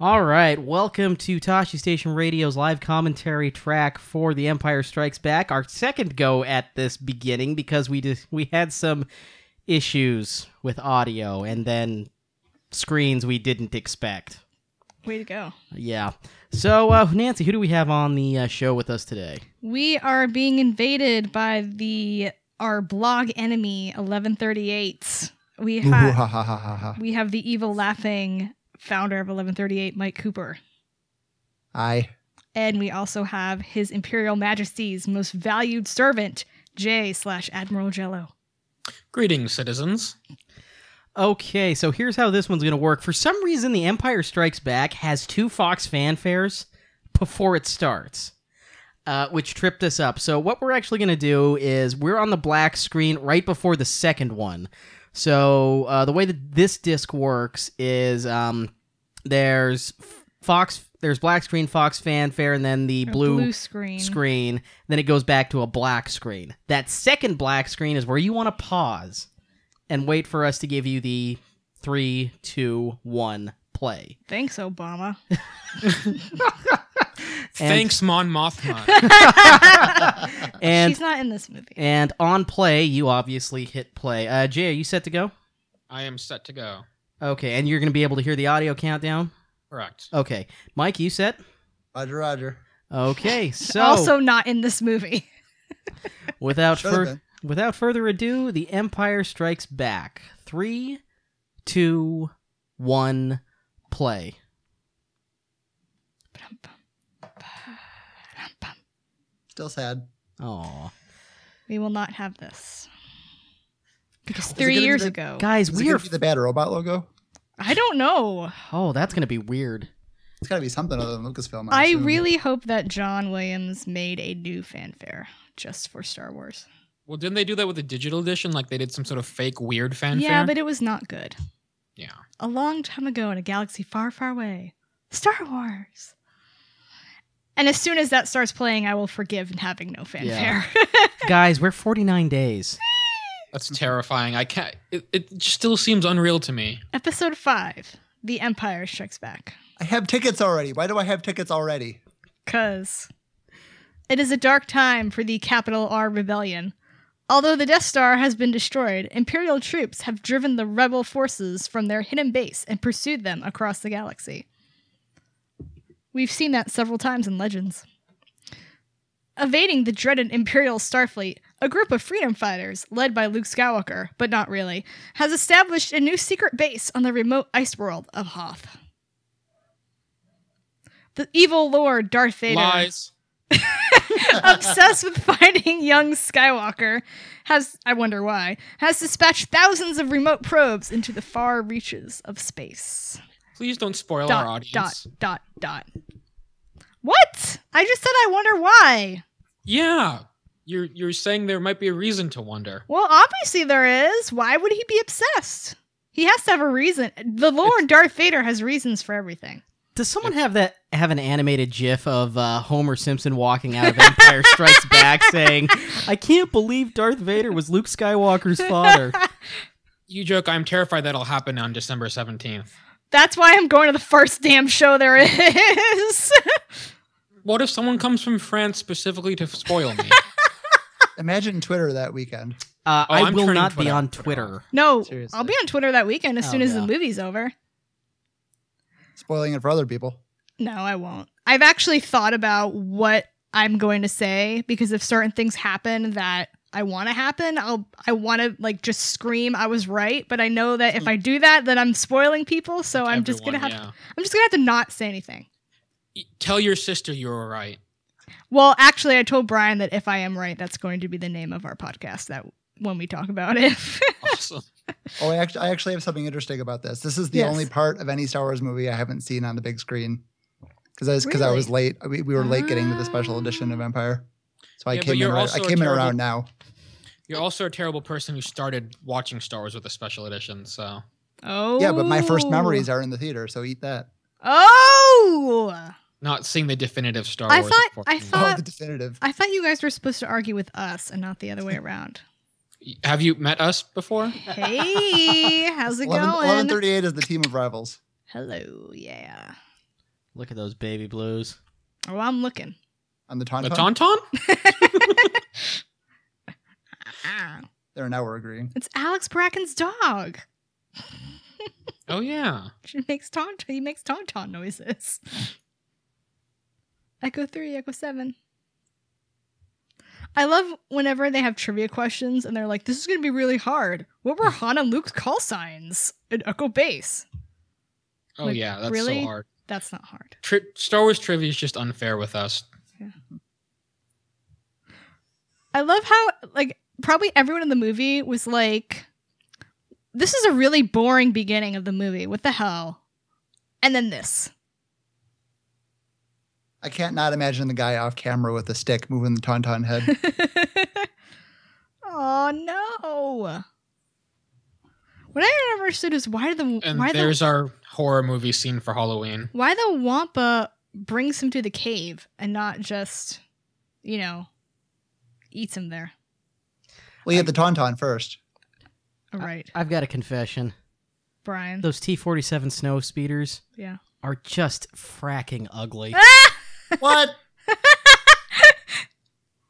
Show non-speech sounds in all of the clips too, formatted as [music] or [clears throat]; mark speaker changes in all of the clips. Speaker 1: All right, welcome to Tashi Station Radio's live commentary track for The Empire Strikes Back. Our second go at this beginning because we just, we had some issues with audio and then screens we didn't expect.
Speaker 2: Way to go.
Speaker 1: Yeah. So, uh, Nancy, who do we have on the uh, show with us today?
Speaker 2: We are being invaded by the our blog enemy 1138. We have
Speaker 3: I
Speaker 2: we have the evil laughing founder of 1138 Mike Cooper. And we also have his Imperial Majesty's most valued servant, J slash Admiral Jello.
Speaker 4: Greetings, citizens.
Speaker 1: Okay, so here's how this one's going to work. For some reason, The Empire Strikes Back has two Fox fanfares before it starts, uh, which tripped us up. So, what we're actually going to do is we're on the black screen right before the second one. So, uh, the way that this disc works is um, there's f- Fox, there's black screen, Fox fanfare, and then the
Speaker 2: Or
Speaker 1: blue,
Speaker 2: screen.
Speaker 1: screen. Then it goes back to a black screen. That second black screen is where you want to pause and wait for us to give you the three, two, one play.
Speaker 2: Thanks, Obama.
Speaker 4: Thanks,
Speaker 2: [laughs]
Speaker 4: Mon Mothma.
Speaker 1: And
Speaker 2: Oh, She's not in this movie.
Speaker 1: and on play, you obviously hit play. Uh, Jay, are you set to go?
Speaker 4: I am set to go.
Speaker 1: Okay, and you're going to be able to hear the audio countdown.
Speaker 4: Correct.
Speaker 1: Okay, Mike, you set?
Speaker 3: Roger, Roger.
Speaker 2: [laughs]
Speaker 1: Okay, so
Speaker 2: also not in this movie.
Speaker 1: without
Speaker 3: Should've
Speaker 1: fur-
Speaker 3: been.
Speaker 1: without further ado, the Empire Strikes Back. Three, two, one, play.
Speaker 3: Still sad.
Speaker 1: Aw.
Speaker 2: We will not have this. Because
Speaker 3: Is it
Speaker 2: three
Speaker 3: gonna be
Speaker 2: years
Speaker 3: the-
Speaker 2: ago.
Speaker 1: Guys,
Speaker 3: Is it
Speaker 1: we
Speaker 3: gonna
Speaker 1: are.
Speaker 3: be the bad robot logo?
Speaker 2: I don't know.
Speaker 1: oh, that's gonna be weird.
Speaker 3: It's gotta be something other than Lucasfilm.
Speaker 2: I
Speaker 3: assume.
Speaker 2: really hope that John Williams made a new fanfare just for Star Wars.
Speaker 4: Well, didn't they do that with the digital edition? Like they did some sort of fake weird fanfare?
Speaker 2: Yeah, but it was not good.
Speaker 4: yeah.
Speaker 2: A long time ago in a galaxy far, far away, Star Wars. And as soon as that starts playing, I will forgive having no fanfare.
Speaker 1: [laughs]
Speaker 2: [laughs]
Speaker 1: Guys, we're 49 days.
Speaker 4: That's terrifying. I can't. It, it still seems unreal to me.
Speaker 2: Episode five: The Empire Strikes Back.
Speaker 3: I have tickets already. Why do I have tickets already?
Speaker 2: Because it is a dark time for the capital R rebellion. Although the Death Star has been destroyed, Imperial troops have driven the rebel forces from their hidden base and pursued them across the galaxy. We've seen that several times in Legends. Evading the dreaded Imperial Starfleet, a group of freedom fighters, led by Luke Skywalker, but not really, has established a new secret base on the remote ice world of Hoth. The evil lord Darth Vader
Speaker 4: Lies.
Speaker 2: obsessed with finding young Skywalker, has I wonder why, has dispatched thousands of remote probes into the far reaches of space.
Speaker 4: Please don't spoil our
Speaker 2: Dot
Speaker 4: audience.
Speaker 2: dot dot dot. What? I just said I wonder why.
Speaker 4: Yeah. You're you're saying there might be a reason to wonder.
Speaker 2: Well, obviously there is. Why would he be obsessed? He has to have a reason. The Lord Darth Vader has reasons for everything.
Speaker 1: Does someone have that have an animated GIF of uh, Homer Simpson walking out of Empire Strikes [laughs] Back saying, "I can't believe Darth Vader was Luke Skywalker's [laughs] father."
Speaker 4: You joke. I'm terrified that'll happen on December seventeenth.
Speaker 2: That's why I'm going to the first damn show there is. [laughs]
Speaker 4: What if someone comes from France specifically to spoil me?
Speaker 3: Imagine Twitter that weekend.
Speaker 1: Uh,
Speaker 4: Oh,
Speaker 1: I
Speaker 4: I'm
Speaker 1: will
Speaker 4: turning
Speaker 1: not be
Speaker 4: Twitter
Speaker 1: on
Speaker 4: off.
Speaker 1: Twitter.
Speaker 2: no, I'll
Speaker 3: Seriously.
Speaker 2: be on Twitter that weekend as
Speaker 1: Oh,
Speaker 2: soon as
Speaker 1: yeah.
Speaker 2: the movie's over.
Speaker 3: Spoiling it for other people.
Speaker 2: No, I won't. I've actually thought about what I'm going to say because if certain things happen that I want to happen, I'll I want to like just scream I was right, but I know that if I do that, then I'm spoiling people, [laughs] so I'm just going to
Speaker 4: Everyone,
Speaker 2: have I'm just going to have to not say anything.
Speaker 4: yeah. Tell your sister you were right. [laughs]
Speaker 2: Well, actually I told Brian that if I am right, that's going to be the name of our podcast that when we talk about it. [laughs]
Speaker 4: Awesome.
Speaker 3: Oh, I actually, I actually have something interesting about this. This is the
Speaker 2: Yes.
Speaker 3: only part of any Star Wars movie I haven't seen on the big screen because I was because I was late. We, we were late getting to the
Speaker 2: Ah.
Speaker 3: special edition of Empire, so I
Speaker 4: Yeah, but
Speaker 3: came in.
Speaker 4: you're
Speaker 3: right- I
Speaker 4: also a
Speaker 3: came in
Speaker 4: terrible-
Speaker 3: around now.
Speaker 4: You're also a terrible person who started watching Star Wars with a special edition. So
Speaker 2: oh.
Speaker 3: Yeah, but my first memories are in the theater, so eat that.
Speaker 2: Oh.
Speaker 4: not seeing the definitive Star
Speaker 2: I
Speaker 4: Wars.
Speaker 2: thought-
Speaker 4: unfortunately.
Speaker 2: I thought-
Speaker 3: Oh,
Speaker 2: Uh,
Speaker 3: the definitive.
Speaker 2: I thought you guys were supposed to argue with us and not the other way around.
Speaker 3: [laughs]
Speaker 4: Have you met us before?
Speaker 2: hey, how's it
Speaker 3: 11,
Speaker 2: going?
Speaker 3: 1138 is the team of rivals.
Speaker 2: Hello, yeah.
Speaker 1: Look at those baby blues.
Speaker 2: Oh, I'm looking. [laughs]
Speaker 3: on the
Speaker 4: The
Speaker 3: Tauntaun.
Speaker 4: Tauntaun?
Speaker 2: Ah.
Speaker 3: there now we're agreeing.
Speaker 2: It's Alex Bracken's dog.
Speaker 4: Oh, yeah.
Speaker 2: She makes taunt. He makes tauntaun noises. [laughs] Echo three, Echo seven. I love whenever they have trivia questions and they're like, "This is going to be really hard." What were Han and Luke's call signs in Echo Base?
Speaker 4: Oh,
Speaker 2: Like,
Speaker 4: yeah. That's
Speaker 2: really?
Speaker 4: so hard.
Speaker 2: That's not hard.
Speaker 4: Tri- Star Wars trivia is just unfair with us.
Speaker 2: I love how like probably everyone in the movie was like, "This is a really boring beginning of the movie. What the hell?" And then this. [laughs]
Speaker 3: I can't not imagine the guy off camera with a stick moving the Tauntaun
Speaker 2: [laughs]
Speaker 3: head.
Speaker 2: oh no! What I never understood is why the
Speaker 4: And
Speaker 2: why
Speaker 4: there's
Speaker 2: the
Speaker 4: our horror movie scene for Halloween.
Speaker 2: why the Wampa brings him to the cave and not just, you know, eats him there.
Speaker 3: well, you had the Tauntaun
Speaker 2: [laughs]
Speaker 3: first.
Speaker 2: All right,
Speaker 1: I've got a confession.
Speaker 2: Brian.
Speaker 1: Those T forty seven snow speeders
Speaker 2: yeah.
Speaker 1: are just fracking
Speaker 2: [laughs]
Speaker 1: ugly.
Speaker 3: What?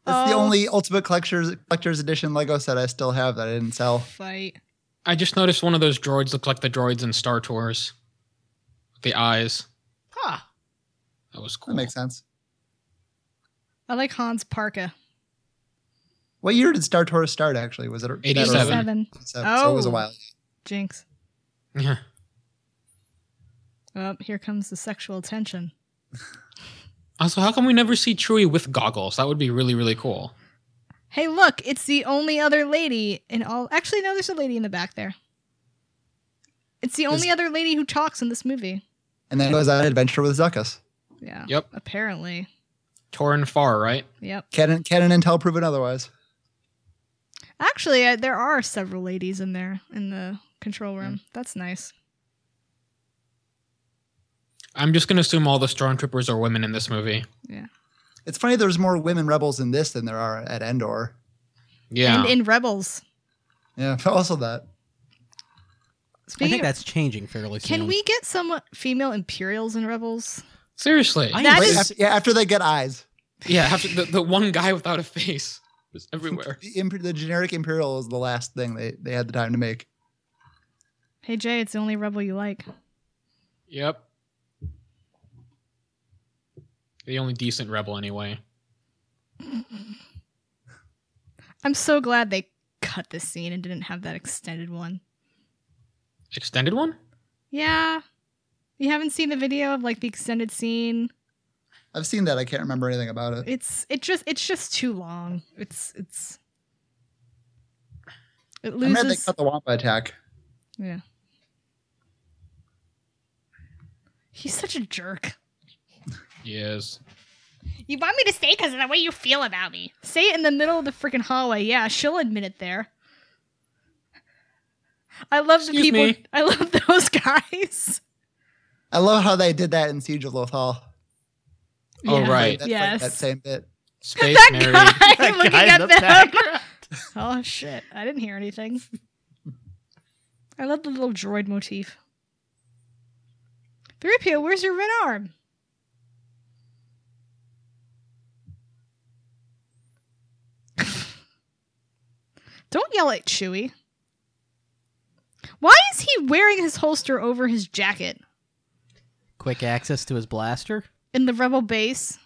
Speaker 3: It's the
Speaker 2: Oh.
Speaker 3: only Ultimate Collector's Collector's Edition Lego set I still have that I didn't sell.
Speaker 2: Fight.
Speaker 4: I just noticed one of those droids looked like the droids in Star Tours. The eyes.
Speaker 1: Huh.
Speaker 4: That was cool.
Speaker 3: That makes sense.
Speaker 2: I like Hans Parka.
Speaker 3: What year did Star Tours start? Actually, was it that early?
Speaker 4: 87.
Speaker 2: Seven.
Speaker 3: So, so it was a
Speaker 2: Oh.
Speaker 3: while.
Speaker 2: Jinx.
Speaker 4: Yeah.
Speaker 2: Oh, here comes the sexual tension.
Speaker 4: Also, how come we never see Chewie with goggles? That would be really, really cool.
Speaker 2: Hey, look! It's the only other lady in all. Actually, no. There's a lady in the back there. It's the only other lady who talks in this movie.
Speaker 3: And then it was on adventure with Zuckus.
Speaker 2: Yeah.
Speaker 4: Yep.
Speaker 2: Apparently.
Speaker 4: Torin Far, right?
Speaker 2: Yep.
Speaker 3: Canon, canon intel proven otherwise.
Speaker 2: Actually, I, there are several ladies in there in the control
Speaker 1: Mm.
Speaker 2: room. That's nice.
Speaker 4: I'm just going to assume all the stormtroopers are women in this movie.
Speaker 3: It's funny there's more women rebels in this than there are at Endor.
Speaker 4: Yeah.
Speaker 2: And in Rebels.
Speaker 3: Yeah, [laughs] also that.
Speaker 1: I
Speaker 2: Speaking
Speaker 1: think
Speaker 2: of,
Speaker 1: that's changing fairly soon.
Speaker 2: can we get some female Imperials in Rebels?
Speaker 4: Seriously.
Speaker 1: I
Speaker 2: That
Speaker 1: embrace-
Speaker 3: Wait,
Speaker 2: is-
Speaker 3: af- yeah, after they get eyes,
Speaker 4: [laughs] yeah. After the, the one guy without a face was
Speaker 3: [laughs]
Speaker 4: everywhere.
Speaker 3: the, imp- the generic Imperial is the last thing they, they had the time to make.
Speaker 2: Hey, Jay, it's the only Rebel you like.
Speaker 4: Yep. The only decent rebel, anyway.
Speaker 2: I'm so glad they cut this scene and didn't have that extended one.
Speaker 4: Extended one?
Speaker 2: Yeah. You haven't seen the video of like the extended scene.
Speaker 3: I've seen that. I can't remember anything about it.
Speaker 2: It's it just it's just too long. It's it's it
Speaker 3: I'm mad they
Speaker 2: loses.
Speaker 3: cut the Wampa attack.
Speaker 2: Yeah. He's such a jerk.
Speaker 4: Yes.
Speaker 2: You want me to stay because of the way you feel about me. Say it in the middle of the freaking hallway. Yeah, she'll admit it there. I love the
Speaker 4: Excuse
Speaker 2: people.
Speaker 4: me.
Speaker 2: I love [laughs] those guys.
Speaker 3: I love how they did that in Siege of Lothal.
Speaker 4: Oh,
Speaker 2: Yeah.
Speaker 4: right.
Speaker 3: That,
Speaker 2: yes.
Speaker 3: that same bit.
Speaker 4: Space
Speaker 2: that
Speaker 4: married. [laughs]
Speaker 2: guy looking
Speaker 1: guy in
Speaker 2: at
Speaker 1: the
Speaker 2: them.
Speaker 1: background.
Speaker 2: Oh shit! I didn't hear anything. I love the little droid motif. Three PO, where's your red arm? [laughs] Don't yell at Chewie. Why is he wearing his holster over his jacket
Speaker 1: Quick access to his blaster.
Speaker 2: in the Rebel base?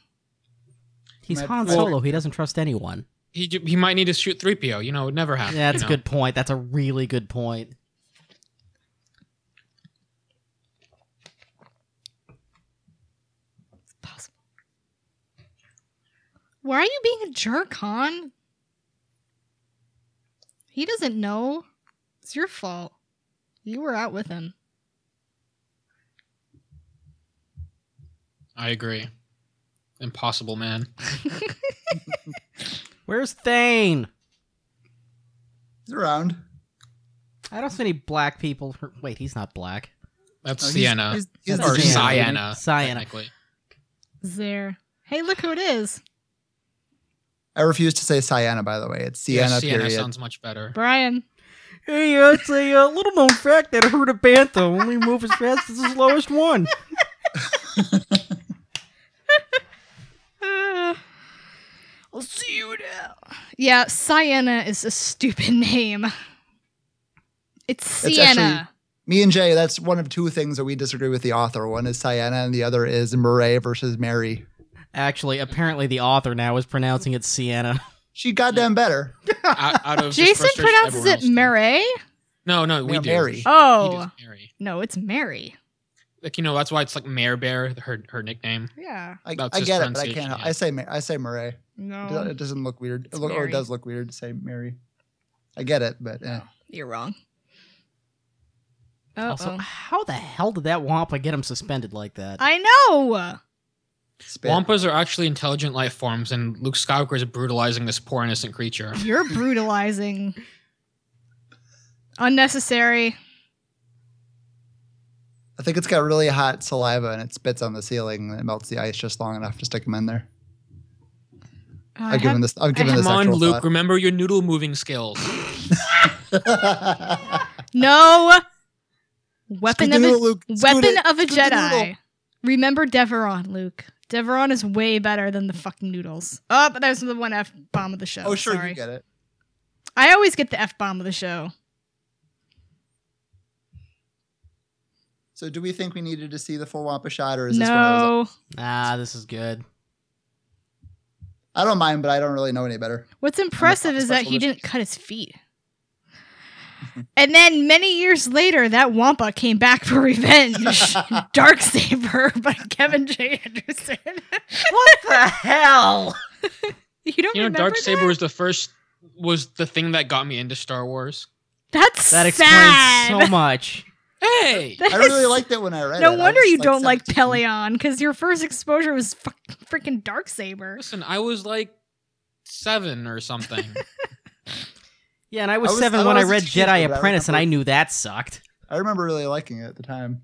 Speaker 1: He's
Speaker 3: Might-
Speaker 1: Han
Speaker 4: Well-
Speaker 1: Solo. He doesn't trust anyone.
Speaker 4: He, ju- he might need to shoot 3PO. You know, it would never
Speaker 1: [laughs]
Speaker 4: happen.
Speaker 1: Yeah, that's
Speaker 4: you
Speaker 1: a
Speaker 4: know.
Speaker 1: good point. That's a really good point.
Speaker 2: Possible. Why are you being a jerk, Han? He doesn't know. It's your fault. You were out with him.
Speaker 4: I agree. Impossible, man.
Speaker 1: Where's Thane?
Speaker 3: He's around.
Speaker 1: I don't see any black people. Wait, he's not black.
Speaker 4: That's
Speaker 3: Oh, he's-
Speaker 4: Sienna.
Speaker 3: he's- he's
Speaker 1: That's
Speaker 4: or
Speaker 3: the Sienna.
Speaker 4: Sienna.
Speaker 1: Sienna.
Speaker 4: technically.
Speaker 2: There. Hey, look who it is.
Speaker 3: I refuse to say Sienna, by the way. It's
Speaker 4: Yeah,
Speaker 3: Sienna,
Speaker 4: Sienna
Speaker 3: period.
Speaker 4: sounds much better.
Speaker 2: Brian.
Speaker 1: Hey, uh, it's a uh, little known fact that a herd of bantha only move as fast as the slowest one.
Speaker 2: Yeah, Sienna is a stupid [laughs] name. It's
Speaker 3: It's
Speaker 2: Sienna.
Speaker 3: actually- Me and Jay, that's one of two things that we disagree with the author. One is Sienna, and the other is Murray versus Mary.
Speaker 1: Actually, apparently the author now is pronouncing it Sienna.
Speaker 3: She goddamn better.
Speaker 4: out, out of just
Speaker 2: Jason
Speaker 4: frustration,
Speaker 2: pronounces
Speaker 4: everyone
Speaker 2: it
Speaker 4: else did.
Speaker 2: Mary.
Speaker 4: No, no, we
Speaker 3: Yeah,
Speaker 4: do.
Speaker 3: Mary.
Speaker 4: He does
Speaker 2: Oh
Speaker 4: Mary.
Speaker 2: no, it's Mary.
Speaker 4: Like you know, that's why it's like Mare Bear, her her nickname.
Speaker 2: Yeah.
Speaker 3: I,
Speaker 4: That's
Speaker 3: I
Speaker 4: his
Speaker 3: get it, but I can't
Speaker 4: pronunciation,
Speaker 3: help.
Speaker 4: yeah.
Speaker 3: I say Ma- I say Murray. It do-
Speaker 2: No,
Speaker 3: It doesn't look weird.
Speaker 2: Um, It's
Speaker 3: It look, or
Speaker 2: Mary.
Speaker 3: it does look weird to say Mary. I get it, but eh.
Speaker 2: you're wrong. Oh,
Speaker 1: Also, how the hell did that Wampa get him suspended like that?
Speaker 2: I know.
Speaker 3: Spit.
Speaker 4: Wampas are actually intelligent life forms, and Luke Skywalker is brutalizing this poor innocent creature.
Speaker 2: You're brutalizing. Unnecessary.
Speaker 3: I think it's got really hot saliva and it spits on the ceiling and it melts the ice just long enough to stick them in there.
Speaker 2: Oh, I
Speaker 3: I've given
Speaker 2: have-
Speaker 3: this. I've given
Speaker 2: have-
Speaker 3: this
Speaker 4: Come on,
Speaker 3: actual [laughs]
Speaker 4: Luke. Remember your noodle
Speaker 2: [laughs]
Speaker 4: moving skills.
Speaker 3: thought.
Speaker 2: no weapon of
Speaker 3: Scoot-a-doodle,
Speaker 2: a
Speaker 3: Luke.
Speaker 2: weapon
Speaker 3: Scoot it.
Speaker 2: of a
Speaker 3: Scoot-a-doodle.
Speaker 2: Jedi. Remember Deveron, Luke. Deveron is way better than the fucking noodles. Oh, but that was the one f bomb of the show.
Speaker 3: Oh, sure,
Speaker 2: Sorry.
Speaker 3: you get it.
Speaker 2: I always get the f bomb of the show.
Speaker 3: So, do we think we needed to see the full Wampa shot, or is this one? of those-
Speaker 2: No.
Speaker 1: Ah, this is good.
Speaker 3: I don't mind, but I don't really know any better.
Speaker 2: What's impressive is that
Speaker 3: special
Speaker 2: he didn't cut his feet. and then many years later, that Wampa came back for [laughs] revenge. Dark Saber by Kevin J. Anderson. [laughs]
Speaker 1: What the hell?
Speaker 2: you don't
Speaker 4: You know,
Speaker 2: remember
Speaker 4: Dark Saber was the first was the thing that got me into Star Wars.
Speaker 2: That? That's
Speaker 1: That explains
Speaker 2: sad.
Speaker 1: so much.
Speaker 4: Hey,
Speaker 2: [laughs] That
Speaker 3: I really
Speaker 2: is-
Speaker 3: liked it when I read it.
Speaker 2: No
Speaker 3: I
Speaker 2: wonder
Speaker 3: was,
Speaker 2: you don't like
Speaker 3: 17.
Speaker 2: Peleon because your first exposure was fucking freaking Dark Saber.
Speaker 4: listen, I was like seven or something.
Speaker 2: [laughs]
Speaker 1: Yeah, and I was,
Speaker 3: I was-
Speaker 1: seven
Speaker 3: I
Speaker 1: when I
Speaker 3: was a
Speaker 1: read
Speaker 3: teenager,
Speaker 1: Jedi
Speaker 3: but I
Speaker 1: Apprentice, and I
Speaker 3: remember-
Speaker 1: knew that sucked.
Speaker 3: I remember really liking it at the time.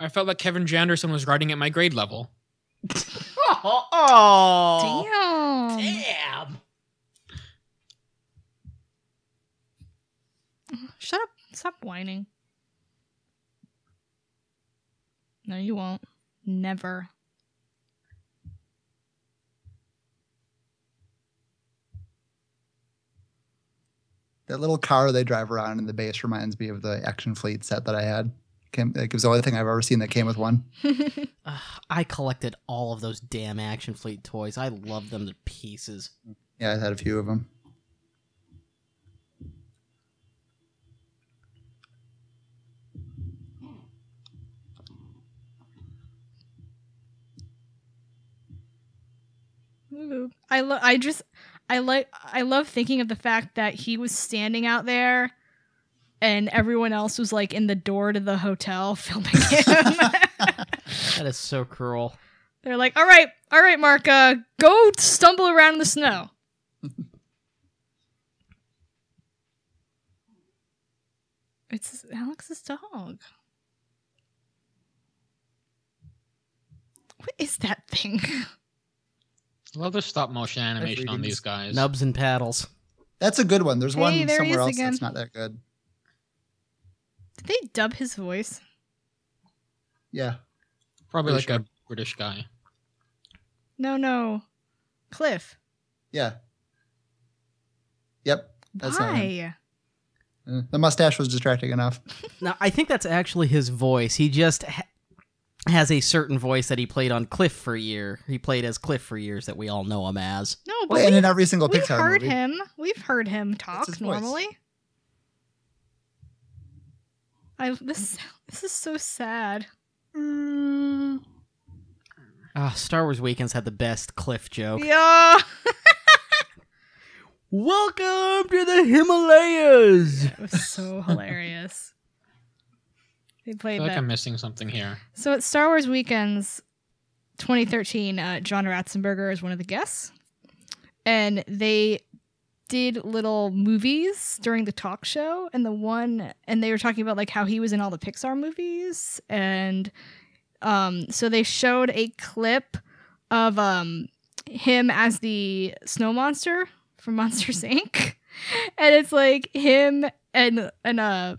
Speaker 4: I felt like Kevin Janderson was writing at my grade level.
Speaker 1: Oh, [laughs] oh
Speaker 2: Damn.
Speaker 1: damn.
Speaker 2: Shut up. Stop whining. No, you won't. Never. [laughs]
Speaker 3: That little car they drive around in the base reminds me of the Action Fleet set that I had. Came, like, it was the only thing I've ever seen that came with one.
Speaker 1: Ugh, I collected all of those damn Action Fleet toys. I love them to pieces.
Speaker 3: Yeah, I had a few of them.
Speaker 2: Ooh. I lo- I just I like I love thinking of the fact that he was standing out there and everyone else was like in the door to the hotel [laughs] filming him. [laughs]
Speaker 1: That is so cruel.
Speaker 2: They're like, "All right, all right, Mark, uh, go stumble around in the snow." [laughs] it's Alex's dog. What is that thing? [laughs]
Speaker 4: Love the stop motion animation on
Speaker 3: reading
Speaker 4: these
Speaker 3: this.
Speaker 4: guys.
Speaker 1: Nubs and paddles.
Speaker 3: That's a good one. There's one
Speaker 2: Hey, there he
Speaker 3: somewhere
Speaker 2: is
Speaker 3: else
Speaker 2: again.
Speaker 3: that's not that good.
Speaker 2: Did they dub his voice?
Speaker 3: Yeah.
Speaker 4: Probably like
Speaker 3: Pretty
Speaker 4: a British guy.
Speaker 2: No, no, Cliff.
Speaker 3: Yeah. Yep. That's not him.
Speaker 2: Why?
Speaker 3: Uh, The mustache was
Speaker 2: [laughs]
Speaker 3: distracting enough.
Speaker 1: Now, I think that's actually his voice. He just ha- has a certain voice that he played on Cliff for a year. He played as Cliff for years that we all know him as.
Speaker 2: No, but
Speaker 3: Well, and
Speaker 2: we've,
Speaker 3: in every single
Speaker 2: we've
Speaker 3: Pixar
Speaker 2: heard
Speaker 3: movie.
Speaker 2: him. We've heard him
Speaker 3: his
Speaker 2: talk
Speaker 3: voice.
Speaker 2: normally. I this this is so sad.
Speaker 3: Mm.
Speaker 1: Ah, Star Wars Weekends had the best Cliff joke.
Speaker 2: Yeah.
Speaker 1: Welcome to the Himalayas.
Speaker 2: It was
Speaker 3: [laughs]
Speaker 2: so hilarious. They
Speaker 4: I
Speaker 2: played
Speaker 4: feel like
Speaker 2: that.
Speaker 4: I'm missing something here.
Speaker 2: So at Star Wars Weekends 2013, uh, John Ratzenberger is one of the guests. And they did little movies during the talk show. And the one, and they were talking about like how he was in all the Pixar movies. And um, so they showed a clip of um, him as the snow monster from [laughs] Monsters Inc. And it's like him and, and uh,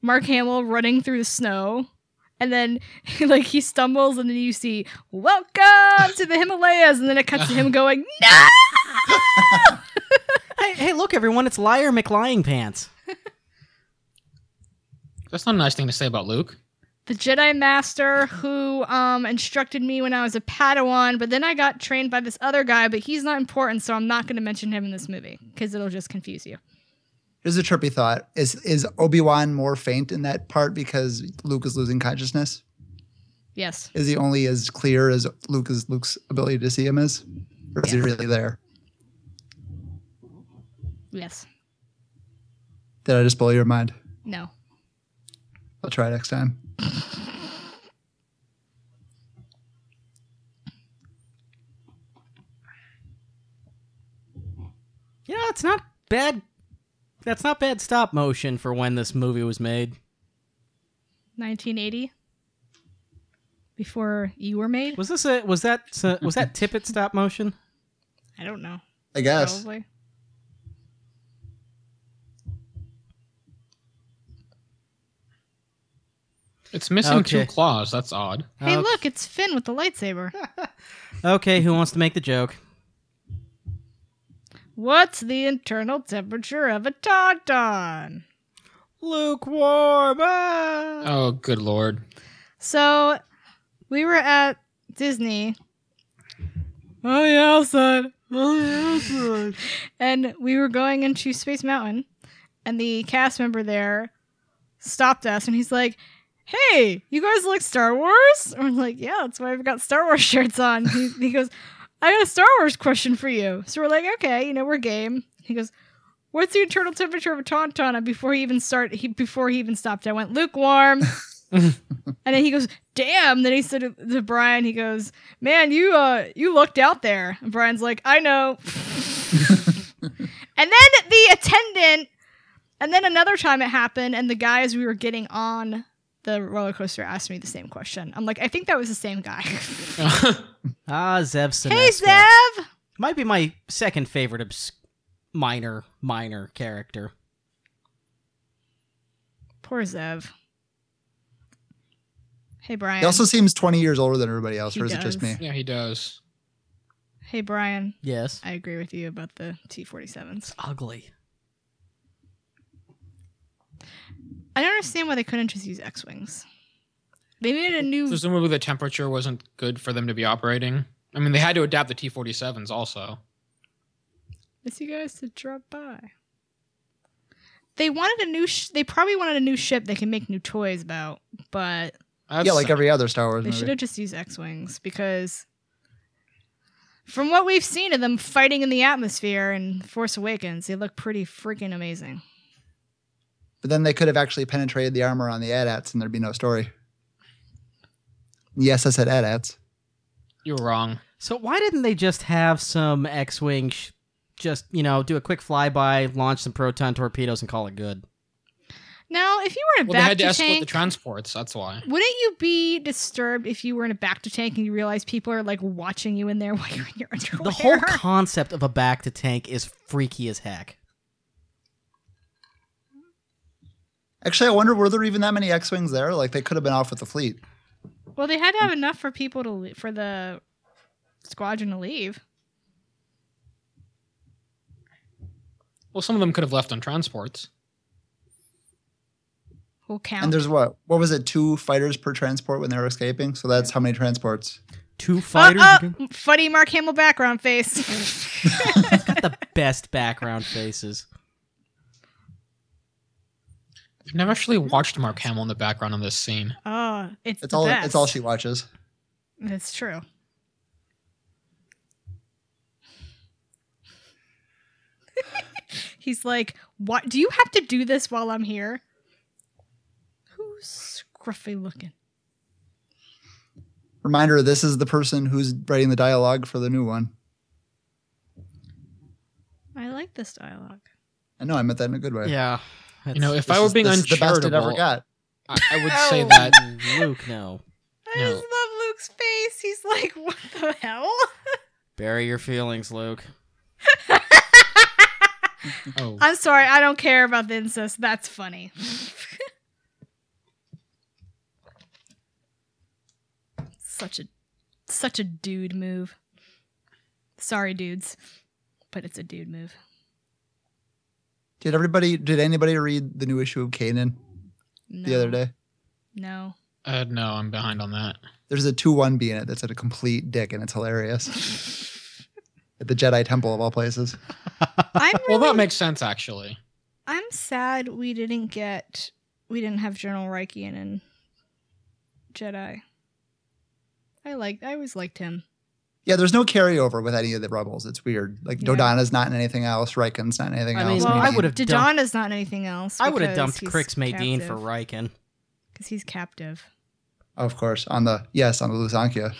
Speaker 2: Mark Hamill running through the snow and then [laughs] like he stumbles, and then you see "Welcome to the Himalayas," and then it cuts to him going "No!"
Speaker 1: hey, hey, look, everyone, it's Liar McLying Pants.
Speaker 4: That's not a nice thing to say about Luke.
Speaker 2: the Jedi Master who um, instructed me when I was a Padawan, but then I got trained by this other guy, but he's not important, so I'm not going to mention him in this movie because it'll just confuse you.
Speaker 3: Here's a trippy thought: Is is Obi Wan more faint in that part because Luke is losing consciousness?
Speaker 2: Yes.
Speaker 3: Is he only as clear as Luke is Luke's ability to see him is, or is he
Speaker 2: Yes.
Speaker 3: really there?
Speaker 2: Yes.
Speaker 3: Did I just blow your mind?
Speaker 2: No.
Speaker 3: I'll try next time.
Speaker 1: You know, it's not bad. That's not bad stop motion for when this movie was made.
Speaker 2: 1980? Before you were made?
Speaker 1: Was this a was that uh, was that Tippett stop motion?
Speaker 2: I don't know.
Speaker 3: I guess.
Speaker 2: Probably.
Speaker 4: It's missing
Speaker 1: Okay.
Speaker 4: two claws. That's odd.
Speaker 2: Hey,
Speaker 1: Oh.
Speaker 2: look, it's Finn with the lightsaber.
Speaker 1: Okay, who wants to make the joke?
Speaker 2: What's the internal temperature of a tauntaun?
Speaker 1: Lukewarm. ah!
Speaker 4: Oh, good lord. [laughs]
Speaker 2: So, we were at Disney. Oh, yeah, son. and we were going into Space Mountain, and the cast member there stopped us, and he's like, "Hey, you guys like Star Wars?" And we're like, "Yeah, that's why I've got Star Wars [laughs] shirts on." He, he goes, "I got a Star Wars question for you." So we're like, "Okay, you know, we're game." He goes, "What's the internal temperature of a tauntaun?" And before he even start, he before he even stopped, I went lukewarm. and then he goes, "Damn!" Then he said to- to Brian, "He goes, man, you uh, you looked out there." And Brian's like, "I know." And then the attendant, and then another time it happened, and the guy as we were getting on the roller coaster asked me the same question. I'm like, I think that was the same guy.
Speaker 1: ah, Zev Sinesco.
Speaker 2: hey, Zev!
Speaker 1: Might be my second favorite obs- minor minor character.
Speaker 2: Poor Zev. Hey, Brian.
Speaker 3: He also seems 20 years older than everybody else,
Speaker 2: He
Speaker 3: or is it just
Speaker 2: does.
Speaker 3: me?
Speaker 4: yeah, he does.
Speaker 2: hey, Brian.
Speaker 1: Yes.
Speaker 2: I agree with you about the T47s.
Speaker 1: Ugly.
Speaker 2: I don't understand why they couldn't just use X Wings. They needed a new.
Speaker 4: Presumably the temperature wasn't good for them to be operating. I mean, they had to adapt the T 47s also.
Speaker 2: Miss you guys to drop by. They wanted a new. Sh- they probably wanted a new ship they can make new toys about, but
Speaker 4: That's
Speaker 3: yeah, like every other Star Wars
Speaker 2: They should
Speaker 3: movie.
Speaker 2: have just used X Wings because from what we've seen of them fighting in the atmosphere in Force Awakens, they look pretty freaking amazing.
Speaker 3: But then they could have actually penetrated the armor on the AT-ATs and there'd be no story. Yes, I said AT-ATs.
Speaker 4: you were wrong.
Speaker 1: So why didn't they just have some X-wing sh- just, you know, do a quick flyby, launch some proton torpedoes and call it good?
Speaker 2: Now, if you were in a
Speaker 4: Well,
Speaker 2: back
Speaker 4: they had to
Speaker 2: to
Speaker 4: escort the
Speaker 2: tank,
Speaker 4: transports. That's why.
Speaker 2: wouldn't you be disturbed if you were in a back to tank and you realize people are like watching you in there [laughs] while you're in your underwear?
Speaker 1: The
Speaker 2: [laughs]
Speaker 1: whole concept of a back to tank is freaky as heck.
Speaker 3: Actually, I wonder were there even that many X-wings there? Like they could have been off with the fleet.
Speaker 2: well, they had to have enough for people to le- for the squadron to leave.
Speaker 4: Well, some of them could have left on transports.
Speaker 2: Who count?
Speaker 3: And there's what? What was it? Two fighters per transport when they were escaping. So that's how many transports.
Speaker 1: Two
Speaker 2: Uh,
Speaker 1: [laughs] fighters
Speaker 2: uh,
Speaker 1: again?
Speaker 2: funny Mark Hamill background
Speaker 3: [laughs]
Speaker 2: face.
Speaker 1: It's got the best background faces.
Speaker 4: I've never actually watched Mark Hamill in the background on this scene.
Speaker 2: oh, it's
Speaker 3: It's
Speaker 2: the
Speaker 3: all.
Speaker 2: Best.
Speaker 3: It's all she watches.
Speaker 2: That's true. He's like, "What? Do you have to do this while I'm here?" Who's scruffy looking?
Speaker 3: Reminder: This is the person who's writing the dialogue for the new one.
Speaker 2: I like this dialogue.
Speaker 3: I know I meant that in a good way.
Speaker 1: Yeah.
Speaker 4: You know, if
Speaker 3: This
Speaker 4: I were
Speaker 3: is-
Speaker 4: being
Speaker 3: this is the best it ever
Speaker 4: uncharitable, I,
Speaker 3: got.
Speaker 4: I would say
Speaker 2: No.
Speaker 4: that
Speaker 1: Luke, no.
Speaker 2: I
Speaker 4: No.
Speaker 2: just love Luke's face. He's like, [laughs] "What the hell?"
Speaker 1: Bury your feelings, Luke.
Speaker 4: oh,
Speaker 2: I'm sorry. I don't care about the incest. That's funny. [laughs] Such a such a dude move. Sorry, dudes, but it's a dude move.
Speaker 3: Did everybody? Did anybody read the new issue of Kanan
Speaker 2: No,
Speaker 3: the other day?
Speaker 2: No.
Speaker 4: Uh, no, I'm behind on that.
Speaker 3: There's a two one B in it that's at a complete dick, and it's hilarious.
Speaker 2: [laughs]
Speaker 3: at the Jedi Temple of all places.
Speaker 2: I'm
Speaker 4: [laughs] Well,
Speaker 2: really-
Speaker 4: that makes sense actually.
Speaker 2: I'm sad we didn't get we didn't have General Reikian in Jedi. I liked I always liked him.
Speaker 3: Yeah, there's no carryover with any of the rebels. It's weird. Like
Speaker 2: Yeah.
Speaker 3: Dodana's not in anything else. Riken's not in anything
Speaker 1: I mean,
Speaker 3: else.
Speaker 2: well, I
Speaker 3: Nadine-
Speaker 1: would have dumped.
Speaker 2: Dodana's not anything else.
Speaker 1: I would have dumped
Speaker 2: because he's
Speaker 1: Crix Maydean for
Speaker 2: captive.
Speaker 1: Riken.
Speaker 2: because he's captive. [laughs]
Speaker 3: Of course, on the yes, on the Lusankia,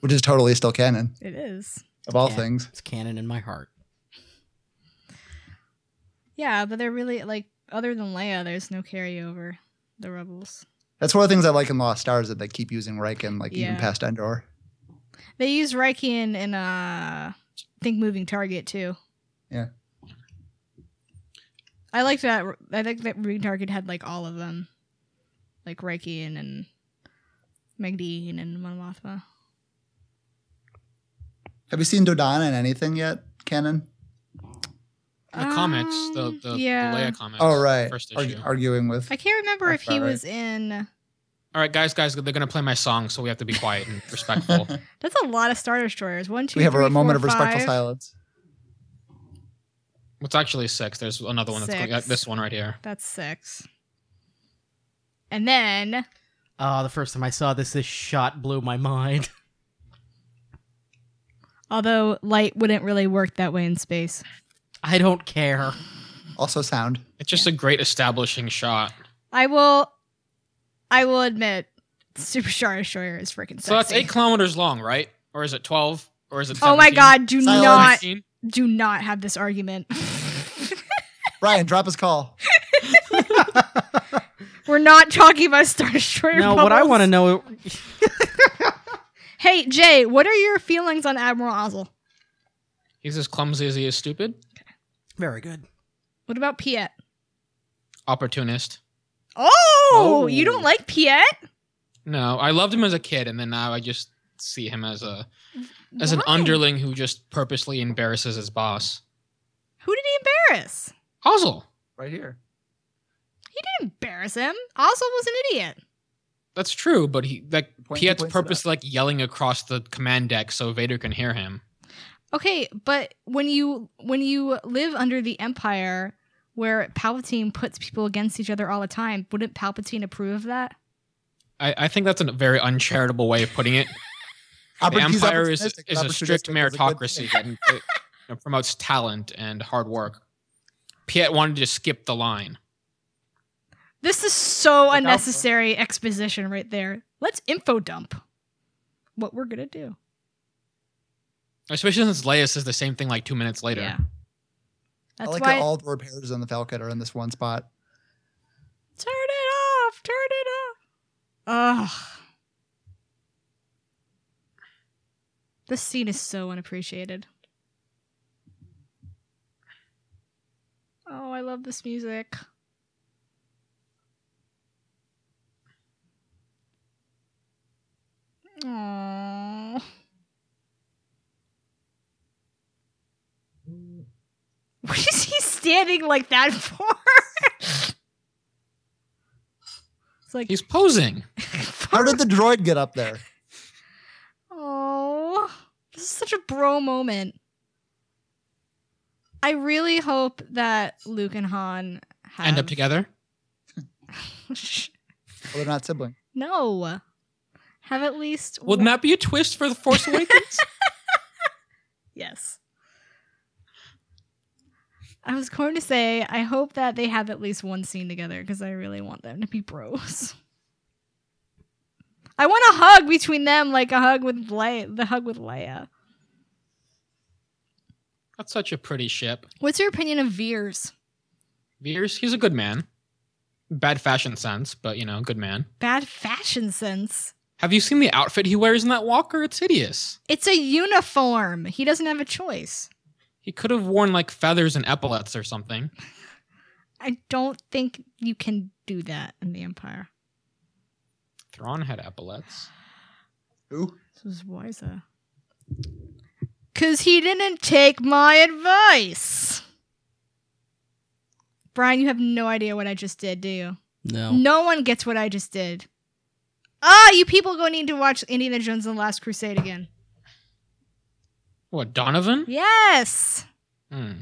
Speaker 3: which is totally still canon
Speaker 2: It is.
Speaker 3: of all
Speaker 1: Yeah.
Speaker 3: things.
Speaker 1: It's canon in my heart.
Speaker 2: Yeah, but they're really like other than Leia, there's no carryover. The rebels.
Speaker 3: That's one of the things I like in Lost Stars that they keep using Riken like even
Speaker 2: Yeah.
Speaker 3: past Endor.
Speaker 2: They use Reikian in uh I think moving target too.
Speaker 3: Yeah.
Speaker 2: I like that I think that moving target had like all of them. Like Reikian and Magdine and Mon Mothma.
Speaker 3: Have you seen Dodana in anything yet, canon?
Speaker 4: The comics, the
Speaker 2: Um,
Speaker 4: the,
Speaker 2: yeah.
Speaker 4: the Leia comics.
Speaker 3: Oh right,
Speaker 4: First
Speaker 3: Ar-
Speaker 4: issue.
Speaker 3: arguing with.
Speaker 2: I can't remember if
Speaker 3: That's
Speaker 2: he
Speaker 3: about right.
Speaker 2: was in
Speaker 4: All right, guys, guys, they're gonna play my song, so we have to be
Speaker 2: [laughs]
Speaker 4: quiet and respectful.
Speaker 2: that's a lot of Star Destroyers. One, two,
Speaker 3: [laughs] we have
Speaker 2: three,
Speaker 3: a moment
Speaker 2: four,
Speaker 3: of respectful
Speaker 2: five.
Speaker 3: silence.
Speaker 4: It's actually six. There's another one that's
Speaker 2: Six.
Speaker 4: uh, this one right here.
Speaker 2: That's six. And then
Speaker 1: Uh, the first time I saw this, this shot blew my mind. [laughs]
Speaker 2: although light wouldn't really work that way in space.
Speaker 1: I don't care.
Speaker 3: Also sound.
Speaker 4: It's just a great establishing shot.
Speaker 2: I will, I will admit, Super Star Destroyer is freaking sexy.
Speaker 4: So that's eight kilometers long, right? Or is it twelve? Or is it? 17?
Speaker 2: Oh my god! Do
Speaker 3: Silence.
Speaker 2: not,
Speaker 4: 19?
Speaker 2: do not have this argument. [laughs]
Speaker 3: Brian, drop his call.
Speaker 2: We're not talking about Star Destroyer.
Speaker 1: no, what I
Speaker 2: bubbles.
Speaker 1: want to know.
Speaker 2: Hey Jay, what are your feelings on Admiral Ozzel?
Speaker 4: He's as clumsy as he is stupid.
Speaker 1: Very good.
Speaker 2: What about Piet?
Speaker 4: Opportunist.
Speaker 2: Oh,
Speaker 1: Oh.
Speaker 2: you don't like Piet?
Speaker 4: No, I loved him as a kid, and then now I just see him as a as an
Speaker 2: Why?
Speaker 4: underling who just purposely embarrasses his boss.
Speaker 2: Who did he embarrass?
Speaker 4: Hazel.
Speaker 3: Right here.
Speaker 2: He didn't embarrass him. Ozzel was an idiot.
Speaker 4: That's true, but he like
Speaker 3: Point- points
Speaker 4: Piet's
Speaker 3: it out.
Speaker 4: purposely like yelling across the command deck so Vader can hear him.
Speaker 2: Okay, but when you when you live under the empire where Palpatine puts people against each other all the time, wouldn't Palpatine approve of that?
Speaker 4: I, I think that's a very uncharitable way of
Speaker 3: [laughs]
Speaker 4: putting it. The
Speaker 3: Oppor- he's
Speaker 4: Empire is,
Speaker 3: opportunistic.
Speaker 4: is a strict
Speaker 3: Opportunistic is a good
Speaker 4: meritocracy
Speaker 3: thing.
Speaker 4: that uh, you know, promotes talent and hard work. Piet wanted to skip the line.
Speaker 2: This is so
Speaker 3: Without-
Speaker 2: unnecessary exposition right there. Let's info dump what we're gonna do.
Speaker 4: Especially since Leia says the same thing like two minutes later.
Speaker 2: Yeah.
Speaker 3: I
Speaker 2: That's
Speaker 3: like
Speaker 2: why
Speaker 3: that all the repairs on the Falcon are in this one spot.
Speaker 2: turn it off, turn it off. Ugh. This scene is so unappreciated. Oh, I love this music. Aww. [laughs] What is he standing like that [laughs] for? it's like,
Speaker 4: He's posing.
Speaker 3: [laughs] How did the droid get up there?
Speaker 2: oh, this is such a bro moment. I really hope that Luke and Han have
Speaker 4: End up together.
Speaker 3: Well, they're not siblings.
Speaker 2: [laughs] no, have at least
Speaker 4: Wouldn't that be a twist for
Speaker 2: [laughs]
Speaker 4: the Force Awakens?
Speaker 2: Yes. I was going to say, I hope that they have at least one scene together because I really want them to be bros. I want a hug between them, like a hug with Leia, the hug with Leia.
Speaker 4: That's such a pretty ship.
Speaker 2: What's your opinion of Veers?
Speaker 4: Veers, he's a good man. Bad fashion sense, but you know, good man.
Speaker 2: Bad fashion sense.
Speaker 4: Have you seen the outfit he wears in that walker? It's hideous.
Speaker 2: It's a uniform. He doesn't have a choice.
Speaker 4: He could have worn like feathers and epaulets or something.
Speaker 2: I don't think you can do that in the Empire.
Speaker 4: Thrawn had epaulets.
Speaker 3: Who?
Speaker 2: This was wiser. Cause he didn't take my advice. Brian, you have no idea what I just did, do you?
Speaker 1: No.
Speaker 2: No one gets what I just did. Ah, you people go need to watch Indiana Jones and the Last Crusade again.
Speaker 4: What, Donovan?
Speaker 2: Yes.
Speaker 4: Hmm.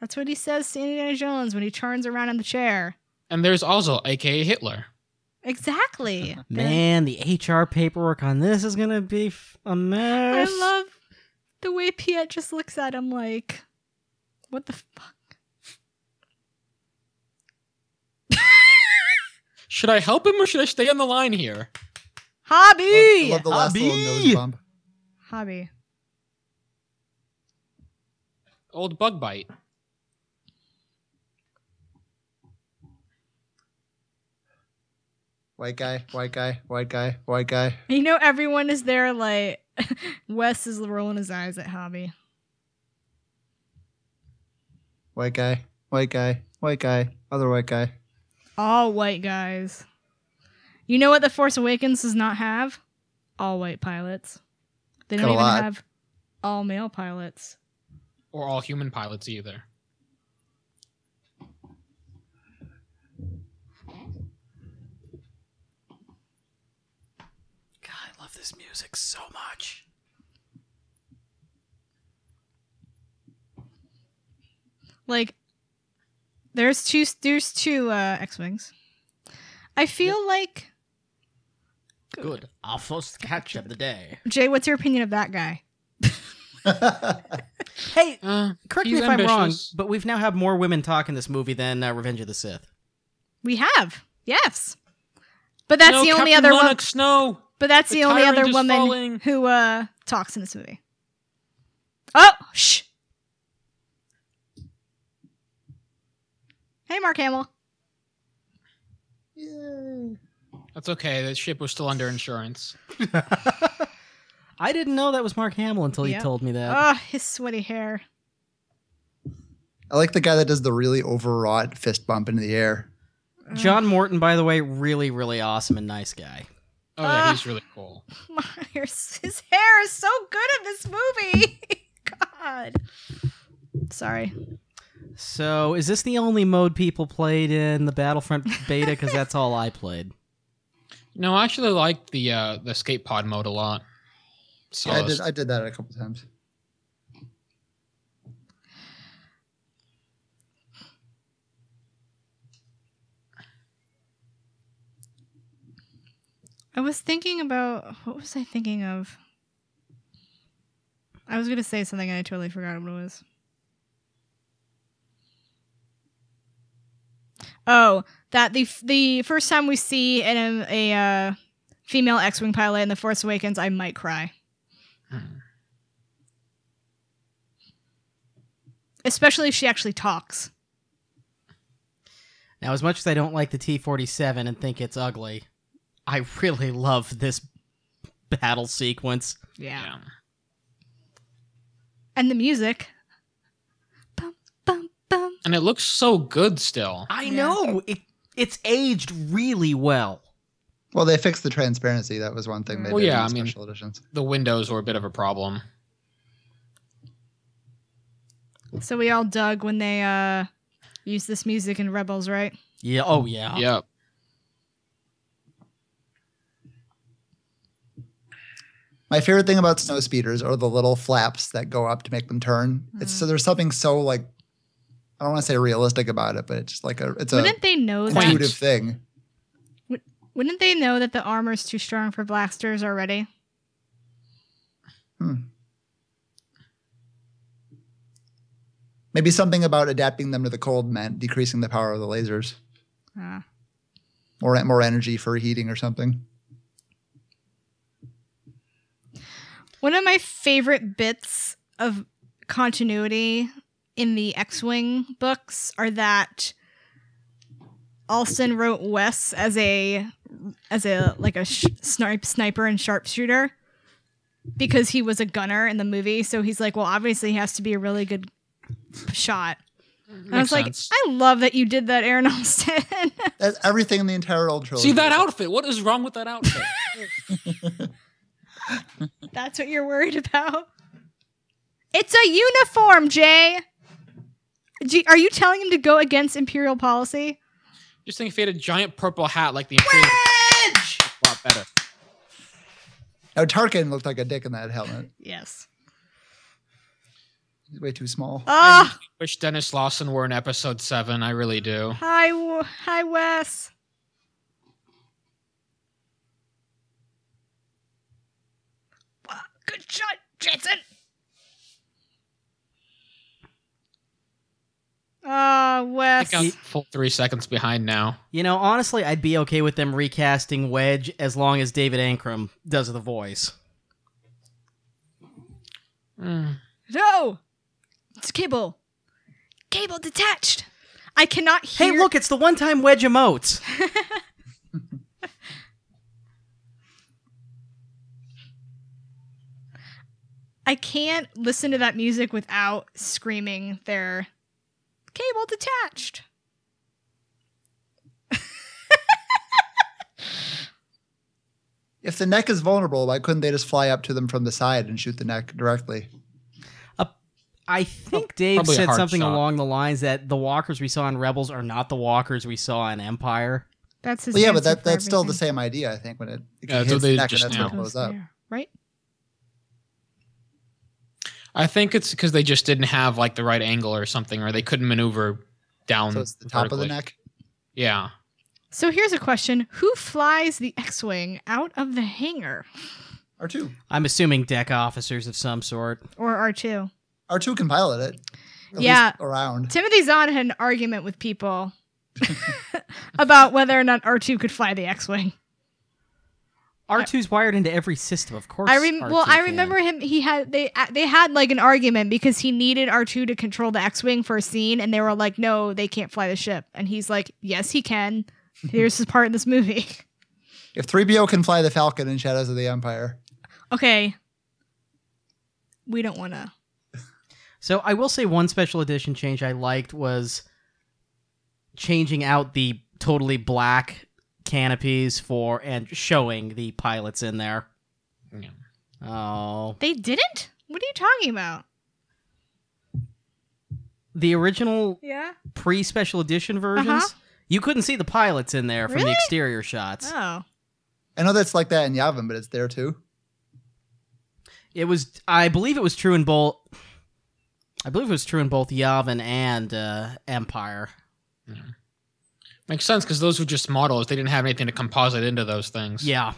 Speaker 2: That's what he says to Indiana Jones when he turns around in the chair.
Speaker 4: And there's also AKA Hitler.
Speaker 2: Exactly.
Speaker 1: [laughs] Man, the HR paperwork on this is gonna be f- a
Speaker 2: I
Speaker 1: mess.
Speaker 2: love the way Piet just looks at him like, what the fuck?
Speaker 4: Should I help him or should I stay on the line here?
Speaker 2: Hobby!
Speaker 3: Love, love the last little
Speaker 1: Abby!
Speaker 3: nose bump.
Speaker 2: Hobby.
Speaker 4: Old bug bite.
Speaker 3: White guy, white guy, white guy, white guy.
Speaker 2: You know, everyone is there like, [laughs] Wes is rolling his eyes at Hobby.
Speaker 3: white guy, white guy, white guy, other white guy.
Speaker 2: All white guys. You know what The Force Awakens does not have? All white pilots. They don't
Speaker 3: Got a
Speaker 2: even
Speaker 3: lot.
Speaker 2: have all male pilots.
Speaker 4: Or all human pilots either.
Speaker 1: God, I love this music so much.
Speaker 2: Like, there's two there's two uh, X wings. I feel like
Speaker 1: Good. Our first catch of the day.
Speaker 2: Jay. What's your opinion of that guy?
Speaker 1: Hey,
Speaker 4: Uh,
Speaker 1: correct
Speaker 4: He's
Speaker 1: me if I'm wrong,
Speaker 4: ambitious.
Speaker 1: but we've now had more women talk in this movie than uh, Revenge of the Sith.
Speaker 2: We have yes, but that's
Speaker 4: no,
Speaker 2: the only
Speaker 4: Captain
Speaker 2: other one.
Speaker 4: Lennox, no.
Speaker 2: But that's
Speaker 4: The
Speaker 2: the, only
Speaker 4: tyrant
Speaker 2: other
Speaker 4: is
Speaker 2: woman
Speaker 4: falling.
Speaker 2: who uh, talks in this movie. Oh, shh. Hey, Mark Hamill.
Speaker 4: That's okay. The ship was still under insurance.
Speaker 1: I didn't know that was Mark Hamill until
Speaker 2: Yeah.
Speaker 1: you told me that.
Speaker 2: Oh, his sweaty hair.
Speaker 3: I like the guy that does the really overwrought fist bump into the air.
Speaker 2: Ugh. [laughs]
Speaker 1: John Morton, by the way, really, really awesome and nice guy.
Speaker 4: Oh, yeah,
Speaker 2: Ah.
Speaker 4: he's really cool.
Speaker 2: Myers. His hair is so good in this movie. [laughs] God. Sorry.
Speaker 1: So, is this the only mode people played in the Battlefront beta? Because that's all I played.
Speaker 4: No, I actually liked the uh, the skate pod mode a lot. So
Speaker 3: Yeah, I did I did that a couple times.
Speaker 2: I was thinking about what was I thinking of? I was gonna say something and I totally forgot what it was. Oh, that the f- the first time we see an, a uh, female X wing pilot in the Force Awakens, I might cry.
Speaker 4: Hmm.
Speaker 2: Especially if she actually talks.
Speaker 1: Now, as much as I don't like the T 47 and think it's ugly, I really love this battle sequence.
Speaker 4: yeah.
Speaker 2: and the music. Bum, bum, bum.
Speaker 4: And it looks so good still.
Speaker 1: I
Speaker 2: Yeah.
Speaker 1: know! It, it's aged really well.
Speaker 3: Well, they fixed the transparency. That was one thing they
Speaker 2: Well,
Speaker 3: did
Speaker 4: yeah,
Speaker 3: in
Speaker 4: I
Speaker 3: the
Speaker 4: mean-
Speaker 3: special editions.
Speaker 4: The windows were a bit of a problem.
Speaker 2: So we all dug when they uh used this music in Rebels, right?
Speaker 1: Yeah, oh yeah.
Speaker 4: Yep.
Speaker 3: My favorite thing about snow speeders are the little flaps that go up to make them turn. It's
Speaker 2: Mm.
Speaker 3: so there's something so like I don't want to say realistic about it, but it's just like a it's a
Speaker 2: Wouldn't they know that?
Speaker 4: Quaint.
Speaker 3: intuitive thing.
Speaker 2: Wouldn't they know that the armor's too strong for blasters already?
Speaker 3: Maybe something about adapting them to the cold meant decreasing the power of the lasers,
Speaker 2: Uh,
Speaker 3: more more energy for heating or something.
Speaker 2: one of my favorite bits of continuity in the X-wing books are that Alston wrote Wes as a as a like a sh- snipe, sniper and sharpshooter because he was a gunner in the movie. So he's like, well, obviously he has to be a really good shot. And I was
Speaker 4: Makes
Speaker 2: like,
Speaker 4: sense.
Speaker 2: I love that you did that, Aaron Alston. [laughs]
Speaker 3: That's everything in the entire old trilogy.
Speaker 4: See that outfit? What is wrong with that outfit?
Speaker 2: That's what you're worried about? It's a uniform, Jay. Do are you telling him to go against imperial policy?
Speaker 4: Just think if he had a giant purple hat like the Imperial. A lot better.
Speaker 3: Now Tarkin looked like a dick in that helmet.
Speaker 2: Yes.
Speaker 3: He's way too small.
Speaker 2: Ah,
Speaker 4: Wish Dennis Lawson were in episode seven. I really do.
Speaker 2: hi, W- hi, Wes. Wow, Good shot, Jensen. Ah,
Speaker 4: I
Speaker 2: Wes.
Speaker 4: think I'm full three seconds behind now.
Speaker 1: You know, honestly, I'd be okay with them recasting Wedge as long as David Ankrum does the voice.
Speaker 4: Mm.
Speaker 2: No! It's cable. Cable detached. I cannot hear.
Speaker 1: Hey, look, it's the one time Wedge emotes.
Speaker 2: I can't listen to that music without screaming their cable detached.
Speaker 3: If the neck is vulnerable, why couldn't they just fly up to them from the side and shoot the neck directly?
Speaker 1: I think Dave
Speaker 4: probably a
Speaker 1: said
Speaker 4: hard
Speaker 1: something
Speaker 4: shot.
Speaker 1: along the lines that the walkers we saw in Rebels are not the walkers we saw in Empire.
Speaker 2: That's his.
Speaker 3: Well, yeah, but
Speaker 2: answer
Speaker 3: that,
Speaker 2: for
Speaker 3: that's still the
Speaker 2: everything.
Speaker 3: same idea, I think, when it, it
Speaker 4: Yeah, that's
Speaker 3: hits
Speaker 4: what they
Speaker 3: the neck and
Speaker 4: just
Speaker 3: that's
Speaker 4: now.
Speaker 3: when it blows up.
Speaker 2: There, Right?
Speaker 4: I think it's because they just didn't have like the right angle or something, or they couldn't maneuver down.
Speaker 3: So it's the top of the
Speaker 4: vertically.
Speaker 3: neck.
Speaker 4: Yeah.
Speaker 2: So here's a question: Who flies the X-wing out of the hangar
Speaker 3: R two.
Speaker 1: I'm assuming deck officers of some sort.
Speaker 2: or R two?
Speaker 3: R two can pilot it. At
Speaker 2: Yeah.
Speaker 3: Least around.
Speaker 2: Timothy Zahn had an argument with people [laughs] about whether or not R two could fly the X-wing.
Speaker 1: R2's wired into every system, of course.
Speaker 2: I rem- well,
Speaker 1: R2
Speaker 2: I
Speaker 1: can.
Speaker 2: remember him. He had they uh, they had like an argument because he needed R two to control the X wing for a scene, and they were like, "No, they can't fly the ship." And he's like, "Yes, he [laughs] can. Here's his part in this movie."
Speaker 3: If three PO can fly the Falcon in Shadows of the Empire,
Speaker 2: [laughs] okay, we don't want to.
Speaker 1: So I will say one special edition change I liked was changing out the totally black canopies for and showing the pilots in there.
Speaker 4: Yeah.
Speaker 1: Oh.
Speaker 2: They didn't. What are you talking about?
Speaker 1: The original
Speaker 2: Yeah.
Speaker 1: pre special edition versions,
Speaker 2: Uh-huh.
Speaker 1: you couldn't see the pilots in there from
Speaker 2: Really?
Speaker 1: the exterior shots.
Speaker 2: Oh,
Speaker 3: I know that's like that in Yavin, but it's there too.
Speaker 1: It was, I believe it was true in both. I believe it was true in both Yavin and uh, Empire.
Speaker 4: Makes sense because those were just models. They didn't have anything to composite into those things.
Speaker 1: Yeah,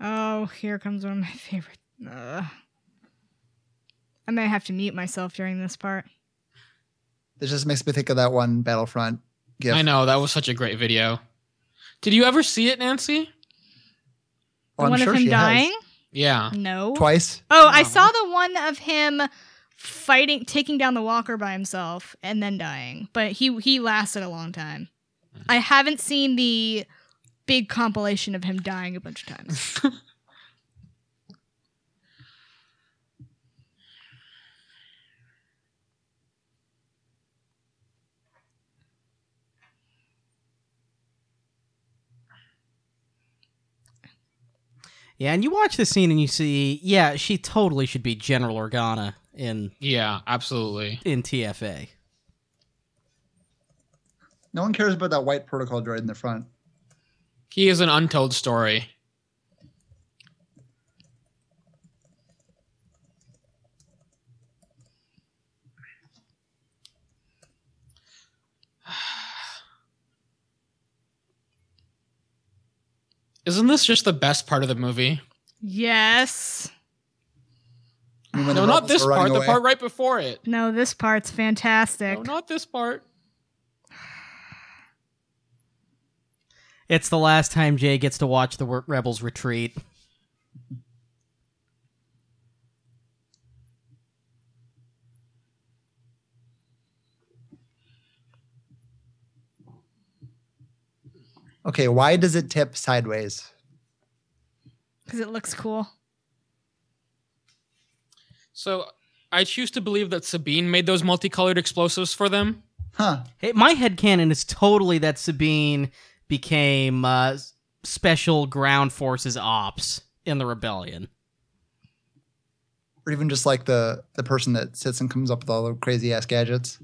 Speaker 2: oh, here comes one of my [laughs] favorite. Ugh. I may have to mute myself during this part.
Speaker 3: This just makes me think of that one Battlefront gift.
Speaker 4: I know that was such a great video. Did you ever see it, Nancy?
Speaker 3: Oh,
Speaker 2: The
Speaker 3: I'm
Speaker 2: one
Speaker 3: sure
Speaker 2: of him
Speaker 3: she has.
Speaker 2: dying?
Speaker 4: Yeah.
Speaker 2: No.
Speaker 3: twice.
Speaker 2: Oh, I
Speaker 4: No.
Speaker 2: saw the one of him fighting, taking down the walker by himself, and then dying. But he he lasted a long time.
Speaker 3: Mm.
Speaker 2: I haven't seen the big compilation of him dying a bunch of
Speaker 3: [laughs]
Speaker 2: times.
Speaker 1: yeah. And you watch this scene and you see, yeah, she totally should be General Organa in
Speaker 4: Yeah, absolutely.
Speaker 1: in TFA.
Speaker 3: No one cares about that white protocol droid in the front.
Speaker 4: He is an untold story. [sighs] Isn't this just the best part of the movie?
Speaker 2: yes.
Speaker 3: I mean, when the
Speaker 4: No, not
Speaker 3: rebels
Speaker 4: this
Speaker 3: were running
Speaker 4: part. The
Speaker 3: away.
Speaker 4: part right before it.
Speaker 2: No, this part's fantastic.
Speaker 3: Oh,
Speaker 4: No, not this part.
Speaker 1: It's the last time Jay gets to watch the Re- Rebels retreat.
Speaker 3: Okay, why does it tip sideways?
Speaker 2: Because it looks cool.
Speaker 4: So I choose to believe that Sabine made those multicolored explosives for them.
Speaker 3: Huh?
Speaker 1: Hey, my headcanon is totally that Sabine became uh, special ground forces ops in the rebellion.
Speaker 3: or even just like the the person that sits and comes up with all the crazy ass gadgets.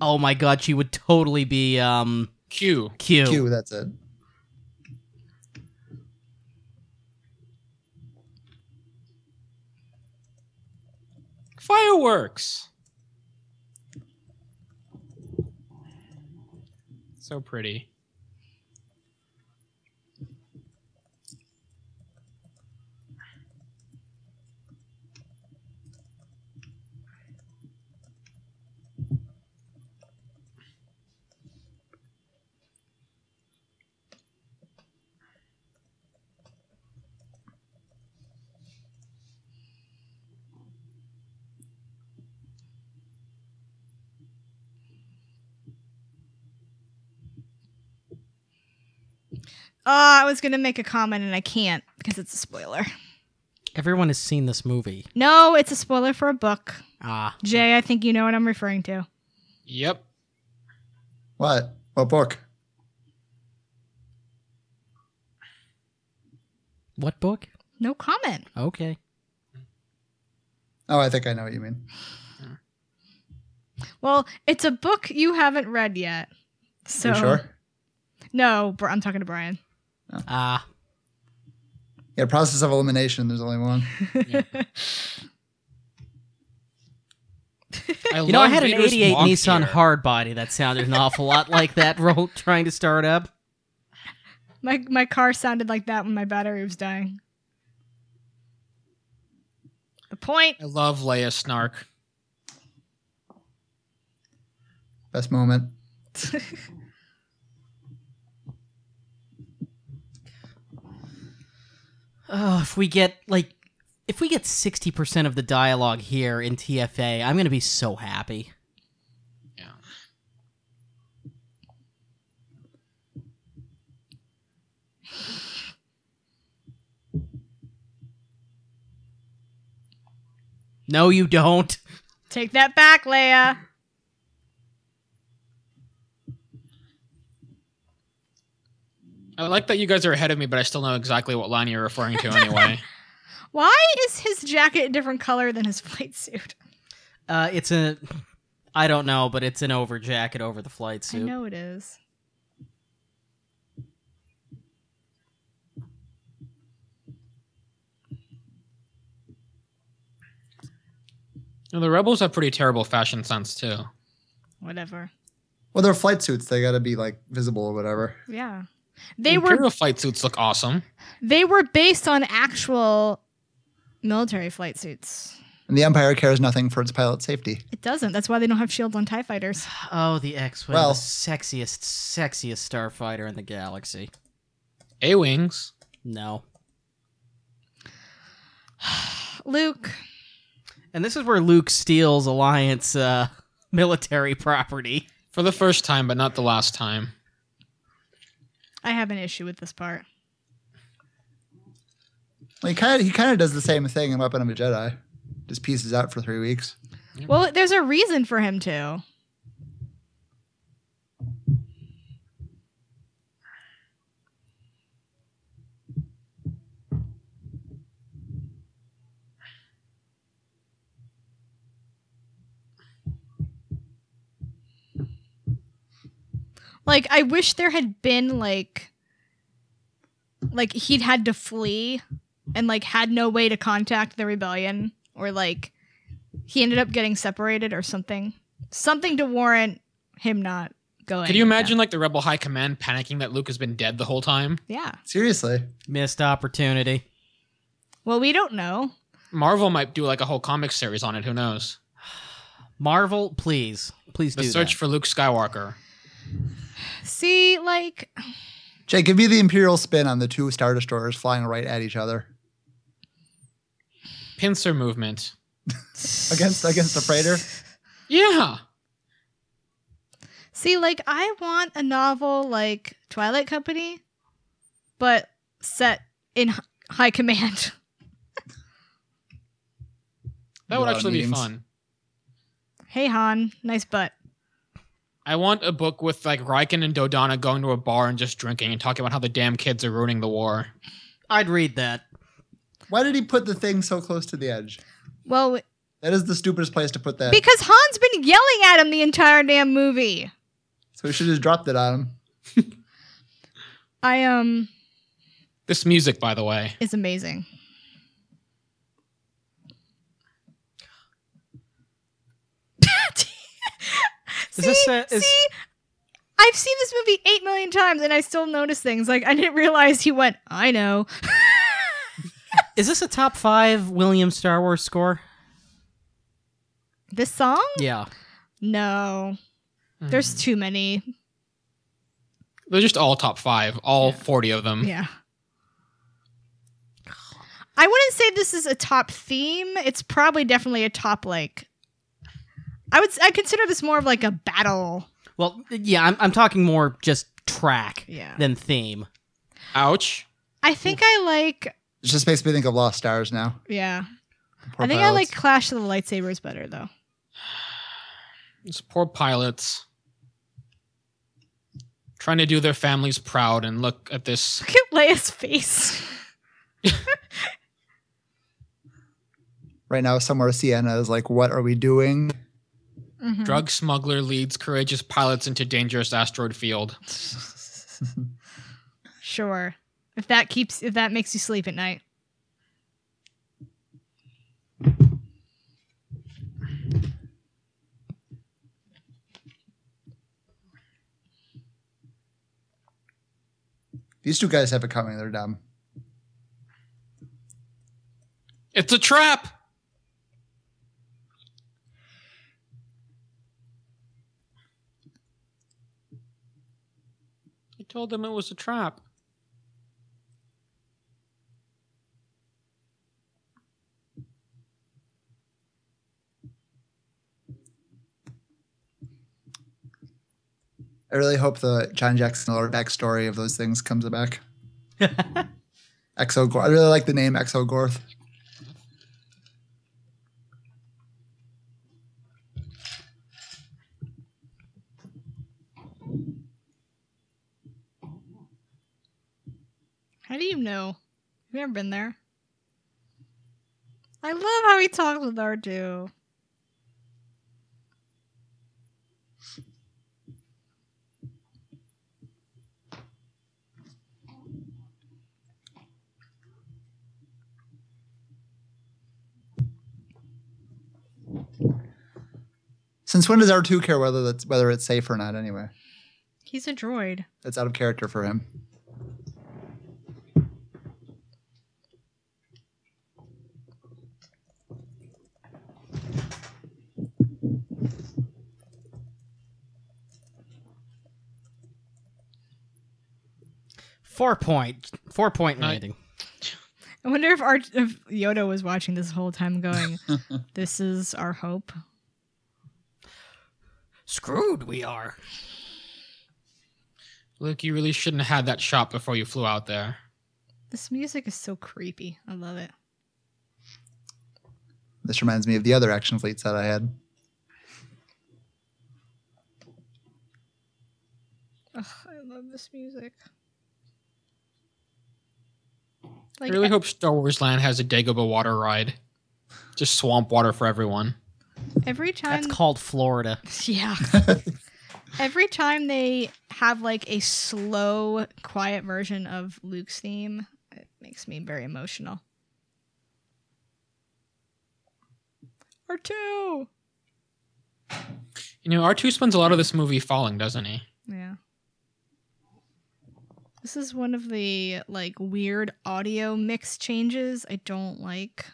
Speaker 1: Oh my god, she would totally be um
Speaker 4: Q.
Speaker 1: Q.
Speaker 3: Q, that's it.
Speaker 4: Fireworks. So pretty.
Speaker 2: Uh, I was gonna make a comment and I can't because it's a spoiler.
Speaker 1: Everyone has seen this movie.
Speaker 2: No, it's a spoiler for a book.
Speaker 1: Ah,
Speaker 3: Hmm.
Speaker 2: Jay, I think you know what I'm referring to.
Speaker 4: Yep.
Speaker 3: What? What book?
Speaker 1: what book?
Speaker 2: No comment.
Speaker 1: Okay.
Speaker 3: Oh, I think I know what you mean.
Speaker 2: Well, it's a book you haven't read yet. So
Speaker 3: you sure?
Speaker 2: no, Bri- I'm talking to Brian.
Speaker 1: Ah,
Speaker 3: Yeah, process of elimination. There's only one.
Speaker 4: I
Speaker 1: you know, I
Speaker 4: love
Speaker 1: had an
Speaker 4: Vader's
Speaker 1: '88
Speaker 4: walk
Speaker 1: Nissan
Speaker 4: here.
Speaker 1: Hardbody that sounded an awful lot like that. [laughs] Roll trying to start up.
Speaker 2: [laughs] My my car sounded like that when my battery was dying. The point. [laughs]
Speaker 4: I love Leia Snark.
Speaker 3: Best moment.
Speaker 1: Oh, if we get like, if we get sixty percent of the dialogue here in TFA, I'm gonna be so happy.
Speaker 4: Yeah.
Speaker 1: No, you don't.
Speaker 2: Take that back, Leia.
Speaker 4: I like that you guys are ahead of me, but I still know exactly what line you're referring to
Speaker 1: [laughs]
Speaker 4: anyway.
Speaker 2: Why is his jacket a different color than his [laughs] flight suit?
Speaker 1: Uh, it's a, I don't know, but it's an over jacket over the flight
Speaker 2: I
Speaker 1: suit.
Speaker 2: know it is.
Speaker 4: You know, the rebels have pretty terrible fashion sense too.
Speaker 2: Whatever.
Speaker 3: Well, they're flight suits. They got to be like visible or whatever.
Speaker 2: Yeah. They
Speaker 4: Imperial
Speaker 2: were
Speaker 4: flight suits look awesome.
Speaker 2: they were based on actual military flight suits.
Speaker 3: And the Empire cares nothing for its pilot safety.
Speaker 2: It doesn't. That's why they don't have shields on TIE fighters. [sighs]
Speaker 1: Oh, the X-wing,
Speaker 3: Well-
Speaker 1: the sexiest, sexiest starfighter in the galaxy.
Speaker 4: A wings.
Speaker 1: No,
Speaker 2: Luke,
Speaker 1: and this is where Luke steals Alliance uh, [laughs] military property.
Speaker 4: For the first time, but not the last time.
Speaker 2: I have an issue with this part.
Speaker 3: Like, he kind of he kind of does the same thing in Weapon of a Jedi. Just pieces out for three weeks.
Speaker 2: Well, there's a reason for him to. Like I wish there had been like like he'd had to flee and like had no way to contact the rebellion or like he ended up getting separated or something. Something to warrant him not going.
Speaker 4: Could you imagine like the Rebel High Command panicking that Luke has been dead the whole time?
Speaker 2: Yeah.
Speaker 3: Seriously.
Speaker 1: Missed opportunity.
Speaker 2: Well, we don't know.
Speaker 4: Marvel might do like a whole comic series on it. Who knows?
Speaker 1: Marvel, please, please
Speaker 4: The
Speaker 1: do
Speaker 4: search
Speaker 1: that.
Speaker 4: for Luke Skywalker.
Speaker 2: See, like
Speaker 3: Jake, give me the Imperial spin on the two Star Destroyers flying right at each other
Speaker 4: Pincer movement.
Speaker 3: against against the freighter.
Speaker 4: Yeah.
Speaker 2: See, like I want a novel like Twilight Company, but set in h- high command. [laughs]
Speaker 3: Do
Speaker 4: That
Speaker 3: a
Speaker 4: would
Speaker 3: lot of
Speaker 4: actually be
Speaker 3: meetings.
Speaker 4: fun.
Speaker 2: hey Han, nice butt.
Speaker 4: I want a book with like Riken and Dodonna going to a bar and just drinking and talking about how the damn kids are ruining the war.
Speaker 1: I'd read that.
Speaker 3: Why did he put the thing so close to the edge?
Speaker 2: Well,
Speaker 3: That is the stupidest place to put that.
Speaker 2: because Han's been yelling at him the entire damn movie.
Speaker 3: so we should have just dropped it on him.
Speaker 2: I um
Speaker 4: This music, by the way.
Speaker 2: is amazing.
Speaker 1: [laughs] Is
Speaker 2: see,
Speaker 1: this a- is-
Speaker 2: see, I've seen this movie eight million times, and I still notice things. Like I didn't realize he went. I know.
Speaker 1: Is this a top five Williams Star Wars score?
Speaker 2: This song?
Speaker 1: Yeah.
Speaker 2: No, there's
Speaker 1: Mm-hmm.
Speaker 2: too many.
Speaker 4: They're just all top five, all 40 of them.
Speaker 2: Yeah. I wouldn't say this is a top theme. It's probably definitely a top like. I would. s- I consider this more of like a battle.
Speaker 1: Well, yeah, I'm, I'm talking more just track
Speaker 2: Yeah.
Speaker 1: than theme.
Speaker 4: Ouch.
Speaker 2: I think I like.
Speaker 3: It just makes me think of Lost Stars now.
Speaker 2: Yeah.
Speaker 3: Poor
Speaker 2: I think I
Speaker 3: pilots.
Speaker 2: like Clash of the Lightsabers better though. [laughs]
Speaker 4: These poor pilots. Trying to do their families proud and look at this.
Speaker 2: Look at Leia's face.
Speaker 3: right now somewhere Sienna is like, "What are we doing?" [laughs]
Speaker 2: Mhm.
Speaker 4: Drug smuggler leads courageous pilots into dangerous asteroid field.
Speaker 2: Sure. If that keeps if that makes you sleep at night.
Speaker 3: These two guys have it coming. They're dumb.
Speaker 4: It's a trap! I told them it was a trap.
Speaker 3: I really hope the John Jackson Miller backstory of those things
Speaker 1: [laughs]
Speaker 3: comes back. Exogorth. E. I really like the name Exogorth.
Speaker 2: How do you know? You've never been there. I love how he talks with R2.
Speaker 3: Since when does R2 care whether that's whether it's safe or not? Anyway,
Speaker 2: He's a droid.
Speaker 3: that's out of character for him.
Speaker 1: Four point, four point
Speaker 4: Right.
Speaker 1: rating.
Speaker 2: I wonder if, R- if Yoda was watching this whole time going, This is our hope.
Speaker 1: Screwed we are.
Speaker 4: Luke, you really shouldn't have had that shot before you flew out there.
Speaker 2: This music is so creepy. I love it.
Speaker 3: This reminds me of the other action fleet set I had. [laughs]
Speaker 2: Ugh, I love this music. Like,
Speaker 4: I really hope Star Wars Land has a Dagobah water ride. Just swamp water for everyone.
Speaker 2: e-, every time.
Speaker 1: That's called Florida.
Speaker 2: [laughs]
Speaker 4: [laughs]
Speaker 2: Yeah. Every time they have like a slow, quiet version of Luke's theme, it makes me very emotional. Or two.
Speaker 4: You know, R2 spends a lot of this movie falling, doesn't he?
Speaker 2: Yeah. This is one of the like weird audio mix changes I don't like.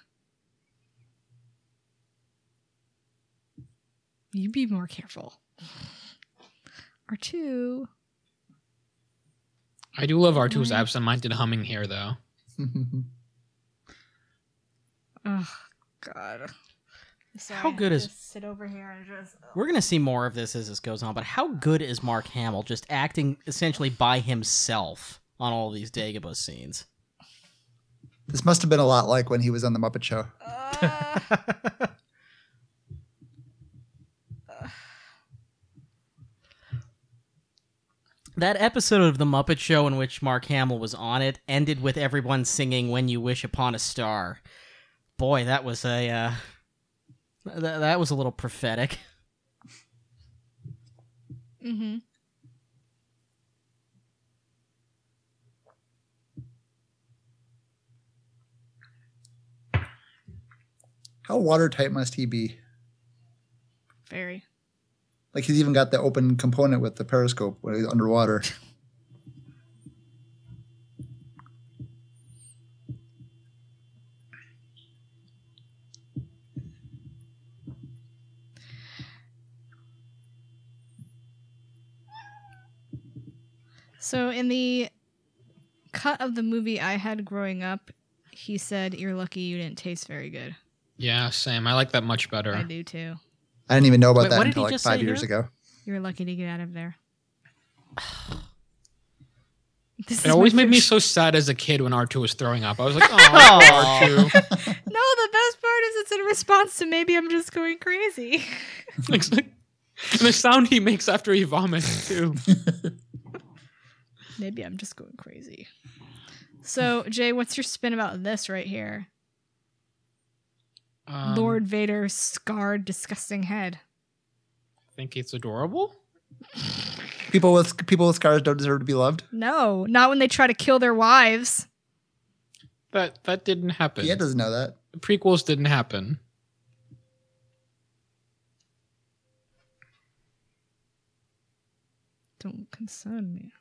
Speaker 2: You be more careful. Or two.
Speaker 4: I do love R2's
Speaker 2: Right.
Speaker 4: absent-minded humming here, though.
Speaker 2: Oh God. So
Speaker 1: How
Speaker 2: I
Speaker 1: good
Speaker 2: have
Speaker 1: is-
Speaker 2: to sit over here and just
Speaker 1: We're gonna see more of this as this goes on. But how good is Mark Hamill just acting essentially by himself on all these Dagobah scenes?
Speaker 3: this must have been a lot like when he was on the Muppet Show.
Speaker 1: [laughs]
Speaker 2: Uh,
Speaker 1: That episode of The Muppet Show in which Mark Hamill was on it ended with everyone singing When You Wish Upon a Star. Boy, that was a uh, th- that was a little prophetic.
Speaker 2: Mm-hmm.
Speaker 3: How watertight must he be?
Speaker 2: Very.
Speaker 3: Like he's even got the open component with the periscope when he's underwater.
Speaker 2: So in the cut of the movie I had growing up, he said, "You're lucky you didn't taste very good."
Speaker 4: Yeah, same. I like that much better.
Speaker 2: I do too.
Speaker 3: I didn't even know about
Speaker 1: Wait, what
Speaker 3: that
Speaker 1: did
Speaker 3: until
Speaker 1: he
Speaker 3: like
Speaker 1: just
Speaker 3: five
Speaker 1: say
Speaker 3: years ago.
Speaker 2: You're lucky to get out of there. [sighs] This is
Speaker 4: It
Speaker 2: my
Speaker 4: always made me
Speaker 2: first-
Speaker 4: so sad as a kid when R2 was throwing up. I was like,
Speaker 1: Aw.
Speaker 2: [laughs]
Speaker 4: oh, R2.
Speaker 2: No, the best part is it's in response to maybe I'm just going crazy. [laughs]
Speaker 4: It's like- [laughs] and the sound he makes after he
Speaker 2: [laughs]
Speaker 4: vomits, too.
Speaker 2: maybe I'm just going crazy. So Jay, what's your spin about this right here?
Speaker 4: Um,
Speaker 2: Lord Vader's scarred, disgusting head.
Speaker 4: think it's adorable?
Speaker 3: People with people with scars don't deserve to be loved.
Speaker 2: No, not when they try to kill their wives.
Speaker 4: That that didn't happen.
Speaker 3: Yeah, doesn't know that.
Speaker 4: the prequels didn't happen.
Speaker 2: Don't concern me.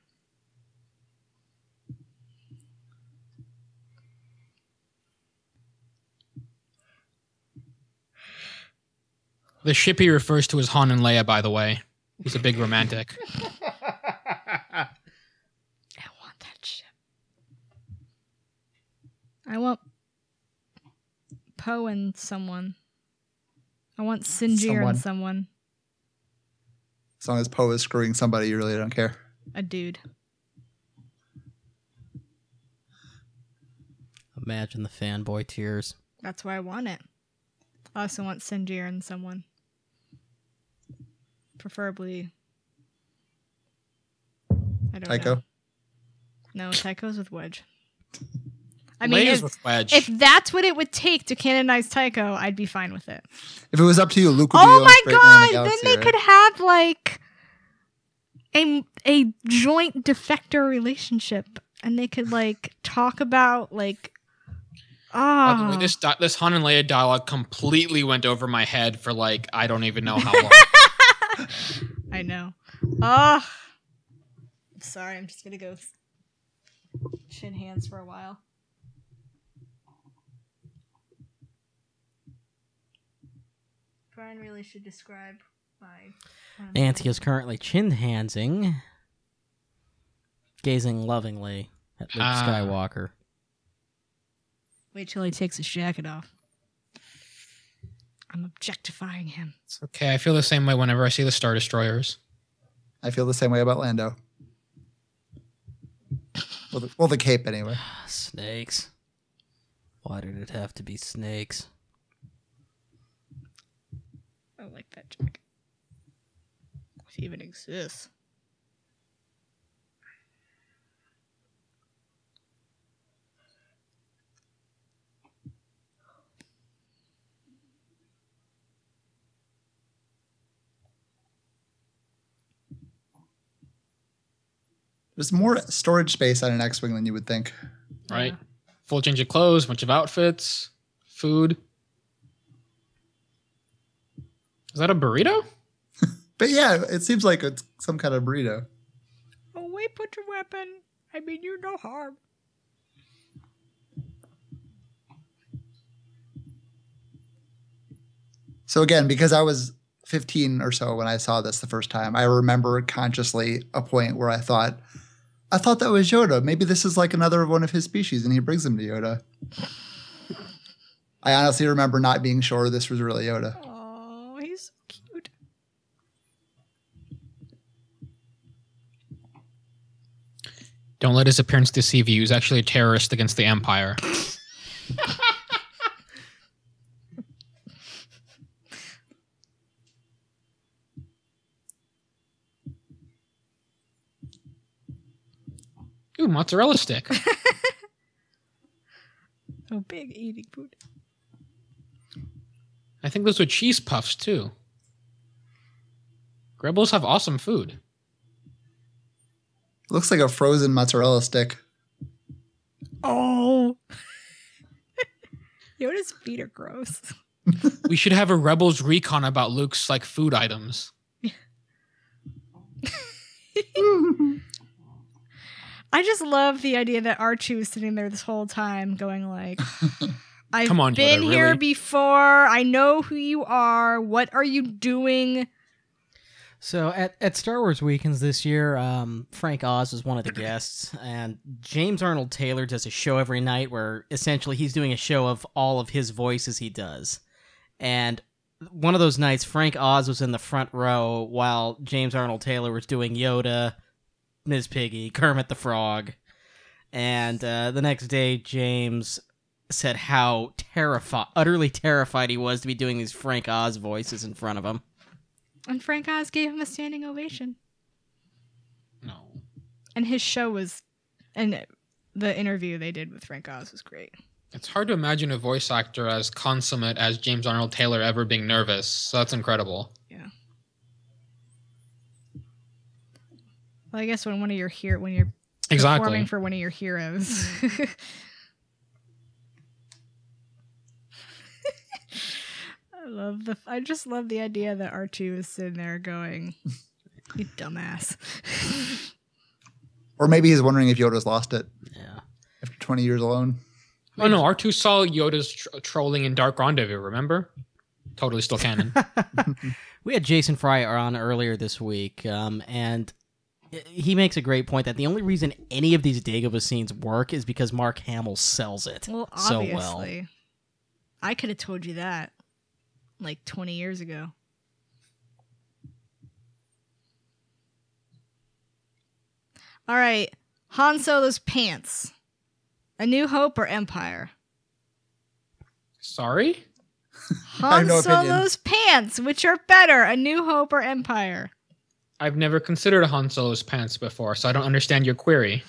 Speaker 4: The ship he refers to as Han and Leia, by the way. He's a big romantic.
Speaker 2: I want that ship. I want Poe and someone. I want Sinjir
Speaker 3: Someone.
Speaker 2: and someone.
Speaker 3: As long as Poe is screwing somebody, you really don't care.
Speaker 2: A dude.
Speaker 1: Imagine the fanboy tears.
Speaker 2: That's why I want it. I also want Sinjir and someone. Preferably. I don't
Speaker 3: Tycho.
Speaker 2: know. No, Tycho's with Wedge. [laughs] I mean,
Speaker 4: Leia's
Speaker 2: if,
Speaker 4: with Wedge.
Speaker 2: if that's what it would take to canonize Tycho, I'd be fine with it.
Speaker 3: If it was up to you, Luke would be
Speaker 2: oh
Speaker 3: the
Speaker 2: my
Speaker 3: only straight man
Speaker 2: god!
Speaker 3: in the
Speaker 2: Then
Speaker 3: galaxy,
Speaker 2: they
Speaker 3: right?
Speaker 2: could have like a a joint defector relationship, and they could like talk about like
Speaker 4: By the
Speaker 2: ah.
Speaker 4: way, this di- this Han and Leia dialogue completely went over my head for like I don't even
Speaker 2: [laughs]
Speaker 4: know how long.
Speaker 2: I know. Ah. I'm sorry. I'm just gonna go with chin hands for a while. Brian really should describe my.
Speaker 1: Nancy is currently chin handsing, gazing lovingly at Luke
Speaker 4: Ah.
Speaker 1: Skywalker.
Speaker 2: Wait till he takes his jacket off. I'm objectifying him.
Speaker 4: it's okay. I feel the same way whenever I see the Star Destroyers.
Speaker 3: I feel the same way about Lando. Well, the, well, the cape anyway.
Speaker 1: Ah, Snakes. Why did it have to be snakes?
Speaker 2: I like that jacket. If he even exists.
Speaker 3: There's more storage space on an X-wing than you would think.
Speaker 4: Right.
Speaker 2: Yeah.
Speaker 4: Full change of clothes, bunch of outfits, food. Is that a burrito?
Speaker 3: But yeah, it seems like it's some kind of burrito.
Speaker 2: Away, Oh, put your weapon. I mean, you no harm.
Speaker 3: So again, because I was 15 or so when I saw this the first time, I remember consciously a point where I thought, I thought that was Yoda. Maybe this is like another one of his species, and he brings him to Yoda. I honestly remember not being sure this was really Yoda.
Speaker 2: Oh, he's so cute.
Speaker 4: Don't let his appearance deceive you. He's actually a terrorist against the Empire. [laughs] mozzarella stick.
Speaker 2: Oh, big eating food.
Speaker 4: I think those were cheese puffs too. Grebels have awesome food.
Speaker 3: Looks like a frozen mozzarella stick.
Speaker 2: Oh. [laughs] Yoda's feet are
Speaker 4: [laughs]
Speaker 2: gross.
Speaker 4: We should have a Rebels recon about Luke's like food items.
Speaker 2: I just love the idea that Archie was sitting there this whole time going
Speaker 4: [laughs]
Speaker 2: like I've
Speaker 4: Come on, Yoda,
Speaker 2: been here
Speaker 4: really?"
Speaker 2: before. I know who you are. What are you doing?
Speaker 1: So at, at Star Wars weekends this year, um, Frank Oz was one of the guests, and James Arnold Taylor does a show every night where essentially he's doing a show of all of his voices he does. And one of those nights, Frank Oz was in the front row while James Arnold Taylor was doing Yoda, Ms. Piggy, Kermit the Frog. And uh, the next day, James said how terrified, utterly terrified he was to be doing these Frank Oz voices in front of him.
Speaker 2: And Frank Oz gave him a standing ovation.
Speaker 4: No.
Speaker 2: And his show was and the interview they did with Frank Oz was great.
Speaker 4: It's hard to imagine a voice actor as consummate as James Arnold Taylor ever being nervous. So that's incredible.
Speaker 2: Well, I guess when one of your here when you're
Speaker 4: Exactly.
Speaker 2: performing for one of your heroes. [laughs] I love the. I just love the idea that R two is sitting there going, "You dumbass." [laughs]
Speaker 3: Or maybe he's wondering if Yoda's lost it
Speaker 1: Yeah.
Speaker 3: after 20 years alone.
Speaker 4: Oh no, R2 saw Yoda's tr- trolling in Dark Rendezvous, remember? Totally
Speaker 2: [laughs]
Speaker 4: still canon.
Speaker 1: We had Jason Fry on earlier this week, um, and he makes a great point that the only reason any of these Dagobah scenes work is because Mark Hamill sells it
Speaker 2: Well,
Speaker 1: so
Speaker 2: obviously,
Speaker 1: well.
Speaker 2: I could have told you that like twenty years ago. All right, Han Solo's pants. A New Hope or Empire?
Speaker 4: Sorry?
Speaker 3: I
Speaker 2: Han
Speaker 3: have no opinion.
Speaker 2: Solo's pants, which are better, A New Hope or Empire?
Speaker 4: I've never considered a Han Solo's pants before, so I don't understand your query.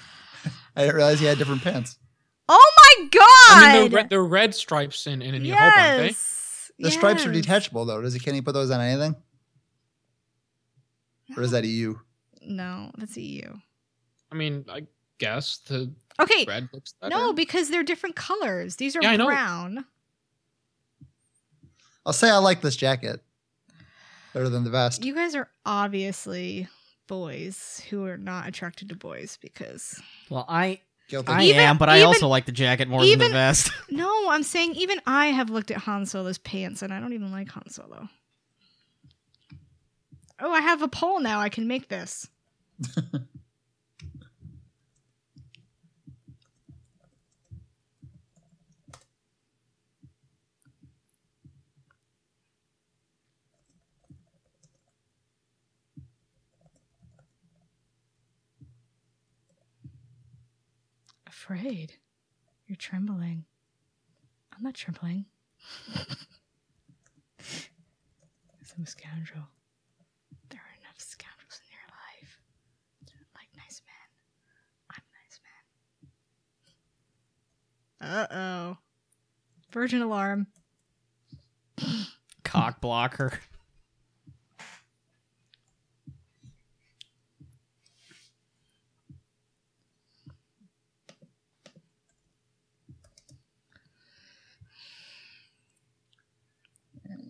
Speaker 3: I didn't realize he had different pants.
Speaker 2: Oh my god!
Speaker 4: I mean, the red, the red stripes in, in A New Hope, aren't they?
Speaker 2: yes.
Speaker 3: The stripes are
Speaker 2: yes.
Speaker 3: detachable though. Does he can he put those on anything? Or is that E EU?
Speaker 2: No, that's E EU.
Speaker 4: I mean, I guess the
Speaker 2: Okay,
Speaker 4: red looks better.
Speaker 2: no, because they're different colors. These are
Speaker 4: Yeah, I know.
Speaker 2: brown.
Speaker 3: I'll say I like this jacket better than the vest.
Speaker 2: You guys are obviously boys who are not attracted to boys because
Speaker 1: Well, I
Speaker 3: Guilty.
Speaker 1: I
Speaker 2: Even-
Speaker 1: am, but I
Speaker 2: even-
Speaker 1: also like the jacket more than
Speaker 2: even-
Speaker 1: the vest. [laughs]
Speaker 2: no, I'm saying even I have looked at Han Solo's pants and I don't even like Han Solo. Oh, I have a poll now. I can make this. Afraid. You're trembling. I'm not trembling. [laughs] Some scoundrel. There are enough scoundrels in your life. Like nice men. I'm a nice man. Uh oh. Virgin alarm.
Speaker 1: Cock blocker.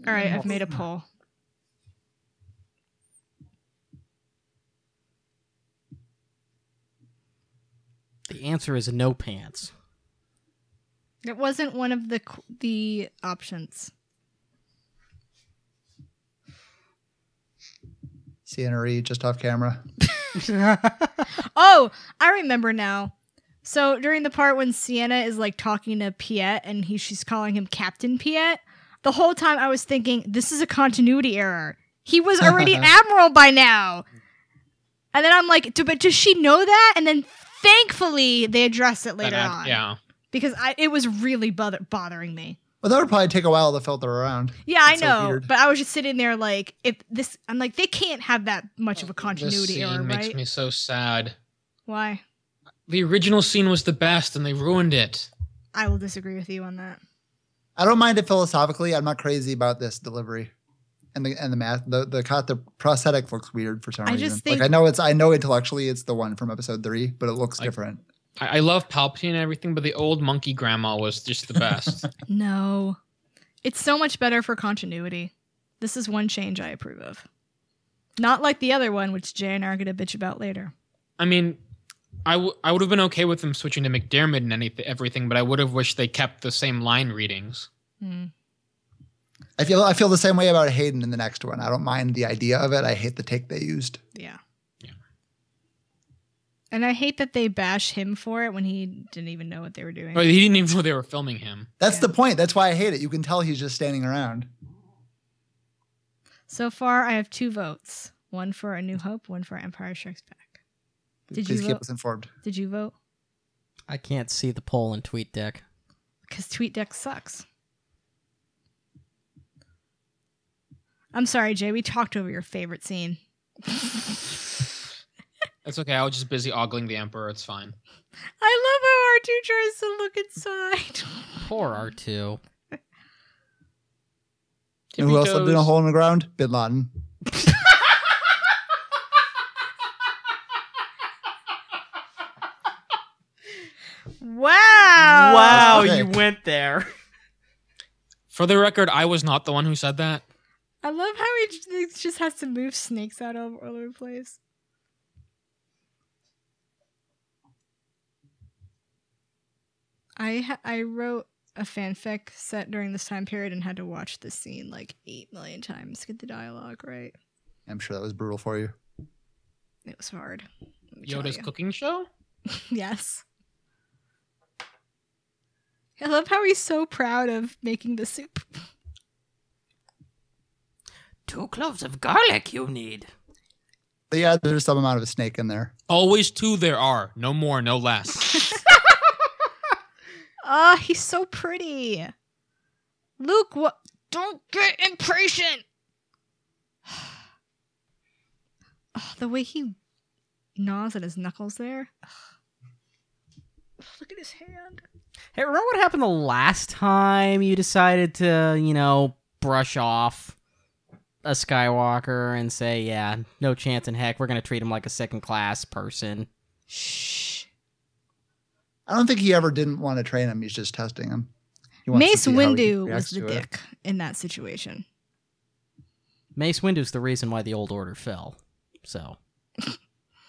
Speaker 2: All right, I've made a poll.
Speaker 1: The answer is no pants.
Speaker 2: It wasn't one of the qu- the options.
Speaker 3: CNRE E, just off camera. [laughs]
Speaker 2: Oh, I remember now. So during the part when Sienna is like talking to Piet and he she's calling him Captain Piet, the whole time I was thinking this is a continuity error. He was
Speaker 4: [laughs]
Speaker 2: already admiral by now. And then I'm like, "D- but does she know that? And then thankfully they address it
Speaker 4: That
Speaker 2: later
Speaker 4: ad-
Speaker 2: on.
Speaker 4: Yeah.
Speaker 2: Because I it was really bother- bothering me.
Speaker 3: Well, that would probably take a while to filter around.
Speaker 2: Yeah, I
Speaker 3: It's so
Speaker 2: know.
Speaker 3: weird.
Speaker 2: but I was just sitting there like, if this I'm like, they can't have that much of a
Speaker 4: This
Speaker 2: continuity
Speaker 4: scene
Speaker 2: error,
Speaker 4: makes
Speaker 2: right?
Speaker 4: me so sad.
Speaker 2: Why?
Speaker 4: The original scene was the best, and they ruined it.
Speaker 2: I will disagree with you on that.
Speaker 3: I don't mind it philosophically. I'm not crazy about this delivery. And the and the math the the cut the prosthetic looks weird for some
Speaker 2: I
Speaker 3: reason.
Speaker 2: just think-
Speaker 3: like I know it's I know intellectually it's the one from episode three, but it looks
Speaker 4: Like-
Speaker 3: different.
Speaker 4: I, I love Palpatine and everything, but the old monkey grandma was just the
Speaker 2: [laughs]
Speaker 4: best.
Speaker 2: No. It's so much better for continuity. This is one change I approve of. Not like the other one, which Jay and I are going to bitch about later.
Speaker 4: I mean, I, w- I would have been okay with them switching to McDermott and anyth- everything, but I would have wished they kept the same line readings.
Speaker 2: Hmm.
Speaker 3: I feel I feel the same way about Hayden in the next one. I don't mind the idea of it. I hate the take they used.
Speaker 2: Yeah.
Speaker 4: Yeah.
Speaker 2: And I hate that they bash him for it when he didn't even know what they were
Speaker 3: Oh,
Speaker 2: doing.
Speaker 4: But he didn't even know they were filming him.
Speaker 3: That's
Speaker 2: Yeah.
Speaker 3: the point. That's why I hate it. You can tell he's just standing around.
Speaker 2: So far, I have two votes one for A New Hope, one for Empire Strikes Back. Did
Speaker 3: Please
Speaker 2: you
Speaker 3: keep
Speaker 2: vote-
Speaker 3: us informed.
Speaker 2: Did you vote?
Speaker 1: I can't see the poll in TweetDeck.
Speaker 2: Because TweetDeck sucks. I'm sorry, Jay. We talked over your favorite scene.
Speaker 4: That's okay. I was just busy ogling the Emperor. It's fine.
Speaker 2: I love how R2 tries to look inside.
Speaker 1: Poor R2.
Speaker 3: And who else lived in a
Speaker 4: Tippy-toes.
Speaker 3: hole in the ground? Bin Laden.
Speaker 2: Wow.
Speaker 1: Wow,
Speaker 3: Okay.
Speaker 1: you went there.
Speaker 4: For the record, I was not the one who said that.
Speaker 2: I love how he j- he just has to move snakes out of all over the place. I ha- I wrote a fanfic set during this time period and had to watch this scene like 8 million times to get the dialogue right.
Speaker 3: I'm sure that was brutal for you.
Speaker 2: It was hard. let me tell
Speaker 4: Yoda's
Speaker 2: you.
Speaker 4: cooking show?
Speaker 2: [laughs] Yes. I love how he's so proud of making the soup.
Speaker 1: Two cloves of garlic you need.
Speaker 3: But yeah, there's some amount of a snake in there.
Speaker 4: Always two there are. No more,
Speaker 2: [laughs]
Speaker 4: no less.
Speaker 2: Ah, he's so pretty. Luke, what? Don't get impatient. [sighs] oh, the way he gnaws at his knuckles there. [sighs] Look at his hand.
Speaker 1: Hey, remember what happened the last time you decided to, you know, brush off a Skywalker and say, yeah, no chance in heck, we're going to treat him like a second class person?
Speaker 2: Shh.
Speaker 3: I don't think he ever didn't want to train him. He's just testing him. He wants to
Speaker 2: Mace
Speaker 3: see how he
Speaker 2: Windu was
Speaker 3: reacts
Speaker 2: the
Speaker 3: to it.
Speaker 2: dick in that situation.
Speaker 1: Mace Windu's the reason why the old order fell. So,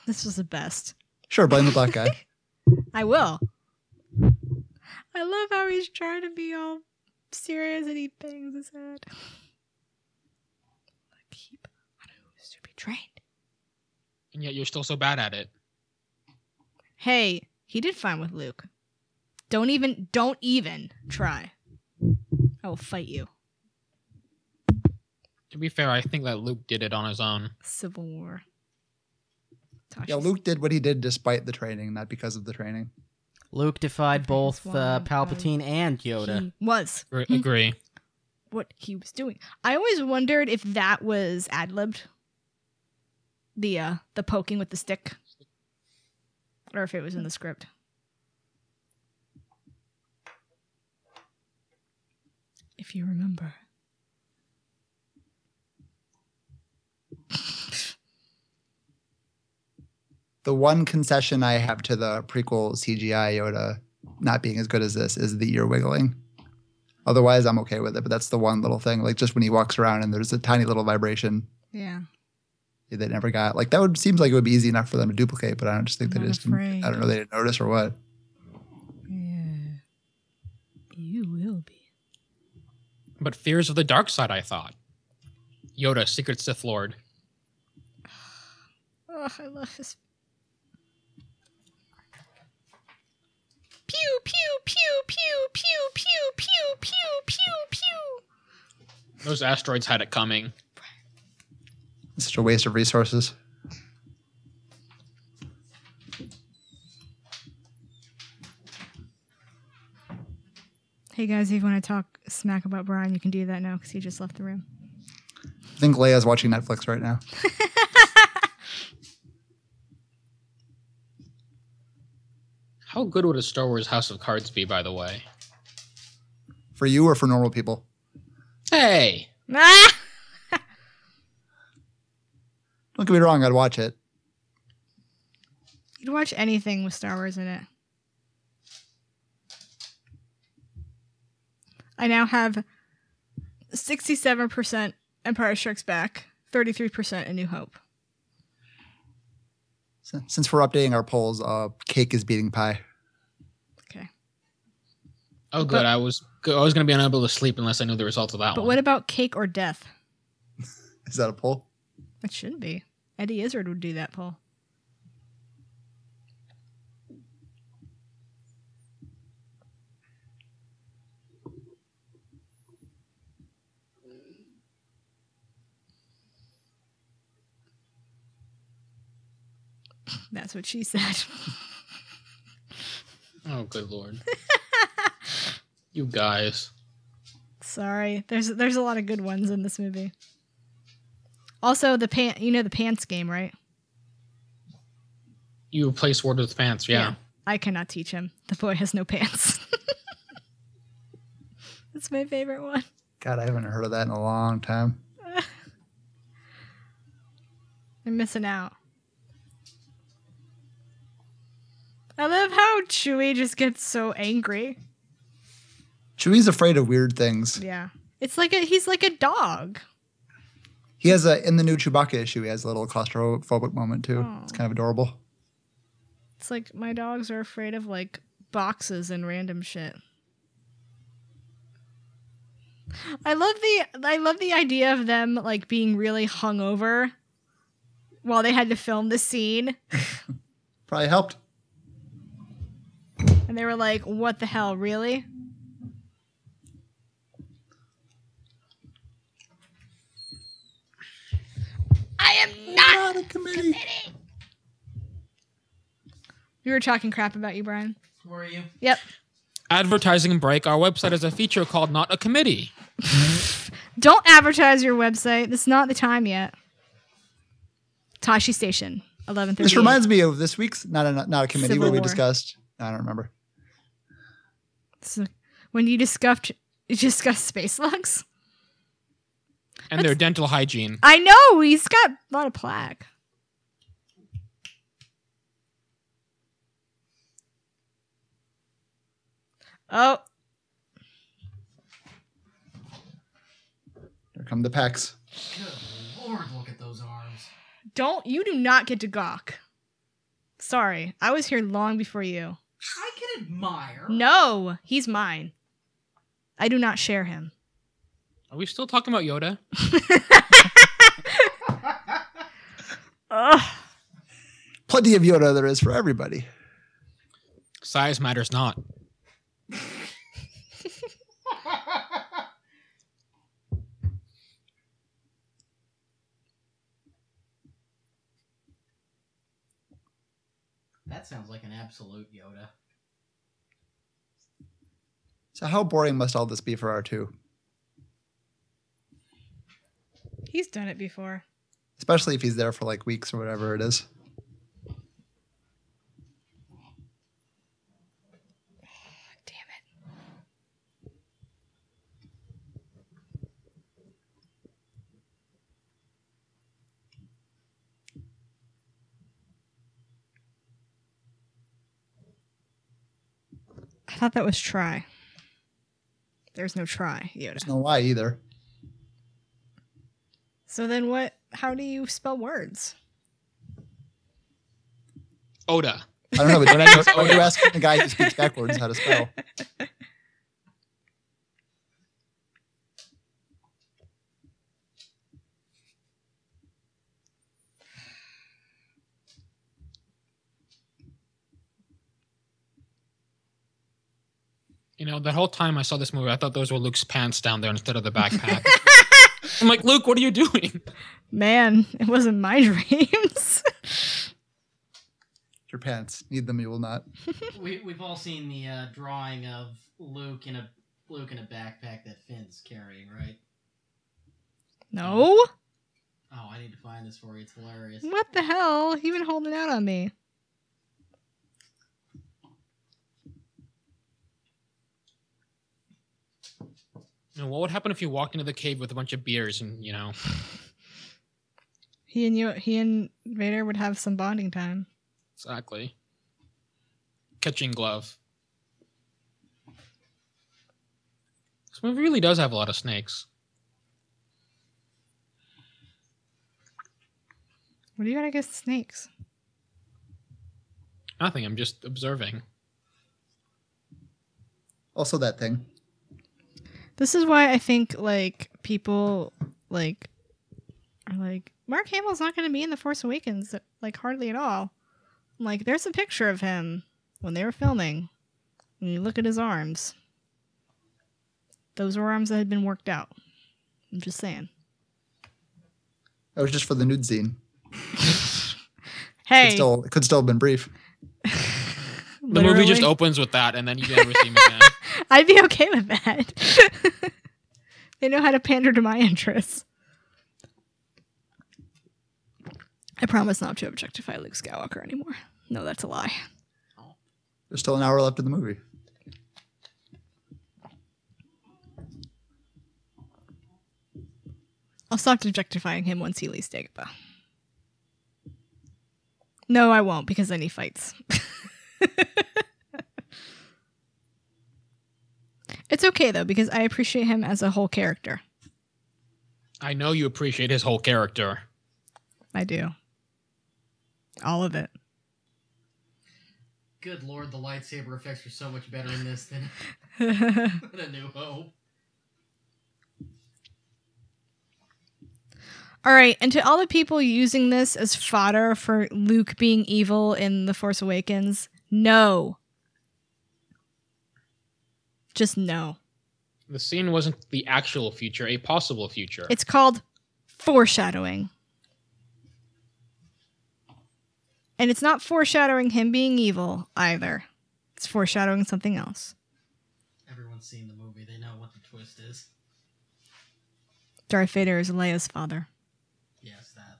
Speaker 2: This was the best.
Speaker 3: Sure, blame the black guy.
Speaker 2: [laughs] I will. I love how he's trying to be all serious and he bangs his head. Keep on who's to be trained.
Speaker 4: and yet you're still so bad at it.
Speaker 2: Hey, he did fine with Luke. Don't even, don't even try. I will fight you.
Speaker 4: To be fair, I think that Luke did it on his own.
Speaker 2: Civil War. Tasha's-
Speaker 3: yeah, Luke did what he did despite the training, not because of the training.
Speaker 1: Luke defied
Speaker 2: That's
Speaker 1: both
Speaker 2: why
Speaker 1: uh,
Speaker 2: I-
Speaker 1: Palpatine and Yoda.
Speaker 2: He was
Speaker 4: Agree-
Speaker 2: Hmm.
Speaker 4: Agree.
Speaker 2: what he was doing. I always wondered if that was ad libbed. The uh, the poking with the stick, or if it was in the script. If you remember.
Speaker 3: The one concession I have to the prequel CGI Yoda not being as good as this is the ear wiggling. Otherwise, I'm okay with it, but that's the one little thing. Like just when he walks around and there's a tiny little vibration
Speaker 2: Yeah.
Speaker 3: that never got. Like that would seems like it would be easy enough for them to duplicate, but I don't just think
Speaker 2: I'm
Speaker 3: they
Speaker 2: not
Speaker 3: just. Didn't, I
Speaker 2: afraid.
Speaker 3: don't know they didn't notice or what.
Speaker 2: Yeah. You will be.
Speaker 4: But Fears of the Dark Side, I thought. Yoda, Secret Sith Lord.
Speaker 2: Oh, I love his. Pew pew pew pew pew pew pew pew pew pew.
Speaker 4: Those asteroids had it coming.
Speaker 3: It's such a waste of resources.
Speaker 2: Hey guys, if you want to talk smack about Brian, you can do that now because he just left the room.
Speaker 3: I think Leia's watching Netflix right now.
Speaker 4: How good would a Star Wars House of Cards be, by the way?
Speaker 3: For you or for normal people?
Speaker 4: Hey,
Speaker 2: Ah!
Speaker 3: Don't get me wrong, I'd watch it.
Speaker 2: You'd watch anything with Star Wars in it. I now have 67% Empire Strikes Back, 33% A New Hope.
Speaker 3: S- Since we're updating our polls, uh, cake is beating pie.
Speaker 2: Okay.
Speaker 4: oh good. I was I was gonna be unable to sleep unless I knew the results of that
Speaker 2: But
Speaker 4: one.
Speaker 2: what about Cake or Death?
Speaker 3: Is that a poll?
Speaker 2: It shouldn't be. Eddie Izzard would do that poll. That's what she said. [laughs]
Speaker 4: oh
Speaker 2: [laughs]
Speaker 4: good lord. you guys.
Speaker 2: Sorry, there's there's a lot of good ones in this movie. Also, the pant you know the pants game, right?
Speaker 4: You replace words with pants, yeah.
Speaker 2: I cannot teach him. The boy has no pants. [laughs] That's my favorite one.
Speaker 3: God, I haven't heard of that in a long time.
Speaker 2: I'm missing out. I love how Chewie just gets so angry.
Speaker 3: Chewie's afraid of weird things.
Speaker 2: Yeah. It's like a he's like a dog.
Speaker 3: He has a in the new Chewbacca issue. He has a little claustrophobic moment too.
Speaker 2: Aw.
Speaker 3: It's kind of adorable.
Speaker 2: It's like my dogs are afraid of like boxes and random shit. I love the I love the idea of them like being really hungover while they had to film the scene.
Speaker 3: Probably helped.
Speaker 2: And they were like, what the hell, really? I am not.
Speaker 3: Not a committee.
Speaker 2: We were talking crap about you, Brian.
Speaker 1: Where are you?
Speaker 2: Yep.
Speaker 4: Advertising break. Our website has a feature called Not a Committee.
Speaker 2: Don't advertise your website. It's not the time yet. Tashi Station, 1130.
Speaker 3: This reminds me of this week's not a not a committee
Speaker 2: Civil
Speaker 3: where we
Speaker 2: War.
Speaker 3: discussed. I don't remember.
Speaker 2: When you discussed, you discussed space lugs.
Speaker 4: And their dental hygiene.
Speaker 2: I know, he's got a lot of plaque. Oh,
Speaker 3: Here come the packs.
Speaker 1: Good lord, look at those arms.
Speaker 2: Don't you do not get to gawk. Sorry, I was here long before you.
Speaker 1: I can admire.
Speaker 2: No, he's mine. I do not share him. [laughs]
Speaker 4: Are we still talking about Yoda?
Speaker 2: Ugh.
Speaker 3: Plenty of Yoda there is for everybody.
Speaker 4: Size matters not.
Speaker 1: That sounds like an absolute Yoda.
Speaker 3: So how boring must all this be for our two?
Speaker 2: He's done it before.
Speaker 3: Especially if he's there for like weeks or whatever it is.
Speaker 2: Damn it. I thought that was try. There's no try, Yoda.
Speaker 3: There's no why either.
Speaker 2: So then what how do you spell words?
Speaker 4: Oda.
Speaker 3: I don't know. But
Speaker 2: [laughs]
Speaker 4: When I use
Speaker 3: don't, are you
Speaker 4: Oda-
Speaker 3: asking the guy who speaks backwards how to spell?
Speaker 4: You know, that whole time I saw this movie, I thought those were Luke's pants down there instead of the backpack. I'm like, Luke, what are you doing?
Speaker 2: [laughs] Man, it wasn't my [laughs] dreams.
Speaker 3: Your pants need them. You will not.
Speaker 1: We, we've all seen the uh, drawing of Luke in a Luke in a backpack that Finn's carrying, right?
Speaker 2: no.
Speaker 1: Oh, I need to find this for you. It's hilarious.
Speaker 2: What the hell? He been holding out on me.
Speaker 4: You know, what would happen if you walked into the cave with a bunch of beers and, you know,
Speaker 2: He and you, he and Vader would have some bonding time.
Speaker 4: exactly. Catching glove. This movie really does have a lot of snakes.
Speaker 2: What do you got against snakes?
Speaker 4: Nothing, I'm just observing.
Speaker 3: Also, that thing.
Speaker 2: This is why I think like people like are like Mark Hamill's not going to be in the Force Awakens like hardly at all. Like there's a picture of him when they were filming, and you look at his arms. Those were arms that had been worked out. I'm just saying.
Speaker 3: That was just for the nude scene. It
Speaker 2: Hey,
Speaker 3: still it could still have been brief.
Speaker 4: The movie just
Speaker 2: literally.
Speaker 4: opens with that and then you never see him again.
Speaker 2: I'd be okay with that. [laughs] they know how to pander to my interests. I promise not to objectify Luke Skywalker anymore. No, that's a lie.
Speaker 3: There's still an hour left in the movie.
Speaker 2: I'll stop objectifying him once he leaves Dagobah. No, I won't because then he fights. [laughs] it's okay though because I appreciate him as a whole character.
Speaker 4: I know you appreciate his whole character.
Speaker 2: I do. All of it.
Speaker 1: Good lord, the lightsaber effects are so much better in this than, [laughs]
Speaker 2: [laughs]
Speaker 1: than A New Hope.
Speaker 2: All right, and to all the people using this as fodder for Luke being evil in The Force Awakens, no. Just no.
Speaker 4: The scene wasn't the actual future, a possible future.
Speaker 2: It's called foreshadowing. And it's not foreshadowing him being evil either. It's foreshadowing something else.
Speaker 1: Everyone's seen the movie; they know what the twist is.
Speaker 2: Darth Vader is Leia's father.
Speaker 1: Yes, that.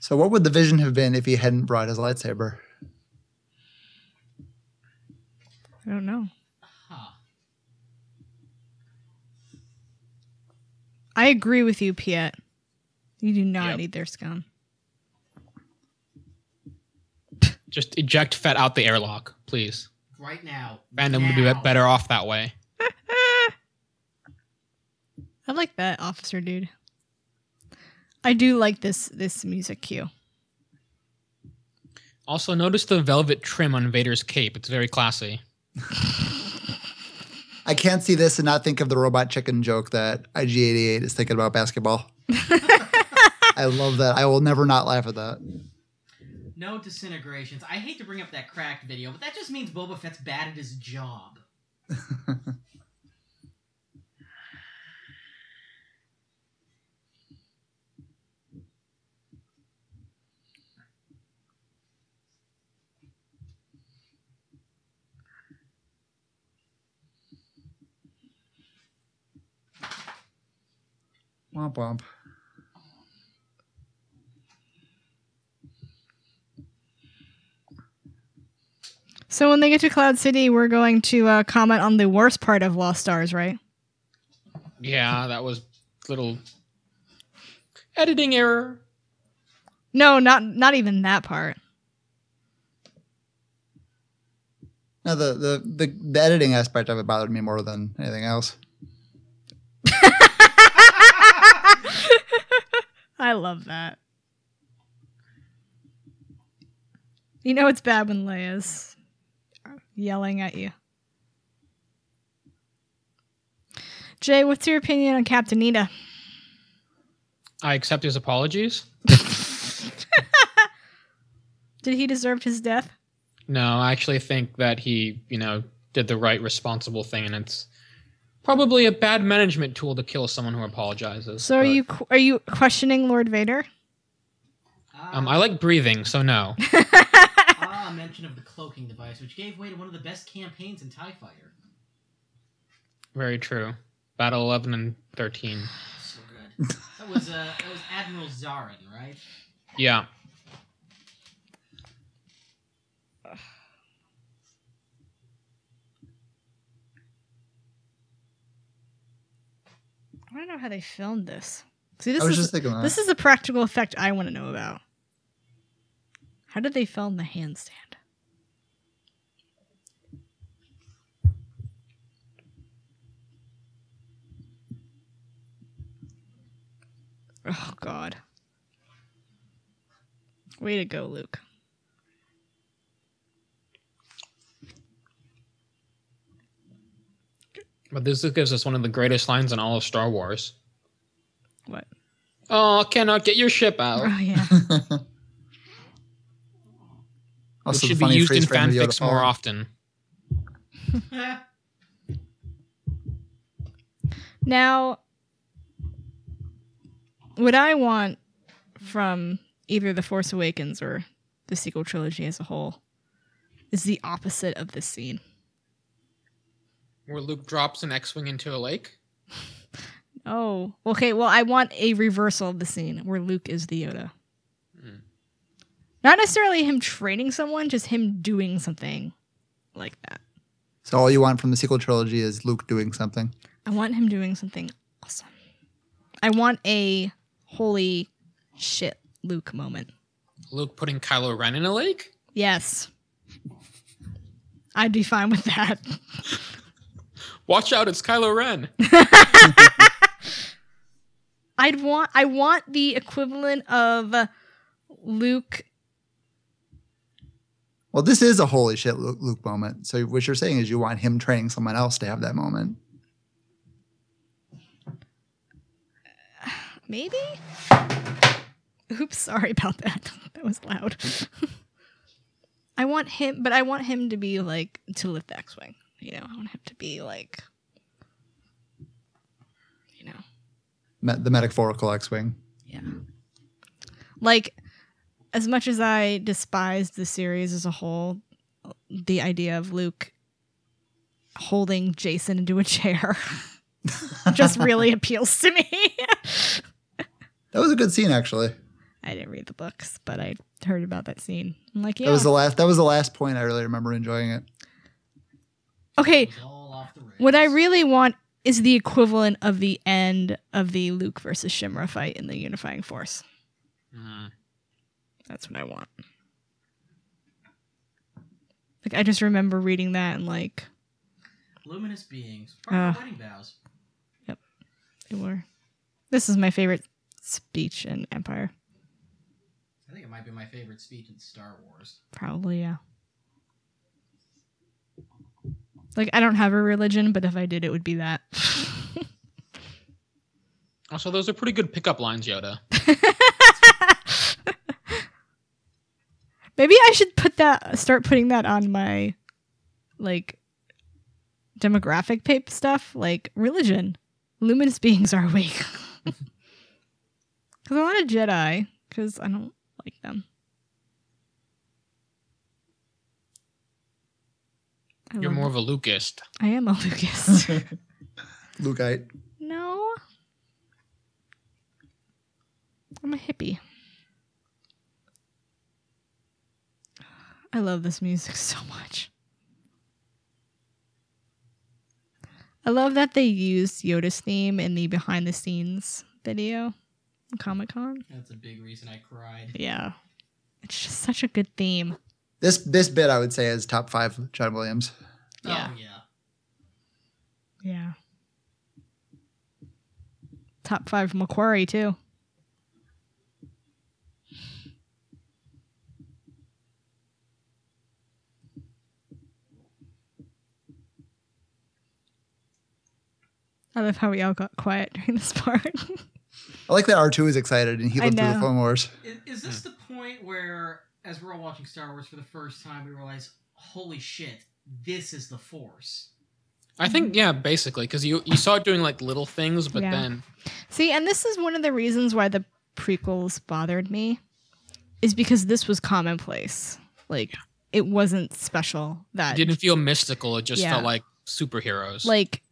Speaker 3: So what would the vision have been if he hadn't brought his lightsaber?
Speaker 2: I don't know.
Speaker 1: Huh.
Speaker 2: I agree with you, Piet. You do not
Speaker 4: Yep.
Speaker 2: need their scum.
Speaker 4: Just eject Fett out the airlock, please.
Speaker 1: Right now.
Speaker 4: Random would be
Speaker 1: now.
Speaker 4: better off that way.
Speaker 2: I like that officer dude. I do like this this music cue.
Speaker 4: Also, notice the velvet trim on Vader's cape. It's very classy.
Speaker 3: I can't see this and not think of the robot chicken joke that IG88 is thinking
Speaker 2: [laughs]
Speaker 3: about basketball. I love that. I will never not laugh at that.
Speaker 1: No disintegrations. I hate to bring up that cracked video, but that just means Boba Fett's bad at his job.
Speaker 3: Womp womp.
Speaker 2: So when they get to Cloud City, we're going to uh, comment on the worst part of Lost Stars, right?
Speaker 4: Yeah, that was little editing error.
Speaker 2: No, not not even that part. [laughs]
Speaker 3: No, the, the the the editing aspect of it bothered me more than anything else.
Speaker 2: I love that. You know it's bad when Leia's yelling at you. Jay, what's your opinion on Captain Nita?
Speaker 4: I accept his apologies.
Speaker 2: Did he deserve his death?
Speaker 4: No, I actually think that he, you know, did the right responsible thing, and it's probably a bad management tool to kill someone who apologizes.
Speaker 2: So are
Speaker 4: but-
Speaker 2: you are you questioning Lord Vader?
Speaker 4: Um, I like breathing, so no.
Speaker 1: ah, mention of the cloaking device, which gave way to one of the best campaigns in TIE Fighter.
Speaker 4: Very true. Battle eleven and thirteen.
Speaker 1: So good. That was, uh, that was Admiral Zarin, right?
Speaker 4: Yeah.
Speaker 2: I want to know how they filmed this. See, this
Speaker 3: I was
Speaker 2: is
Speaker 3: just thinking uh, that.
Speaker 2: this is the practical effect I want to know about. How did they film the handstand? Oh God! Way to go, Luke.
Speaker 4: But this gives us one of the greatest lines in all of Star Wars.
Speaker 2: What?
Speaker 4: Oh, cannot get your ship out.
Speaker 2: Oh yeah.
Speaker 4: Which
Speaker 3: [laughs] also the
Speaker 4: should be
Speaker 3: funny
Speaker 4: used
Speaker 3: phrase
Speaker 4: in
Speaker 3: frame of Yoda "Oh,
Speaker 4: fanfics more
Speaker 3: falling.
Speaker 4: often.
Speaker 2: Now, what I want from either The Force Awakens or the sequel trilogy as a whole is the opposite of this scene.
Speaker 4: Where Luke drops an X-wing into a lake.
Speaker 2: Oh, okay. Well, I want a reversal of the scene where Luke is the Yoda.
Speaker 4: Hmm.
Speaker 2: Not necessarily him training someone, just him doing something like that.
Speaker 3: So all you want from the sequel trilogy is Luke doing something.
Speaker 2: I want him doing something awesome. I want a holy shit Luke moment.
Speaker 4: Luke putting Kylo Ren in a lake.
Speaker 2: Yes. I'd be fine with that.
Speaker 4: Watch out, it's Kylo
Speaker 2: [laughs]
Speaker 4: Ren.
Speaker 2: I'd want I want the equivalent of Luke
Speaker 3: Well, this is a holy shit Luke, Luke moment. So what you're saying is you want him training someone else to have that moment.
Speaker 2: maybe? Oops, sorry about that. [laughs] That was loud. I want him but I want him to be like to lift the X Wing. You know, I want him to be like you know.
Speaker 3: Me- the metaphorical X-wing.
Speaker 2: Yeah. Like, as much as I despised the series as a whole, the idea of Luke holding Jason into a chair [laughs] just
Speaker 3: [laughs]
Speaker 2: really appeals to me. [laughs]
Speaker 3: That was a good scene actually.
Speaker 2: I didn't read the books, but I heard about that scene. I'm like, yeah.
Speaker 3: That was the last that was the last point I really remember enjoying it.
Speaker 2: [laughs] okay,
Speaker 1: All off the rails.
Speaker 2: what I really want is the equivalent of the end of the Luke versus Shimra fight in the Unifying Force.
Speaker 4: Hmm.
Speaker 2: That's what I want. Like I just remember reading that and like
Speaker 1: Luminous beings.
Speaker 2: Ah.
Speaker 1: wedding vows.
Speaker 2: they were. This is my favorite speech in Empire,
Speaker 1: I think it might be my favorite speech in Star Wars.
Speaker 2: probably. Yeah. Like I don't have a religion, but if I did, it would be that. [laughs]
Speaker 4: Also, those are pretty good pickup lines, Yoda.
Speaker 2: Maybe I should put that. Start putting that on my, like, demographic pape stuff. Like religion, luminous beings are awake. [laughs] Because I'm not a Jedi. Because I don't like them. I
Speaker 4: You're
Speaker 2: love-
Speaker 4: more of a Lucist.
Speaker 2: I am a Lucas. [laughs]
Speaker 3: Lukeite.
Speaker 2: no. I'm a hippie. I love this music [laughs] so much. I love that they used Yoda's theme in the behind the scenes video in Comic Con.
Speaker 1: That's a big reason I cried.
Speaker 2: Yeah. It's just such a good theme.
Speaker 3: This this bit I would say is top five John Williams.
Speaker 2: Yeah.
Speaker 1: Oh, yeah.
Speaker 2: Yeah. Top five Macquarie too. I love how we all got quiet [laughs] during this part.
Speaker 3: I like that R2 is excited and he
Speaker 2: I
Speaker 3: lived through the
Speaker 2: know.
Speaker 3: Clone Wars.
Speaker 1: Is, is this the point where, as we're all watching Star Wars for the first time, we realize, holy shit, this is the Force?
Speaker 4: I think, yeah, basically, because you you saw it doing like little things, but
Speaker 2: Mm-hmm. Yeah.
Speaker 4: then
Speaker 2: See, and this is one of the reasons why the prequels bothered me is because this was commonplace. Like it wasn't special
Speaker 4: it
Speaker 2: that
Speaker 4: didn't feel mystical. It just
Speaker 2: Yeah.
Speaker 4: felt like superheroes.
Speaker 2: like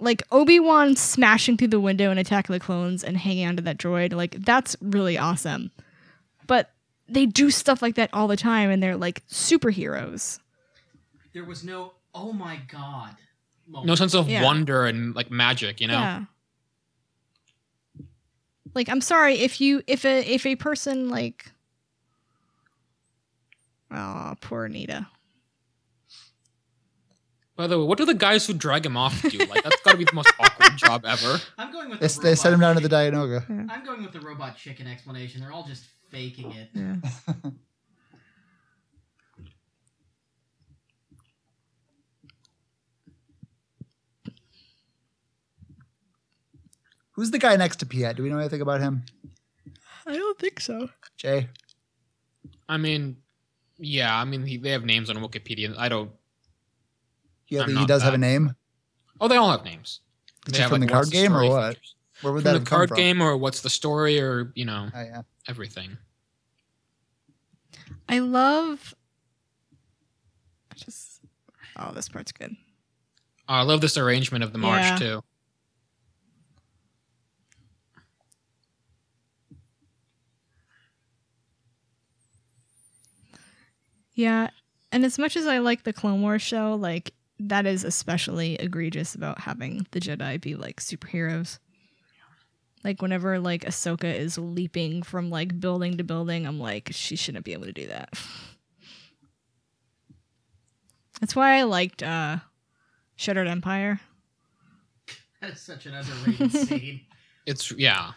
Speaker 2: like obi-wan smashing through the window and attack of the clones and hanging onto that droid like that's really awesome but they do stuff like that all the time and they're like superheroes
Speaker 1: There was no, oh my god.
Speaker 4: no sense of
Speaker 2: Yeah.
Speaker 4: wonder and like magic, you know?
Speaker 2: Yeah. Like I'm sorry if you if a if a person like Oh, poor Anita.
Speaker 4: By the way, what do the guys who drag him off do? Like that's got to be the most [laughs] awkward job ever.
Speaker 1: I'm going with.
Speaker 3: They,
Speaker 1: the
Speaker 3: they set him down to the
Speaker 1: robot
Speaker 3: Dianoga.
Speaker 1: chick- I'm going with the robot chicken explanation. They're all just faking it. [laughs]
Speaker 2: Yeah.
Speaker 3: Who's the guy next to Piet? Do we know anything about him?
Speaker 2: I don't think so.
Speaker 3: Jay.
Speaker 4: I mean, yeah, I mean he, they have names on Wikipedia. I don't.
Speaker 3: Yeah,
Speaker 4: I'm
Speaker 3: he
Speaker 4: not
Speaker 3: does have
Speaker 4: that.
Speaker 3: a name.
Speaker 4: Oh, they all have names.
Speaker 3: Is
Speaker 4: They
Speaker 3: it
Speaker 4: have,
Speaker 3: from
Speaker 4: like,
Speaker 3: the card
Speaker 4: what's
Speaker 3: game or
Speaker 4: story
Speaker 3: what?
Speaker 4: features.
Speaker 3: Where would
Speaker 4: From
Speaker 3: that
Speaker 4: the
Speaker 3: have come
Speaker 4: card
Speaker 3: from?
Speaker 4: game or what's the story or you know
Speaker 3: Oh, yeah.
Speaker 4: everything.
Speaker 2: I love I just Oh, this part's good.
Speaker 4: Oh, I love this arrangement of the march
Speaker 2: Yeah.
Speaker 4: too.
Speaker 2: Yeah. And as much as I like the Clone Wars show, like that is especially egregious about having the Jedi be like superheroes. Like whenever like Ahsoka is leaping from like building to building, I'm like, she shouldn't be able to do that. That's why I liked uh Shuttered Empire.
Speaker 1: That is such an underrated scene.
Speaker 4: It's yeah.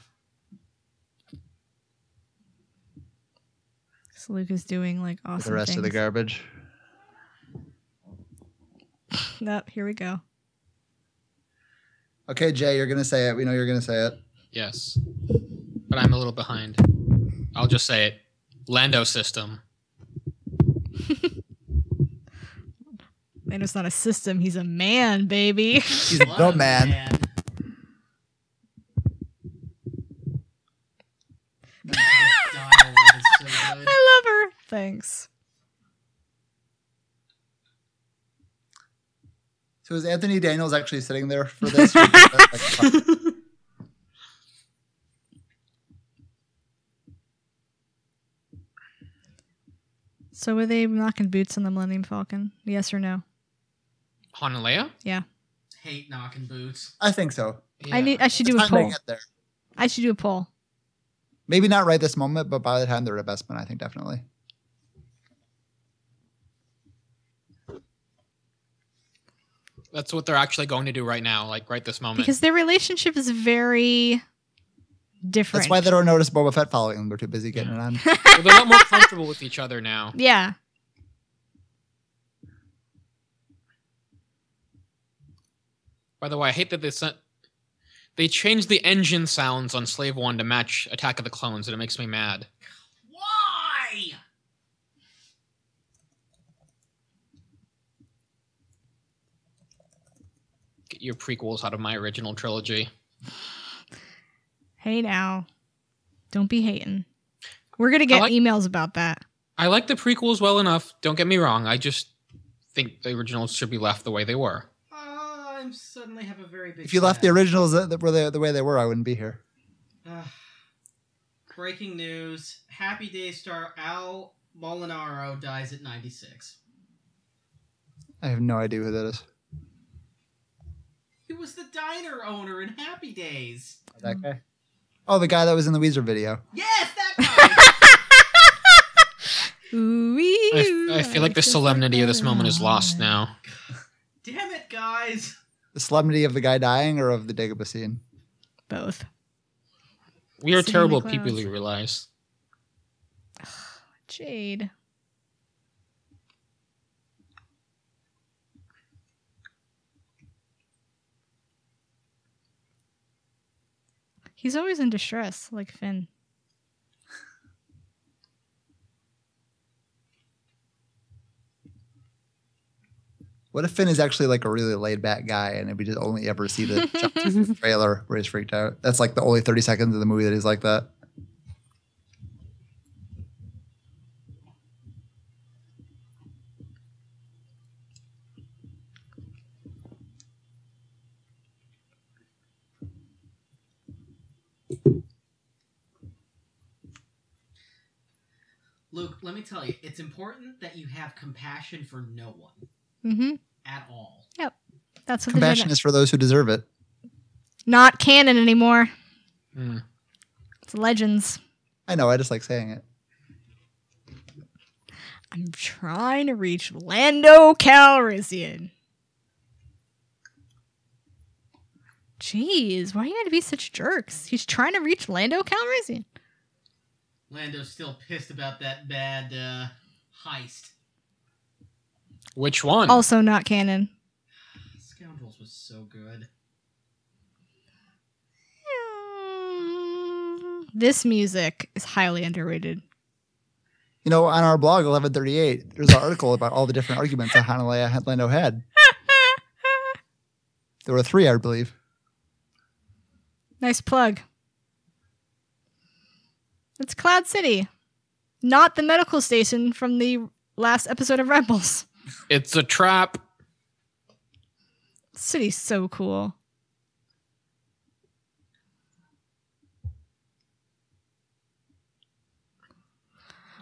Speaker 2: So Luke is doing like awesome.
Speaker 3: the rest of the
Speaker 2: things.
Speaker 3: garbage.
Speaker 2: Nope, here we go.
Speaker 3: Okay, Jay, you're gonna say it. We know you're gonna say it.
Speaker 4: Yes. But I'm a little behind. I'll just say it. Lando system.
Speaker 2: And it's not a system, he's a man, baby.
Speaker 3: He's a
Speaker 1: What
Speaker 3: dumb
Speaker 1: a
Speaker 3: man.
Speaker 1: This [laughs] dialogue is so good.
Speaker 2: [laughs] I love her. Thanks.
Speaker 3: So is Anthony Daniels actually sitting there
Speaker 2: [laughs]
Speaker 3: for this? Or is that, like,
Speaker 2: So were they knocking boots on the Millennium Falcon? Yes or no?
Speaker 4: Han and Leia?
Speaker 1: [laughs] Hate knocking boots.
Speaker 3: I think so.
Speaker 2: I need. I should do
Speaker 3: It's
Speaker 2: a
Speaker 3: time to
Speaker 2: poll.
Speaker 3: get there.
Speaker 2: I should do a poll.
Speaker 3: Maybe not right this moment, but by the time they're at Best Man, I think definitely.
Speaker 4: That's what they're actually going to do right now, like right this moment.
Speaker 2: because their relationship is very different.
Speaker 3: That's why they don't notice Boba Fett following them. They're too busy getting it on.
Speaker 4: Well, they're a lot more comfortable with each other now.
Speaker 2: yeah.
Speaker 4: By the way, I hate that they sent. They changed the engine sounds on Slave One to match Attack of the Clones, and it makes me mad.
Speaker 1: Why?
Speaker 4: Get your prequels out of my original trilogy.
Speaker 2: Hey now, don't be hating. We're gonna get
Speaker 4: like-
Speaker 2: emails about that.
Speaker 4: I like the prequels well enough, don't get me wrong. I just think the originals should be left the way they were.
Speaker 1: I am Ah, suddenly have a very big.
Speaker 3: If you [laughs] left the originals that that were the, the way they were, I wouldn't be here.
Speaker 1: Ugh. Ah. breaking news: Happy Day star Al Molinaro dies at 96.
Speaker 3: I have no idea who that is.
Speaker 1: He was the diner owner in Happy Days.
Speaker 3: That guy. Oh, the guy that was in the Weezer video.
Speaker 1: Yes, that
Speaker 2: Ooh,
Speaker 4: I, I feel like the solemnity of this moment is lost now.
Speaker 1: guy. [laughs] Damn it, guys.
Speaker 3: The solemnity of the guy dying or of the Dagobah scene?
Speaker 2: Both.
Speaker 4: We are
Speaker 2: Sitting in the
Speaker 4: terrible people,
Speaker 2: clouds.
Speaker 4: you realize.
Speaker 2: Jade. He's always in distress, like Finn.
Speaker 3: What if Finn is actually like a really laid back guy and we just only ever see the John trailer where he's freaked out? That's like the only 30 seconds of the movie that he's like that.
Speaker 1: Luke, let me tell you, it's important that you have compassion for no one
Speaker 2: Mm-hmm.
Speaker 1: at all.
Speaker 2: That's what they
Speaker 3: Compassion
Speaker 2: did.
Speaker 3: is for those who deserve it.
Speaker 2: Not canon anymore.
Speaker 4: Mm.
Speaker 2: It's legends.
Speaker 3: I know. I just like saying it.
Speaker 2: I'm trying to reach Lando Calrissian. Jeez, why you gotta be such jerks? He's trying to reach Lando Calrissian.
Speaker 1: Lando's still pissed about that bad uh, heist.
Speaker 4: Which one?
Speaker 2: Also not canon.
Speaker 1: Scoundrels was so
Speaker 3: [laughs]
Speaker 1: good.
Speaker 2: This music is highly underrated.
Speaker 3: You know, on our blog, 1138, there's an article about all the different arguments that Han and Leia had Lando had. There were three, I believe.
Speaker 2: Nice plug. It's Cloud City, not the medical station from the last episode of Rebels.
Speaker 4: It's a trap.
Speaker 2: City's so cool. [laughs]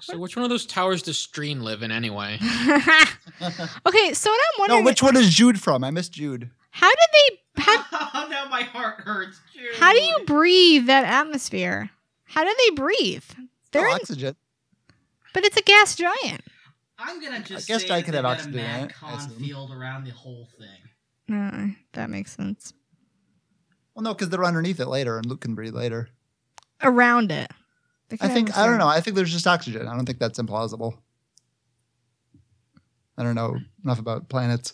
Speaker 4: So which one of those towers does Streen live in anyway?
Speaker 2: okay, so what I'm
Speaker 3: No,
Speaker 2: wondering,
Speaker 3: which one is Jude from? I missed Jude.
Speaker 2: how did they? How,
Speaker 1: [laughs] Oh, now my heart hurts. Jude.
Speaker 2: how do you breathe that atmosphere? How do they breathe?
Speaker 3: No
Speaker 2: They're in,
Speaker 3: oxygen.
Speaker 2: but it's a gas giant.
Speaker 1: I'm gonna just
Speaker 3: guess
Speaker 1: say
Speaker 3: I
Speaker 1: that
Speaker 3: could
Speaker 1: they
Speaker 3: have
Speaker 1: got a
Speaker 3: oxygen in
Speaker 1: mad
Speaker 3: it, I assume.
Speaker 1: confield around the whole thing.
Speaker 2: Uh, that makes sense.
Speaker 3: Well, no, because they're underneath it later, and Luke can breathe later.
Speaker 2: Around it, They
Speaker 3: I
Speaker 2: could
Speaker 3: think
Speaker 2: have
Speaker 3: I don't
Speaker 2: a-
Speaker 3: know. I think there's just oxygen. I don't think that's implausible. I don't know enough about planets.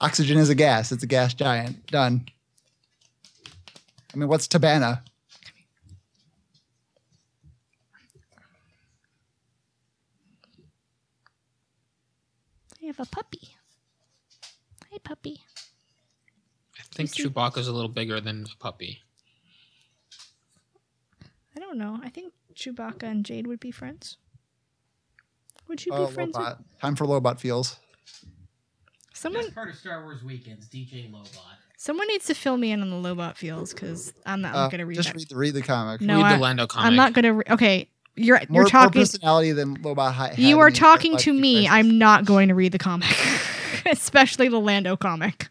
Speaker 3: oxygen is a gas. It's a gas giant. Done. I mean, what's Tabana?
Speaker 2: I have a puppy. Hi, puppy.
Speaker 4: I think
Speaker 2: You see-
Speaker 4: Chewbacca's a little bigger than a puppy.
Speaker 2: I don't know. I think Chewbacca and Jade would be friends. Would you
Speaker 3: Oh,
Speaker 2: be friends with
Speaker 3: Lobot. Time for Lobot feels.
Speaker 2: someone?
Speaker 1: That's part of Star Wars weekends. DJ Lobot.
Speaker 2: Someone needs to fill me in on the Lobot feels because I'm not
Speaker 3: Uh,
Speaker 2: going to read
Speaker 3: just
Speaker 2: that.
Speaker 3: read the, read the comic.
Speaker 2: No,
Speaker 4: Read
Speaker 2: I-
Speaker 4: the Lando comic.
Speaker 2: I'm not going to. Re- okay, you're
Speaker 3: More,
Speaker 2: you're
Speaker 3: more
Speaker 2: talking.
Speaker 3: personality than Lobot. hi- had
Speaker 2: You
Speaker 3: in
Speaker 2: are
Speaker 3: the
Speaker 2: talking
Speaker 3: life
Speaker 2: to
Speaker 3: of
Speaker 2: me.
Speaker 3: Francis.
Speaker 2: I'm not going to read the comic, [laughs] especially the Lando comic.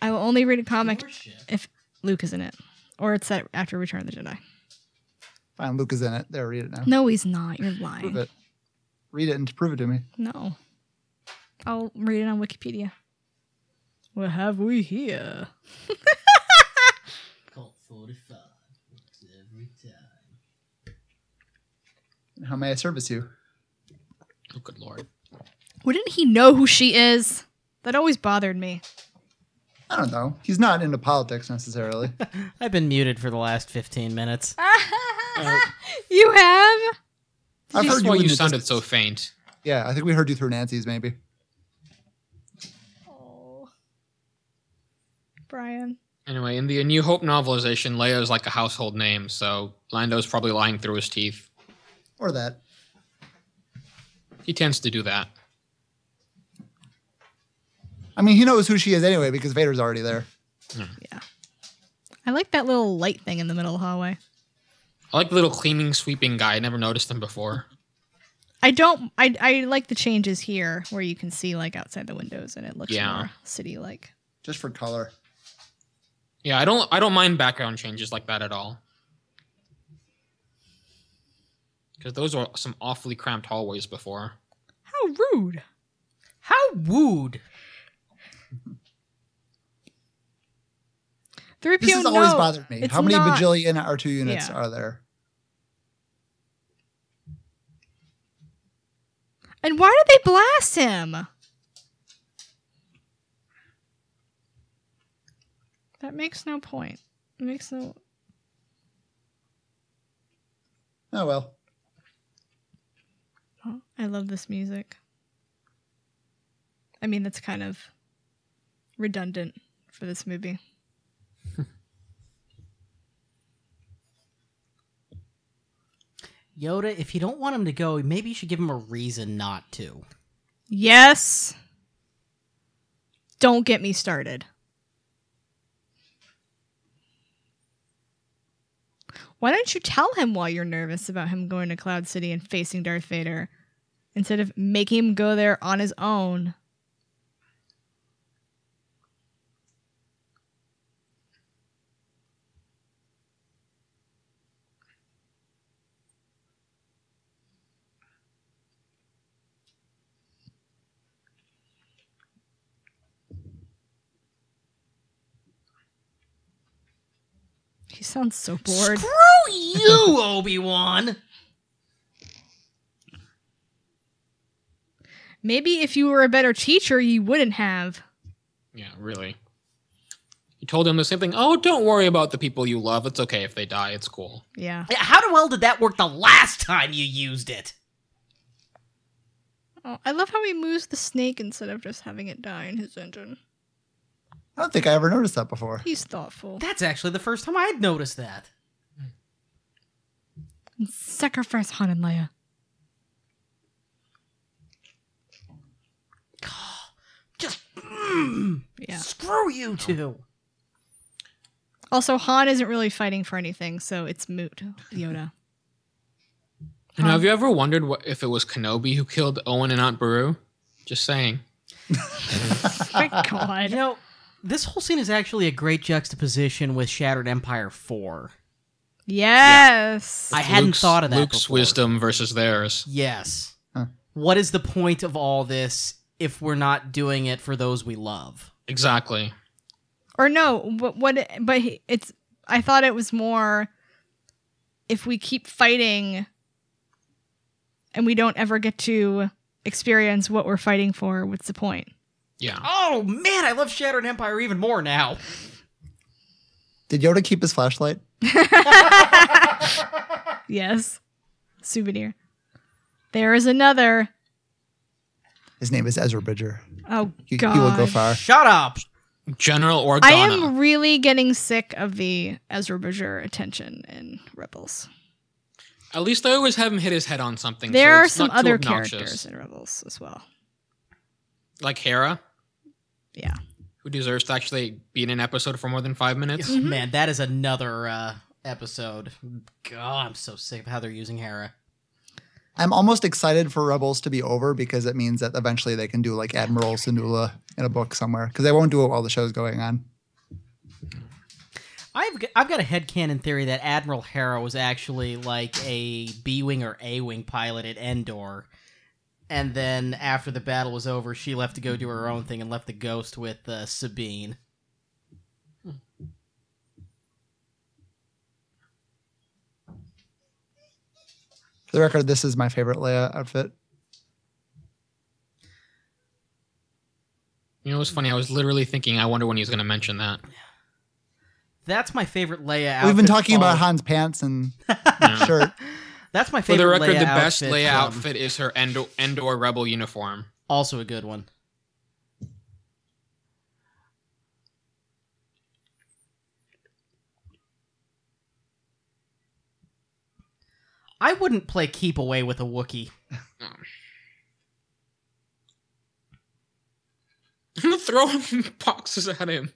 Speaker 2: I will only read a comic
Speaker 1: Your ship.
Speaker 2: if Luke is in it, or it's set after Return of the Jedi.
Speaker 3: Fine, Luke is in it. There, read it now.
Speaker 2: No, he's not. You're
Speaker 3: Prove
Speaker 2: lying.
Speaker 3: it. Read it and prove it to me.
Speaker 2: No, I'll read it on Wikipedia. What have we here?
Speaker 1: Cult 45. Works every time.
Speaker 3: How may I service you?
Speaker 4: Oh, good lord.
Speaker 2: Wouldn't he know who she is? That always bothered [laughs] me.
Speaker 3: I don't know. He's not into politics
Speaker 2: [laughs]
Speaker 3: necessarily.
Speaker 1: I've been muted for the last 15 minutes.
Speaker 3: Uh,
Speaker 2: you have?
Speaker 3: I've
Speaker 4: That's
Speaker 3: heard you
Speaker 4: why
Speaker 3: in
Speaker 4: you
Speaker 3: the
Speaker 4: sounded
Speaker 3: distance.
Speaker 4: so faint.
Speaker 3: yeah, I think we heard you through Nancy's maybe.
Speaker 2: Oh. Brian.
Speaker 4: Anyway, in the New Hope novelization, Leia is like a household name, so Lando's probably lying through his teeth.
Speaker 3: Or that.
Speaker 4: He tends to do that.
Speaker 3: I mean, he knows who she is anyway because Vader's already there.
Speaker 2: I like that little light thing in the middle of the hallway.
Speaker 4: I like the little cleaning, sweeping guy. I never noticed him before.
Speaker 2: I don't I I like the changes here where you can see like outside the windows and it looks
Speaker 4: Yeah.
Speaker 2: more city like.
Speaker 3: Just for color.
Speaker 4: Yeah, I don't. I don't mind background changes like that at all. Because those were some awfully cramped hallways before.
Speaker 2: How rude.
Speaker 1: How wooed.
Speaker 2: 3PO
Speaker 3: This has
Speaker 2: no.
Speaker 3: always bothered me.
Speaker 2: it's
Speaker 3: How many
Speaker 2: not-
Speaker 3: bajillion R2 units
Speaker 2: Yeah.
Speaker 3: are there?
Speaker 2: And why did they blast him? That makes no point. It makes no
Speaker 3: Oh well.
Speaker 2: Oh, I love this music. I mean, that's kind of redundant for this movie.
Speaker 1: Yoda, if you don't want him to go, maybe you should give him a reason not to.
Speaker 2: Yes. Don't get me started. Why don't you tell him while you're nervous about him going to Cloud City and facing Darth Vader instead of making him go there on his own? He sounds so bored.
Speaker 1: Screw you, [laughs] Obi Wan.
Speaker 2: Maybe if you were a better teacher, you wouldn't have.
Speaker 4: Yeah, really. You told him the same thing. Oh, don't worry about the people you love. It's okay if they die. It's cool.
Speaker 2: Yeah.
Speaker 1: How the well did that work the last time you used it?
Speaker 2: Oh, I love how he moves the snake instead of just having it die in his engine.
Speaker 3: I don't think I ever noticed that before.
Speaker 2: He's thoughtful.
Speaker 1: That's actually the first time I had noticed that.
Speaker 2: Sacrifice Han and Leia.
Speaker 1: Just mm,
Speaker 2: Yeah.
Speaker 1: screw you two.
Speaker 2: Also, Han isn't really fighting for anything, so it's moot, [laughs] Yoda.
Speaker 4: You know,
Speaker 2: Huh.
Speaker 4: have you ever wondered what, if it was Kenobi who killed Owen and Aunt Beru? Just saying.
Speaker 2: My God.
Speaker 1: You know, this whole scene is actually a great juxtaposition with Shattered Empire 4.
Speaker 2: Yes.
Speaker 1: I hadn't
Speaker 4: Luke's-
Speaker 1: thought of that
Speaker 4: Luke's
Speaker 1: before.
Speaker 4: wisdom versus theirs.
Speaker 1: Yes.
Speaker 3: Huh.
Speaker 1: What is the point of all this if we're not doing it for those we love?
Speaker 4: Exactly.
Speaker 2: or no, but what? But he- it's. I thought it was more. If we keep fighting, and we don't ever get to experience what we're fighting for, what's the point?
Speaker 4: Yeah.
Speaker 1: Oh man, I love Shattered Empire even more now.
Speaker 3: Did Yoda keep his flashlight?
Speaker 2: Yes. Souvenir. There is another.
Speaker 3: His name is Ezra Bridger.
Speaker 2: Oh
Speaker 3: He, he
Speaker 2: God.
Speaker 3: will go far.
Speaker 1: Shut up.
Speaker 4: General Organa.
Speaker 2: I am really getting sick of the Ezra Bridger attention in Rebels.
Speaker 4: At least I always have him hit his head on something.
Speaker 2: There
Speaker 4: so
Speaker 2: are
Speaker 4: it's
Speaker 2: some
Speaker 4: not too
Speaker 2: other
Speaker 4: obnoxious.
Speaker 2: characters in Rebels as well.
Speaker 4: like Hera.
Speaker 2: Yeah.
Speaker 4: Who deserves to actually be in an episode for more than five minutes?
Speaker 1: Oh, Man, that is another uh, episode. God, I'm so sick of how they're using Hera.
Speaker 3: I'm almost excited for Rebels to be over because it means that eventually they can do like Admiral Syndulla in a book somewhere because they won't do it while the show's going on.
Speaker 1: I've got, I've got a headcanon theory that Admiral Hera was actually like a B wing or A wing pilot at Endor, and then after the battle was over, she left to go do her own thing and left the ghost with uh, Sabine.
Speaker 3: For the record, this is my favorite Leia outfit.
Speaker 4: You know, it's funny. I was literally thinking, I wonder when he's going to
Speaker 2: [laughs]
Speaker 4: mention that.
Speaker 1: That's my favorite Leia. Outfit
Speaker 3: We've been talking about
Speaker 1: how.
Speaker 3: Han's pants and
Speaker 4: Yeah.
Speaker 1: [laughs]
Speaker 3: shirt.
Speaker 1: That's my
Speaker 4: For
Speaker 1: favorite.
Speaker 4: the record,
Speaker 1: Leia
Speaker 4: the best
Speaker 1: outfit
Speaker 4: Leia
Speaker 1: from-
Speaker 4: outfit is her Endor, Endor Rebel uniform.
Speaker 1: Also a good
Speaker 3: [laughs]
Speaker 1: one. I wouldn't play keep away with a
Speaker 4: [laughs]
Speaker 1: Wookiee.
Speaker 4: I'm throwing [laughs] boxes at him.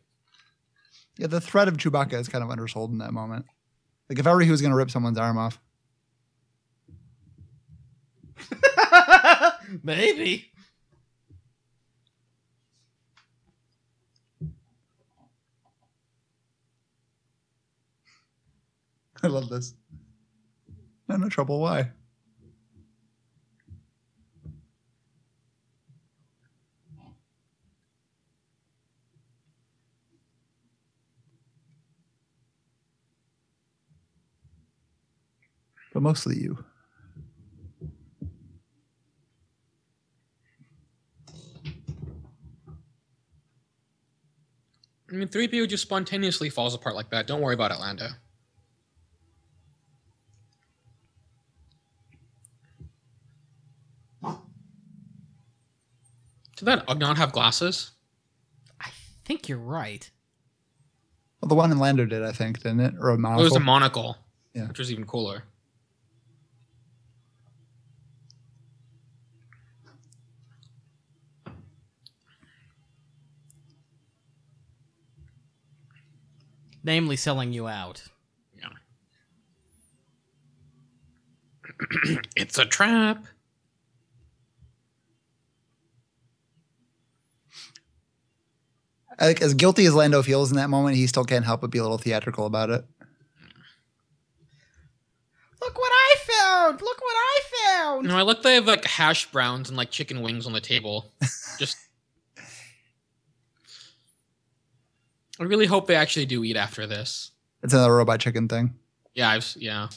Speaker 3: Yeah, the threat of Chewbacca is kind of undersold in that moment. Like if ever he was going to rip someone's arm off,
Speaker 1: Maybe.
Speaker 3: [laughs] I love this. No, no trouble. Why? But mostly you.
Speaker 4: I mean, 3PO just spontaneously falls apart like that. Don't worry about it, Lando. Did that Ugg not have glasses?
Speaker 1: I think you're right.
Speaker 3: Well, the one in Lando did, I think, didn't it? Or a
Speaker 4: It was
Speaker 3: monocle.
Speaker 4: a monocle,
Speaker 3: Yeah.
Speaker 4: which was even cooler. [clears throat]
Speaker 1: Namely, selling you out.
Speaker 4: Yeah. it's a trap.
Speaker 3: I think as guilty as Lando feels in that moment, he still can't help but be a little theatrical about it.
Speaker 1: Look what I found! Look what I found!
Speaker 4: No, I like they have like hash browns and like chicken wings on the table. Just. I really hope they actually do eat after this.
Speaker 3: It's another robot chicken thing.
Speaker 4: Yeah, I've s- yeah.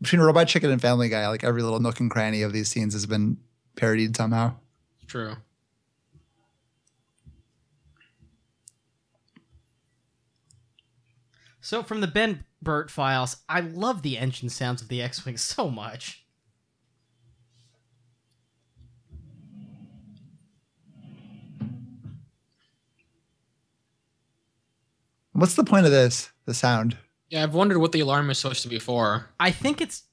Speaker 3: Between Robot Chicken and Family Guy, like every little nook and cranny of these scenes has been parodied somehow.
Speaker 4: True.
Speaker 1: So from the Ben Burt files, I love the engine sounds of the X-wing [laughs] so much.
Speaker 3: What's the point of this? The sound.
Speaker 4: Yeah, I've wondered what the alarm is supposed to be for.
Speaker 1: I think it's,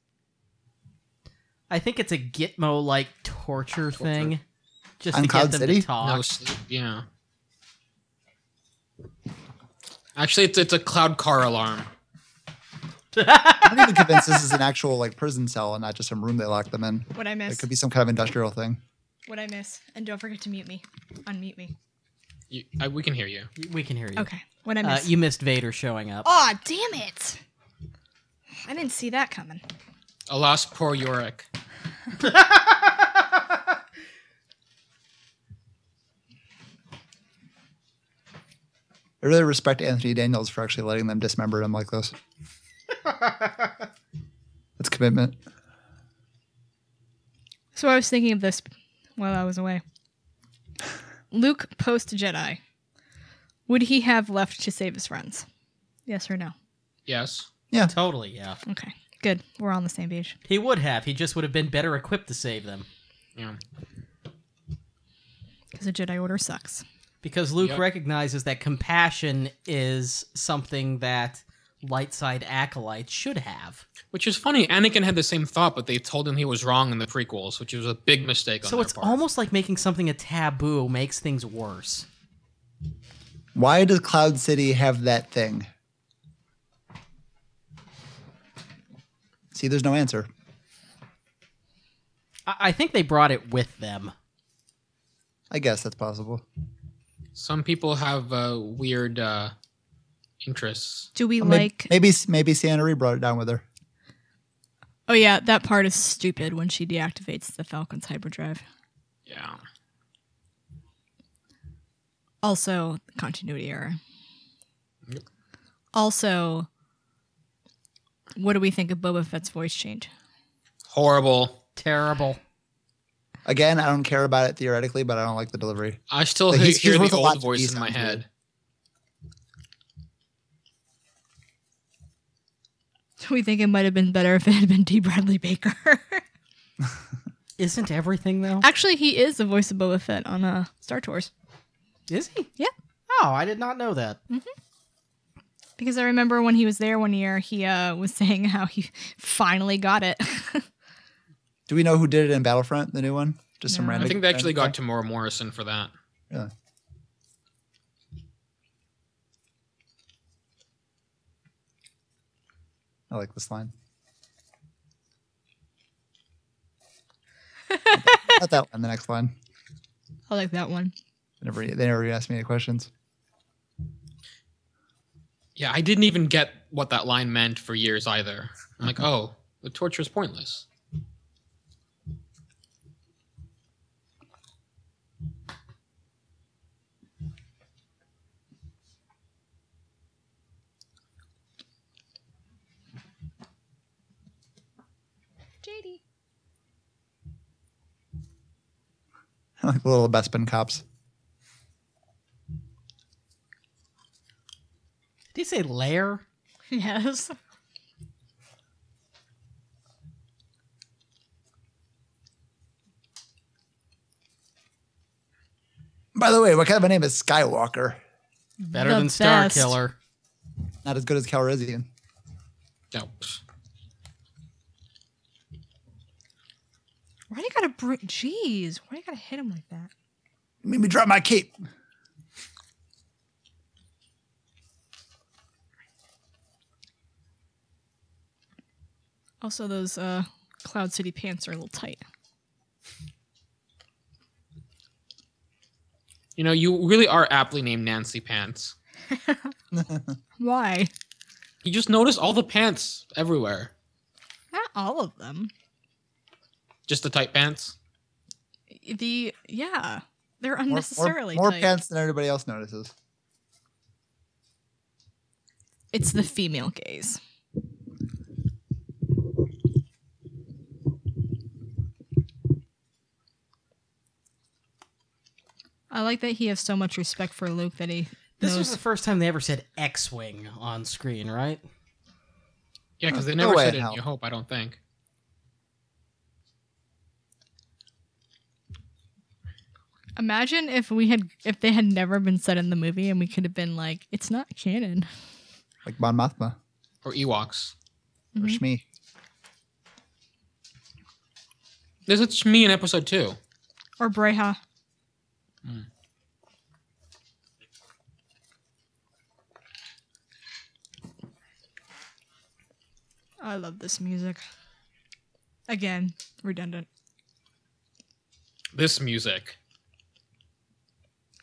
Speaker 1: I think it's a Gitmo like torture, thing, just
Speaker 3: On
Speaker 1: to
Speaker 3: Cloud
Speaker 1: get them
Speaker 3: City?
Speaker 1: to talk. [laughs]
Speaker 4: No sleep. Yeah. Actually, it's it's a cloud car alarm.
Speaker 3: I'm not even convinced this is an actual like prison cell and not just some room they locked them in.
Speaker 2: What I
Speaker 3: It
Speaker 2: miss?
Speaker 3: could be some kind of industrial thing.
Speaker 2: What I miss? And don't forget to mute me. Unmute me.
Speaker 4: You, I, we can hear you.
Speaker 1: we can hear you.
Speaker 2: Okay. What I
Speaker 1: Uh,
Speaker 2: miss?
Speaker 1: you missed Vader showing up.
Speaker 2: Aw, damn it! I didn't see that coming.
Speaker 4: Alas, poor Yorick.
Speaker 3: I really respect Anthony Daniels for actually letting them dismember him like this. That's commitment.
Speaker 2: So I was thinking of this while I was away. Luke post Jedi. Would he have left to save his friends? Yes or no?
Speaker 4: Yes.
Speaker 1: Totally, yeah.
Speaker 2: Okay. Good. We're on the same page.
Speaker 1: He would have. He just would have been better equipped to save them
Speaker 4: Yeah.
Speaker 2: Because the Jedi Order sucks.
Speaker 1: because Luke
Speaker 4: Yep.
Speaker 1: recognizes that compassion is something that light side acolytes should have.
Speaker 4: Which is funny. Anakin had the same thought, but they told him he was wrong in the prequels, which was a big mistake. On
Speaker 1: So
Speaker 4: their
Speaker 1: it's
Speaker 4: part.
Speaker 1: almost like making something a taboo makes things worse.
Speaker 3: Why does Cloud City have that thing? See, there's no answer.
Speaker 1: I, I think they brought it with them.
Speaker 3: I guess that's possible.
Speaker 4: some people have uh, weird uh, interests.
Speaker 2: Do we
Speaker 3: Or may-
Speaker 2: like.
Speaker 3: maybe maybe Santa Ree brought it down with her.
Speaker 2: Oh, yeah. That part is stupid when she deactivates the Falcon's hyperdrive.
Speaker 4: Yeah.
Speaker 2: Also, continuity error.
Speaker 4: Yep.
Speaker 2: Also, what do we think of Boba Fett's voice change? [laughs]
Speaker 4: Horrible.
Speaker 1: Terrible.
Speaker 3: Again, I don't care about it theoretically, but I don't like the delivery.
Speaker 4: I still
Speaker 3: But
Speaker 4: he-
Speaker 3: he's-
Speaker 4: hear
Speaker 3: he's worth
Speaker 4: the
Speaker 3: a lot to
Speaker 4: old
Speaker 3: me,
Speaker 4: voice in my
Speaker 3: sounds
Speaker 4: head.
Speaker 2: We think it might have been better if it had been D. Bradley Baker. [laughs]
Speaker 1: Isn't everything though?
Speaker 2: Actually, he is the voice of Boba Fett on uh, Star Tours.
Speaker 1: Is he?
Speaker 2: Yeah.
Speaker 1: Oh, I did not know that.
Speaker 2: Because I remember when he was there one year, he uh, was saying how he finally got it. [laughs]
Speaker 3: Do we know who did it in Battlefront, the new one? Just some
Speaker 2: No.
Speaker 3: random.
Speaker 4: I think they actually
Speaker 3: random
Speaker 4: got Tamora Morrison for that.
Speaker 3: guy? Really? I like this
Speaker 4: [laughs]
Speaker 3: line. Not that one. The next line.
Speaker 2: I like that one.
Speaker 3: They never, they never asked me any questions. [laughs]
Speaker 4: Yeah, I didn't even get what that line meant for years either.
Speaker 3: Mm-hmm.
Speaker 4: I'm like, oh, the torture is pointless.
Speaker 2: JD.
Speaker 3: like the little Bespin cops.
Speaker 1: Did he say lair?
Speaker 2: Yes.
Speaker 3: By the way, what kind of a name is Skywalker?
Speaker 1: Better
Speaker 2: The
Speaker 1: than Star
Speaker 2: best.
Speaker 1: Killer.
Speaker 3: Not as good as Calrissian.
Speaker 4: No. pfft.
Speaker 2: Why do you gotta bring. Jeez. Why do you gotta hit him like that?
Speaker 3: You made me drop my cape.
Speaker 2: Also, those uh, Cloud City pants are a little tight.
Speaker 4: You know, you really are aptly named Nancy Pants.
Speaker 2: Why?
Speaker 4: You just notice all the pants everywhere.
Speaker 2: Not all of them.
Speaker 4: Just the tight pants.
Speaker 2: The yeah, they're
Speaker 3: More- more-
Speaker 2: unnecessarily
Speaker 3: more,
Speaker 2: tight.
Speaker 3: pants than everybody else notices.
Speaker 2: It's the female gaze. I like that he has so much respect for Luke that he
Speaker 1: This
Speaker 2: knows.
Speaker 1: was the first time they ever said X-wing on screen, right?
Speaker 4: Yeah, because they
Speaker 3: No
Speaker 4: never
Speaker 3: way
Speaker 4: said
Speaker 3: in
Speaker 4: it in
Speaker 3: hell.
Speaker 4: New Hope, I don't think.
Speaker 2: Imagine if we had if they had never been said in the movie and we could have been like, it's not canon.
Speaker 3: Like Mon Mothma
Speaker 4: Or Ewoks. Mm-hmm.
Speaker 3: or
Speaker 2: Mhm.
Speaker 3: Shmi.
Speaker 4: There's a Shmi in episode two.
Speaker 2: Or Breha. I love this music. Again, redundant.
Speaker 4: This music.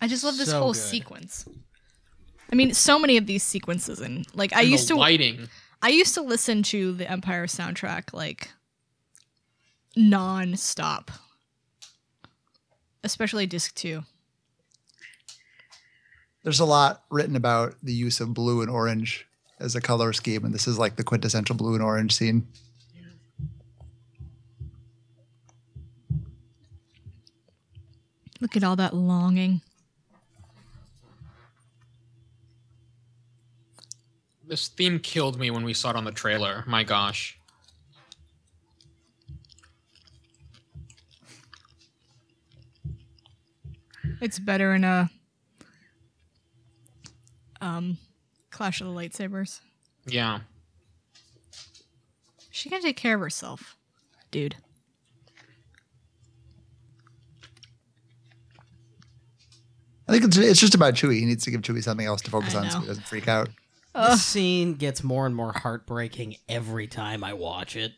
Speaker 2: I just love this
Speaker 1: So
Speaker 2: whole
Speaker 1: good.
Speaker 2: sequence. I mean, so many of these sequences, and like I
Speaker 4: and
Speaker 2: used
Speaker 4: the
Speaker 2: to,
Speaker 4: lighting.
Speaker 2: I used to listen to the Empire soundtrack like non-stop. Especially disc 2.
Speaker 3: There's a lot written about the use of blue and orange as a color scheme, and this is like the quintessential blue and orange scene.
Speaker 2: Look at all that longing.
Speaker 4: This theme killed me when we saw it on the trailer. My gosh.
Speaker 2: It's better in a um Clash of the Lightsabers.
Speaker 4: Yeah.
Speaker 2: She can take care of herself, dude.
Speaker 3: I think it's, it's just about Chewie. He needs to give Chewie something else to focus
Speaker 2: I
Speaker 3: on so
Speaker 2: know.
Speaker 3: he doesn't freak out.
Speaker 2: Ugh.
Speaker 1: This scene gets more and more heartbreaking every time I watch it.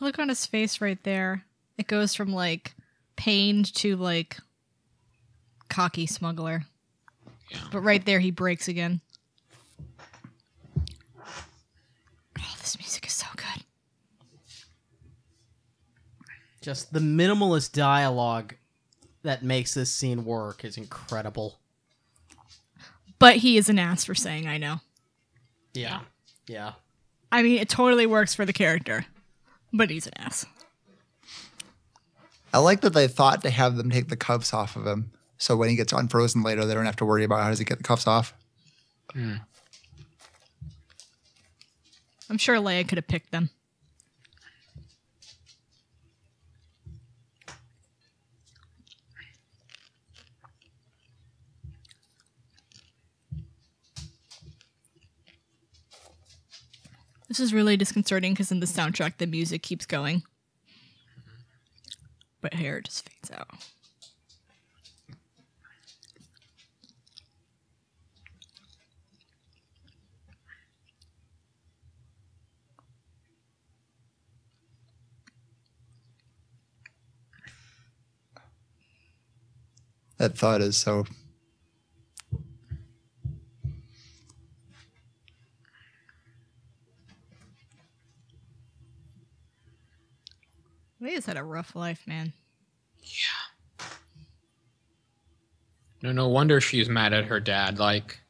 Speaker 2: Look on his face right there. It goes from like pained to like cocky smuggler.
Speaker 4: Yeah.
Speaker 2: But right there, he breaks again. Oh, this music is so good.
Speaker 1: Just the minimalist dialogue that makes this scene work is incredible.
Speaker 2: But he is an ass for saying I know.
Speaker 1: Yeah. Yeah.
Speaker 2: I mean, it totally works for the character, but he's an ass.
Speaker 3: I like that they thought to have them take the cuffs off of him. So when he gets unfrozen later, they don't have to worry about how does he get the cuffs off.
Speaker 2: I'm sure Leia could have picked them. This is really disconcerting because in the soundtrack, the music keeps going. But here it just fades out.
Speaker 3: That thought is so.
Speaker 2: Leia's had a rough life, man.
Speaker 4: No, no wonder she's mad at her dad. Like,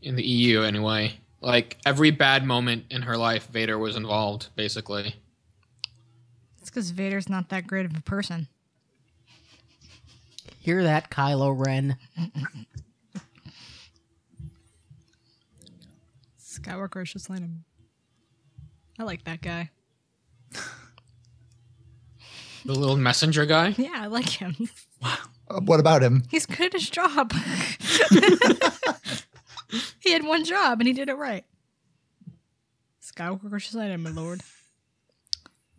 Speaker 4: in the EU, anyway. Like, every bad moment in her life, Vader was involved, basically.
Speaker 2: It's because Vader's not that great of a person.
Speaker 1: Hear that, Kylo Ren?
Speaker 2: Skywalker is just landing. I like that guy.
Speaker 4: The little messenger guy.
Speaker 2: Yeah, I like him. [laughs]
Speaker 3: Uh, What about him?
Speaker 2: He's good at his job. [laughs] he had one job and he did it right. Skywalker should my lord.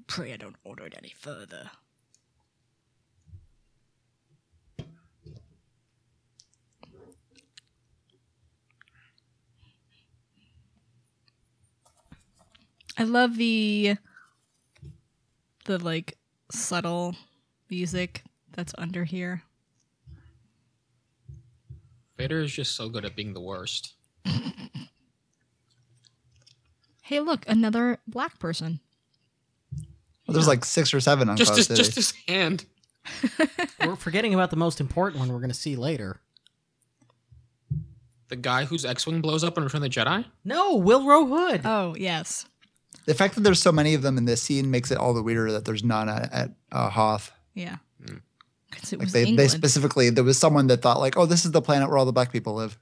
Speaker 2: Pray I don't order it any further. I love the the like subtle music that's under here.
Speaker 4: Vader is just so good at being the worst.
Speaker 2: Hey, look, another black person.
Speaker 3: Well, there's like six or seven on
Speaker 4: Just
Speaker 3: Cloud
Speaker 4: his,
Speaker 3: City.
Speaker 4: just his hand.
Speaker 1: We're forgetting about the most important one we're going to see later.
Speaker 4: The guy whose X-wing blows up in Return of the Jedi.
Speaker 1: No, Will Rowe Hood.
Speaker 2: Oh, yes.
Speaker 3: the fact that there's so many of them in this scene makes it all the weirder that there's none at, at uh, Hoth.
Speaker 2: Yeah. Because it
Speaker 3: Hmm. Like
Speaker 2: was
Speaker 3: they, they
Speaker 2: England.
Speaker 3: specifically, there was someone that thought like, oh, this is the planet where all the black people live.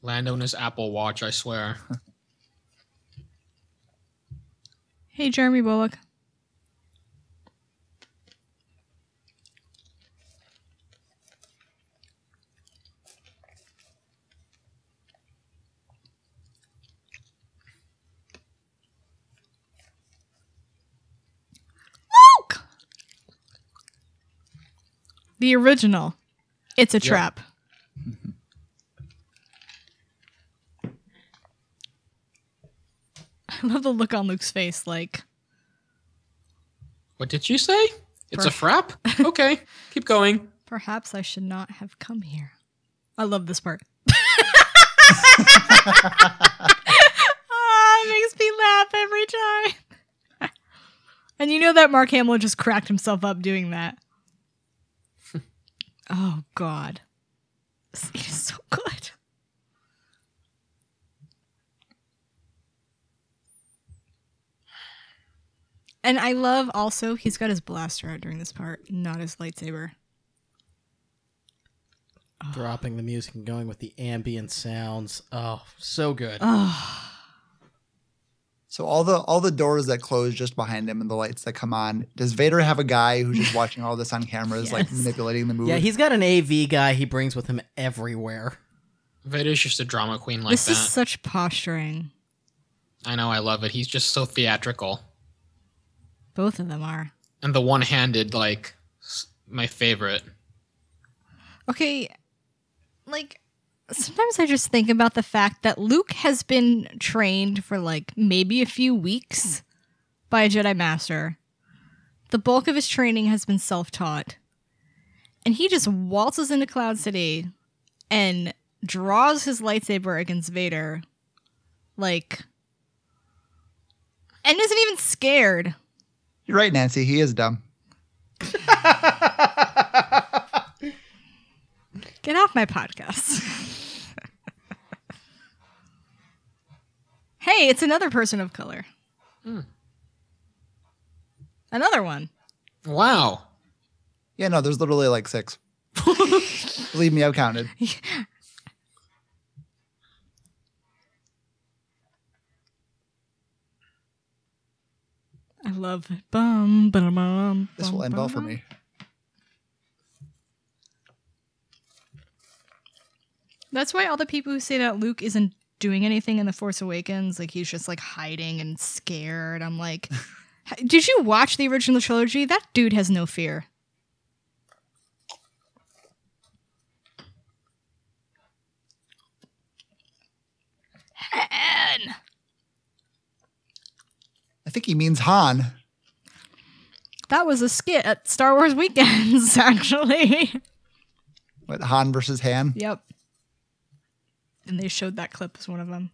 Speaker 4: Lando and his Apple Watch. I swear.
Speaker 2: hey, Jeremy Bullock. Luke! The original. It's a trap. [laughs] I love the look on Luke's face like,
Speaker 4: What did you say? It's a frap.
Speaker 2: [laughs]
Speaker 4: Okay, keep going.
Speaker 2: Perhaps I should not have come here. I love this part. [laughs] Ah, it makes me laugh every time. [laughs] and you know that Mark Hamill just cracked himself up doing that. oh God, this scene is so good. And I love also he's got his blaster out during this part, not his lightsaber.
Speaker 1: Dropping the music and going with the ambient sounds. Oh, so good.
Speaker 2: Oh,
Speaker 3: So all the all the doors that close just behind him and the lights that come on. Does Vader have a guy who's just watching all this on camera, is like
Speaker 2: Yes.
Speaker 3: manipulating the movie?
Speaker 1: yeah, he's got an AV guy he brings with him everywhere.
Speaker 4: Vader's just a drama queen like
Speaker 2: this
Speaker 4: that.
Speaker 2: is such posturing.
Speaker 4: I know. I love it. He's just so theatrical.
Speaker 2: Both of them are.
Speaker 4: And the one-handed, like s- my favorite.
Speaker 2: Okay, like sometimes I just think about the fact that Luke has been trained for like maybe a few weeks by a Jedi Master. The bulk of his training has been self taught. And he just waltzes into Cloud City and draws his lightsaber against Vader. Like, and isn't even scared.
Speaker 3: You're right, Nancy. He is dumb.
Speaker 2: Get off my podcast. [laughs] hey, it's another person of color. Another one.
Speaker 4: Wow.
Speaker 3: Yeah, no, there's literally like six. Believe me, I've counted.
Speaker 2: I love it. Bum, bum, bum,
Speaker 3: This will
Speaker 2: bum,
Speaker 3: end well
Speaker 2: bum,
Speaker 3: for
Speaker 2: bum.
Speaker 3: me.
Speaker 2: That's why all the people who say that Luke isn't doing anything in The Force Awakens, like he's just like hiding and scared. I'm like, did you watch the original trilogy? That dude has no fear. Han!
Speaker 3: I think he means Han.
Speaker 2: That was a skit at Star Wars Weekends, [laughs] actually.
Speaker 3: What Han versus Han?
Speaker 2: Yep. And they showed that clip as one of them.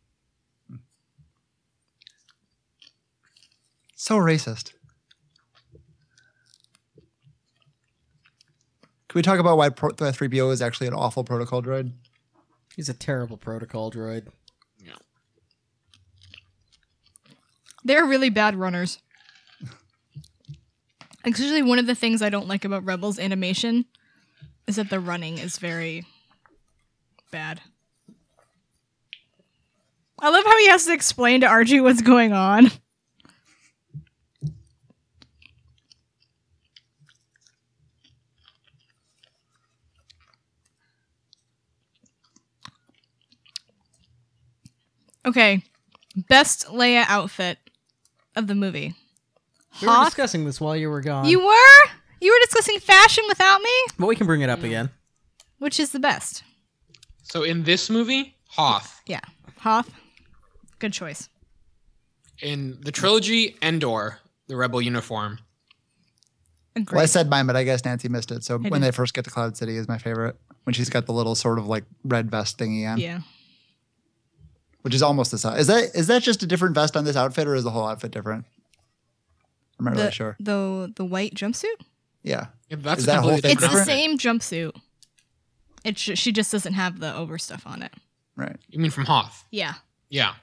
Speaker 3: So racist. Can we talk about why Pro- 3PO is actually an awful protocol droid?
Speaker 1: He's a terrible protocol droid.
Speaker 2: They're really bad runners. It's usually one of the things I don't like about Rebels animation is that the running is very bad. I love how he has to explain to Archie what's going on. Okay. Best Leia outfit of the movie.
Speaker 1: We were
Speaker 2: Hoth?
Speaker 1: discussing this while you were gone,
Speaker 2: You were? You were discussing fashion without me?
Speaker 1: but we can bring it up again.
Speaker 2: Which is the best?
Speaker 4: So in this movie, Hoth.
Speaker 2: Yeah. Hoth? Good choice.
Speaker 4: In the trilogy, Endor, the rebel uniform.
Speaker 2: Agreed.
Speaker 3: Well, I said mine, but I guess Nancy missed it. So when
Speaker 2: did.
Speaker 3: they first get to Cloud City is my favorite. When she's got the little sort of like red vest thingy on,
Speaker 2: yeah.
Speaker 3: which is almost the size. Is that is that just a different vest on this outfit, or is the whole outfit different? I'm not
Speaker 2: The,
Speaker 3: really sure.
Speaker 2: the the white jumpsuit?
Speaker 3: Yeah,
Speaker 4: Yeah, That's
Speaker 3: Is that
Speaker 4: completely
Speaker 3: whole thing
Speaker 2: It's
Speaker 4: different
Speaker 2: the
Speaker 3: different?
Speaker 4: outfit.
Speaker 2: same jumpsuit. It sh- she just doesn't have the over stuff on it.
Speaker 3: right.
Speaker 4: You mean from Hoth?
Speaker 2: Yeah.
Speaker 4: Yeah.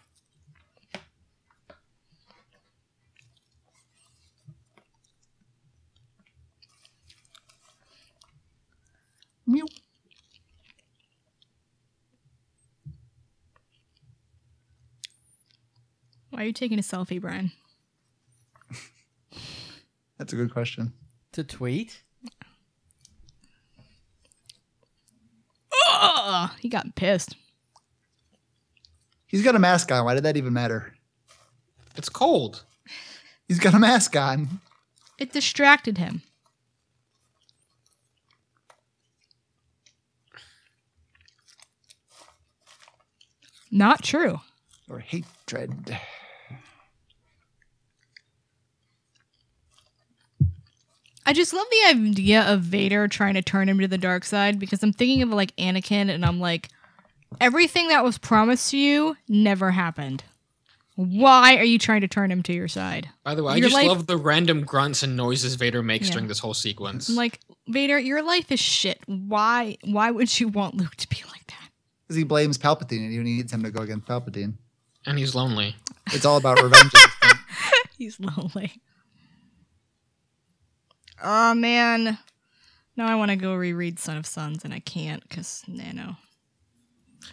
Speaker 3: Meow.
Speaker 2: Why are you taking a selfie, Brian?
Speaker 3: That's a good question.
Speaker 1: To tweet.
Speaker 2: Ugh! He got pissed.
Speaker 3: He's got a mask on. Why did that even matter?
Speaker 4: It's cold.
Speaker 3: He's got a mask on.
Speaker 2: It distracted him. Not true.
Speaker 3: Or hatred.
Speaker 2: I just love the idea of Vader trying to turn him to the dark side because I'm thinking of like Anakin and I'm like, everything that was promised to you never happened. Why are you trying to turn him to your side?
Speaker 4: By the way, I
Speaker 2: Your
Speaker 4: just
Speaker 2: life-
Speaker 4: love the random grunts and noises Vader makes
Speaker 2: Yeah.
Speaker 4: during this whole sequence.
Speaker 2: I'm like, Vader, your life is shit. Why why would you want Luke to be like that? [laughs]
Speaker 3: Because he blames Palpatine and he needs him to go against Palpatine.
Speaker 4: and he's lonely.
Speaker 3: It's all about revenge.
Speaker 2: He's lonely. Oh man. Now I want to go reread Son of Sons and I can't because Nano.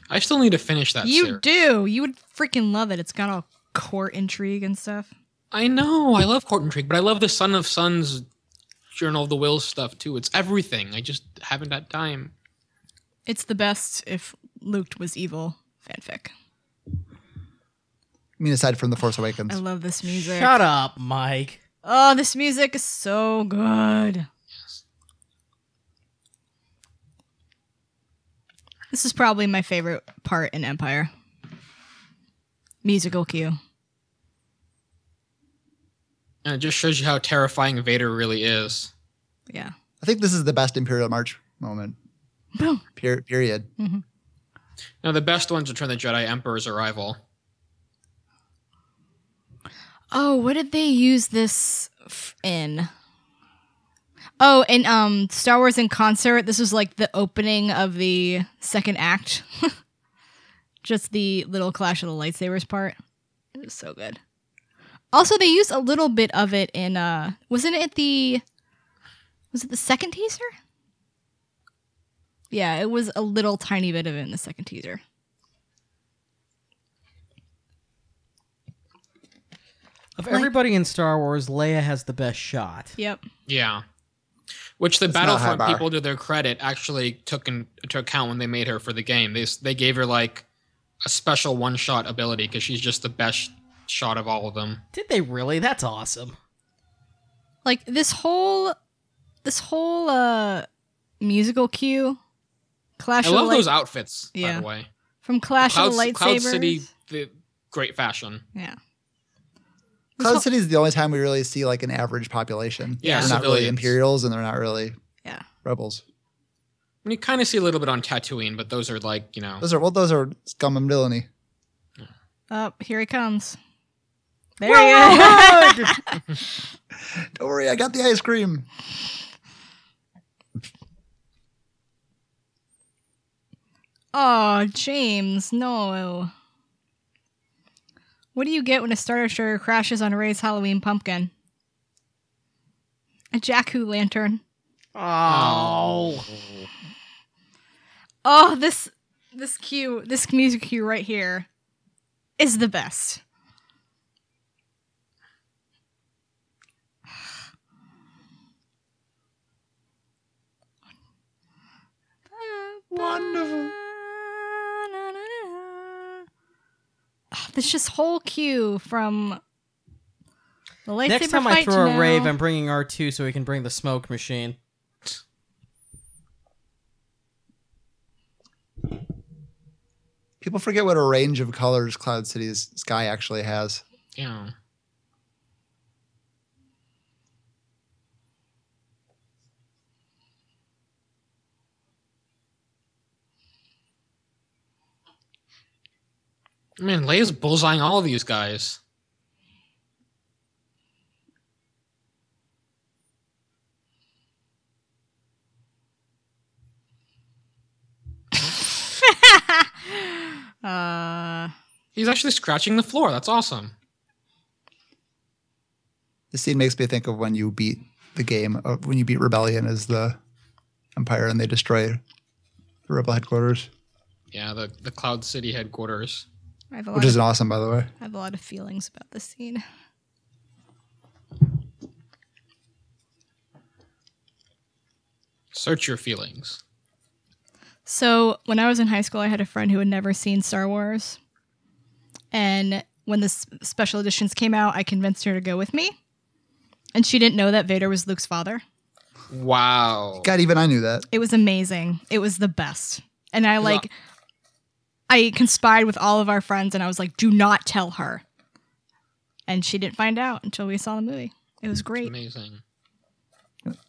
Speaker 4: I still need to finish that
Speaker 2: you
Speaker 4: series.
Speaker 2: do. You would freaking love it. It's got all court intrigue and stuff.
Speaker 4: I know. I love Court Intrigue, but I love the Son of Sons Journal of the Wills stuff too. It's everything. I just haven't had time.
Speaker 2: It's the best if Luke was evil fanfic.
Speaker 3: I mean, aside from The Force
Speaker 2: I
Speaker 3: Awakens.
Speaker 2: love this music.
Speaker 1: Shut up, Mike.
Speaker 2: Oh, this music is so good. This is probably my favorite part in Empire. Musical cue.
Speaker 4: And it just shows you how terrifying Vader really is.
Speaker 2: Yeah.
Speaker 3: I think this is the best Imperial March moment.
Speaker 2: Boom.
Speaker 3: Per- period.
Speaker 4: Now the best ones Return of the Jedi Emperor's Arrival.
Speaker 2: Oh, what did they use this f- in? Oh, in um Star Wars in concert. This was like the opening of the second act. [laughs] Just the little clash of the lightsabers part. It was so good. Also, they used a little bit of it in uh wasn't it the was it the second teaser? Yeah, it was a little tiny bit of it in the second teaser.
Speaker 1: Of
Speaker 2: Like-
Speaker 1: everybody in Star Wars, Leia has the best shot.
Speaker 2: Yep.
Speaker 4: Yeah. Which the
Speaker 3: It's not a high
Speaker 4: Battlefront
Speaker 3: bar.
Speaker 4: people, to their credit, actually took in, into account when they made her for the game. They s- they gave her like a special one shot ability because she's just the best shot of all of them.
Speaker 1: Did they really? That's awesome.
Speaker 2: like this whole this whole uh musical cue clash
Speaker 4: I
Speaker 2: of
Speaker 4: love
Speaker 2: the Light-
Speaker 4: those outfits.
Speaker 2: Yeah.
Speaker 4: By the way,
Speaker 2: from clash
Speaker 4: Cloud,
Speaker 2: of the lightsabers
Speaker 4: Cloud City, the great fashion.
Speaker 2: yeah This
Speaker 3: Cloud
Speaker 2: whole-
Speaker 3: City is the only time we really see like an average population.
Speaker 4: Yeah,
Speaker 3: They're not really
Speaker 4: civilians.
Speaker 3: Imperials and they're not really
Speaker 2: Yeah.
Speaker 3: rebels.
Speaker 4: I mean, you kind of see a little bit on Tatooine, but those are like you know.
Speaker 3: Those are, well, those are scum and villainy.
Speaker 2: oh here he comes there he is [laughs]
Speaker 3: Don't worry, I got the ice cream.
Speaker 2: oh james no what do you get when a star destroyer crashes on Ray's halloween pumpkin a jack-o' lantern
Speaker 1: Oh.
Speaker 2: Oh, this this cue, this music cue right here is the best.
Speaker 3: Wonderful.
Speaker 2: Oh, There's just whole queue from the lightsaber
Speaker 1: Next time
Speaker 2: fight
Speaker 1: I throw
Speaker 2: to
Speaker 1: a rave,
Speaker 2: now.
Speaker 1: I'm bringing R2 so he can bring the smoke machine.
Speaker 3: People forget what a range of colors Cloud City's sky actually has.
Speaker 4: Yeah. I mean, Leia's bullseyeing all of these guys.
Speaker 2: [laughs] uh,
Speaker 4: He's actually scratching the floor. That's awesome.
Speaker 3: This scene makes me think of when you beat the game, uh, when you beat Rebellion as the Empire and they destroy the Rebel headquarters,
Speaker 4: Yeah, the, the Cloud City headquarters.
Speaker 2: I have a lot
Speaker 3: which
Speaker 2: of
Speaker 3: is awesome, by the way.
Speaker 2: I have a lot of feelings about this scene.
Speaker 4: Search your feelings.
Speaker 2: So, when I was in high school, I had a friend who had never seen Star Wars. And when the s- special editions came out, I convinced her to go with me. And she didn't know that Vader was Luke's father.
Speaker 4: Wow.
Speaker 3: God, even I knew that.
Speaker 2: It was amazing. It was the best. And I
Speaker 4: Is
Speaker 2: like I conspired with all of our friends and I was like, "Do not tell her." And she didn't find out until we saw the movie. It was
Speaker 4: It's
Speaker 2: great.
Speaker 4: amazing.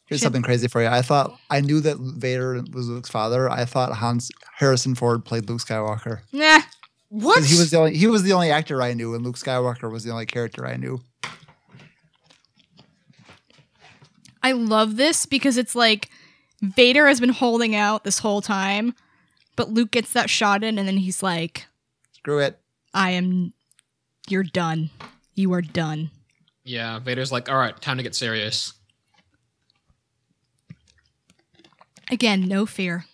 Speaker 3: Here's
Speaker 2: Shit.
Speaker 3: something crazy for you. I thought I knew that Vader was Luke's father. I thought Hans Harrison Ford played Luke Skywalker.
Speaker 2: Nah. [laughs]
Speaker 4: What?
Speaker 3: 'Cause He was the only he was the only actor I knew, and Luke Skywalker was the only character I knew.
Speaker 2: I love this because it's like Vader has been holding out this whole time, but Luke gets that shot in and then he's like,
Speaker 3: Screw it.
Speaker 2: "I am you're done. You are done."
Speaker 4: yeah, Vader's like, all right, time to get serious.
Speaker 2: Again, no fear.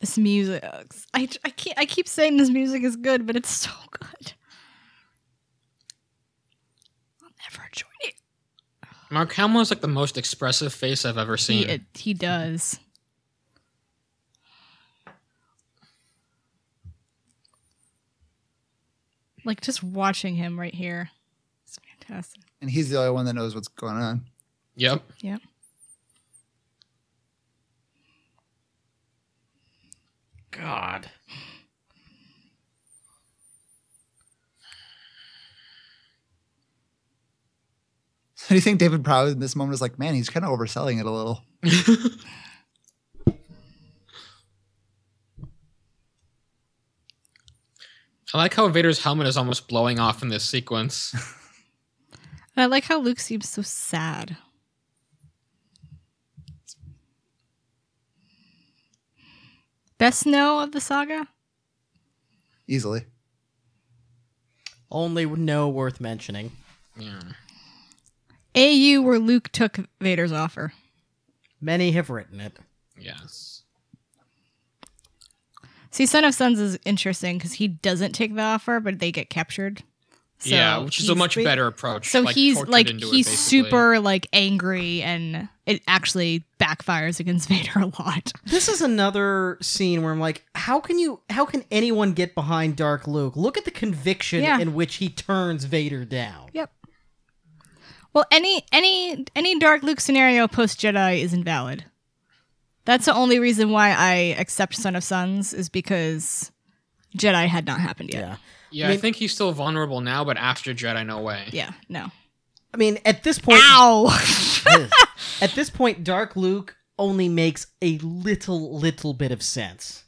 Speaker 2: This music, I, I can't. I keep saying this music is good, but it's so good. I'll never join it.
Speaker 4: Mark Hamill is like the most expressive face I've ever
Speaker 2: He,
Speaker 4: seen.
Speaker 2: it, he does. Like just watching him right here, it's fantastic.
Speaker 3: And he's the only one that knows what's going on. [laughs]
Speaker 4: yep.
Speaker 1: God.
Speaker 3: So do you think David Proud in this moment is like, man, he's kind of overselling it a little?
Speaker 4: I like how Vader's helmet is almost blowing off in this sequence.
Speaker 2: And I like how Luke seems so sad. Best know of the saga?
Speaker 3: Easily.
Speaker 1: Only no worth mentioning.
Speaker 4: yeah.
Speaker 2: AU where Luke took Vader's offer.
Speaker 1: Many have written it.
Speaker 4: Yes.
Speaker 2: See, Son of Sons is interesting because he doesn't take the offer, but they get captured. So
Speaker 4: yeah, which is a
Speaker 2: he's-
Speaker 4: much better approach.
Speaker 2: So he's
Speaker 4: tortured
Speaker 2: like
Speaker 4: into it,
Speaker 2: he's
Speaker 4: basically.
Speaker 2: super like angry and it actually backfires against [laughs] Vader a lot.
Speaker 1: This is another scene where I'm like, how can you how can anyone get behind Dark Luke? Look at the conviction
Speaker 2: Yeah.
Speaker 1: in which he turns Vader down.
Speaker 2: Yep. Well, any any any Dark Luke scenario post Jedi is invalid. That's the only reason why I accept Son of Sons is because Jedi had not happened yet.
Speaker 1: Yeah.
Speaker 4: Yeah, I think he's still vulnerable now, but after Jedi, no way.
Speaker 2: Yeah, no.
Speaker 1: I mean, at this point
Speaker 2: Ow! [laughs]
Speaker 1: Ugh. at [laughs] this point Dark Luke only makes a little little bit of sense.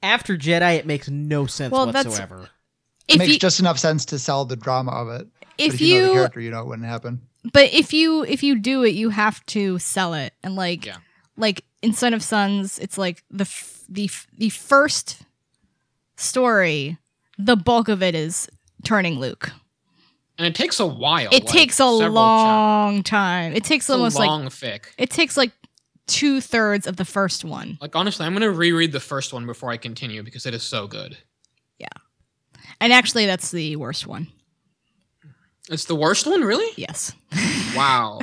Speaker 1: After Jedi it makes no sense
Speaker 2: Well, that's-
Speaker 1: whatsoever.
Speaker 3: It
Speaker 2: if
Speaker 3: makes
Speaker 2: you,
Speaker 3: just enough sense to sell the drama of it. but
Speaker 2: if
Speaker 3: if you, know the
Speaker 2: you,
Speaker 3: character, you know it wouldn't happen.
Speaker 2: but if you, if you do it, you have to sell it, and like,
Speaker 4: Yeah.
Speaker 2: like in Son of Sons, it's like the f- the f- the first story, the bulk of it is turning Luke.
Speaker 4: And it takes a while.
Speaker 2: it
Speaker 4: like,
Speaker 2: takes a
Speaker 4: several chap-
Speaker 2: long time. It takes
Speaker 4: It's a
Speaker 2: almost like
Speaker 4: long fic.
Speaker 2: it takes like two thirds of the first one,
Speaker 4: Like honestly, I'm gonna reread the first one before I continue because it is so good.
Speaker 2: and actually, that's the worst one.
Speaker 4: It's
Speaker 2: [laughs]
Speaker 4: the worst one, really.
Speaker 2: Yes,
Speaker 4: Wow.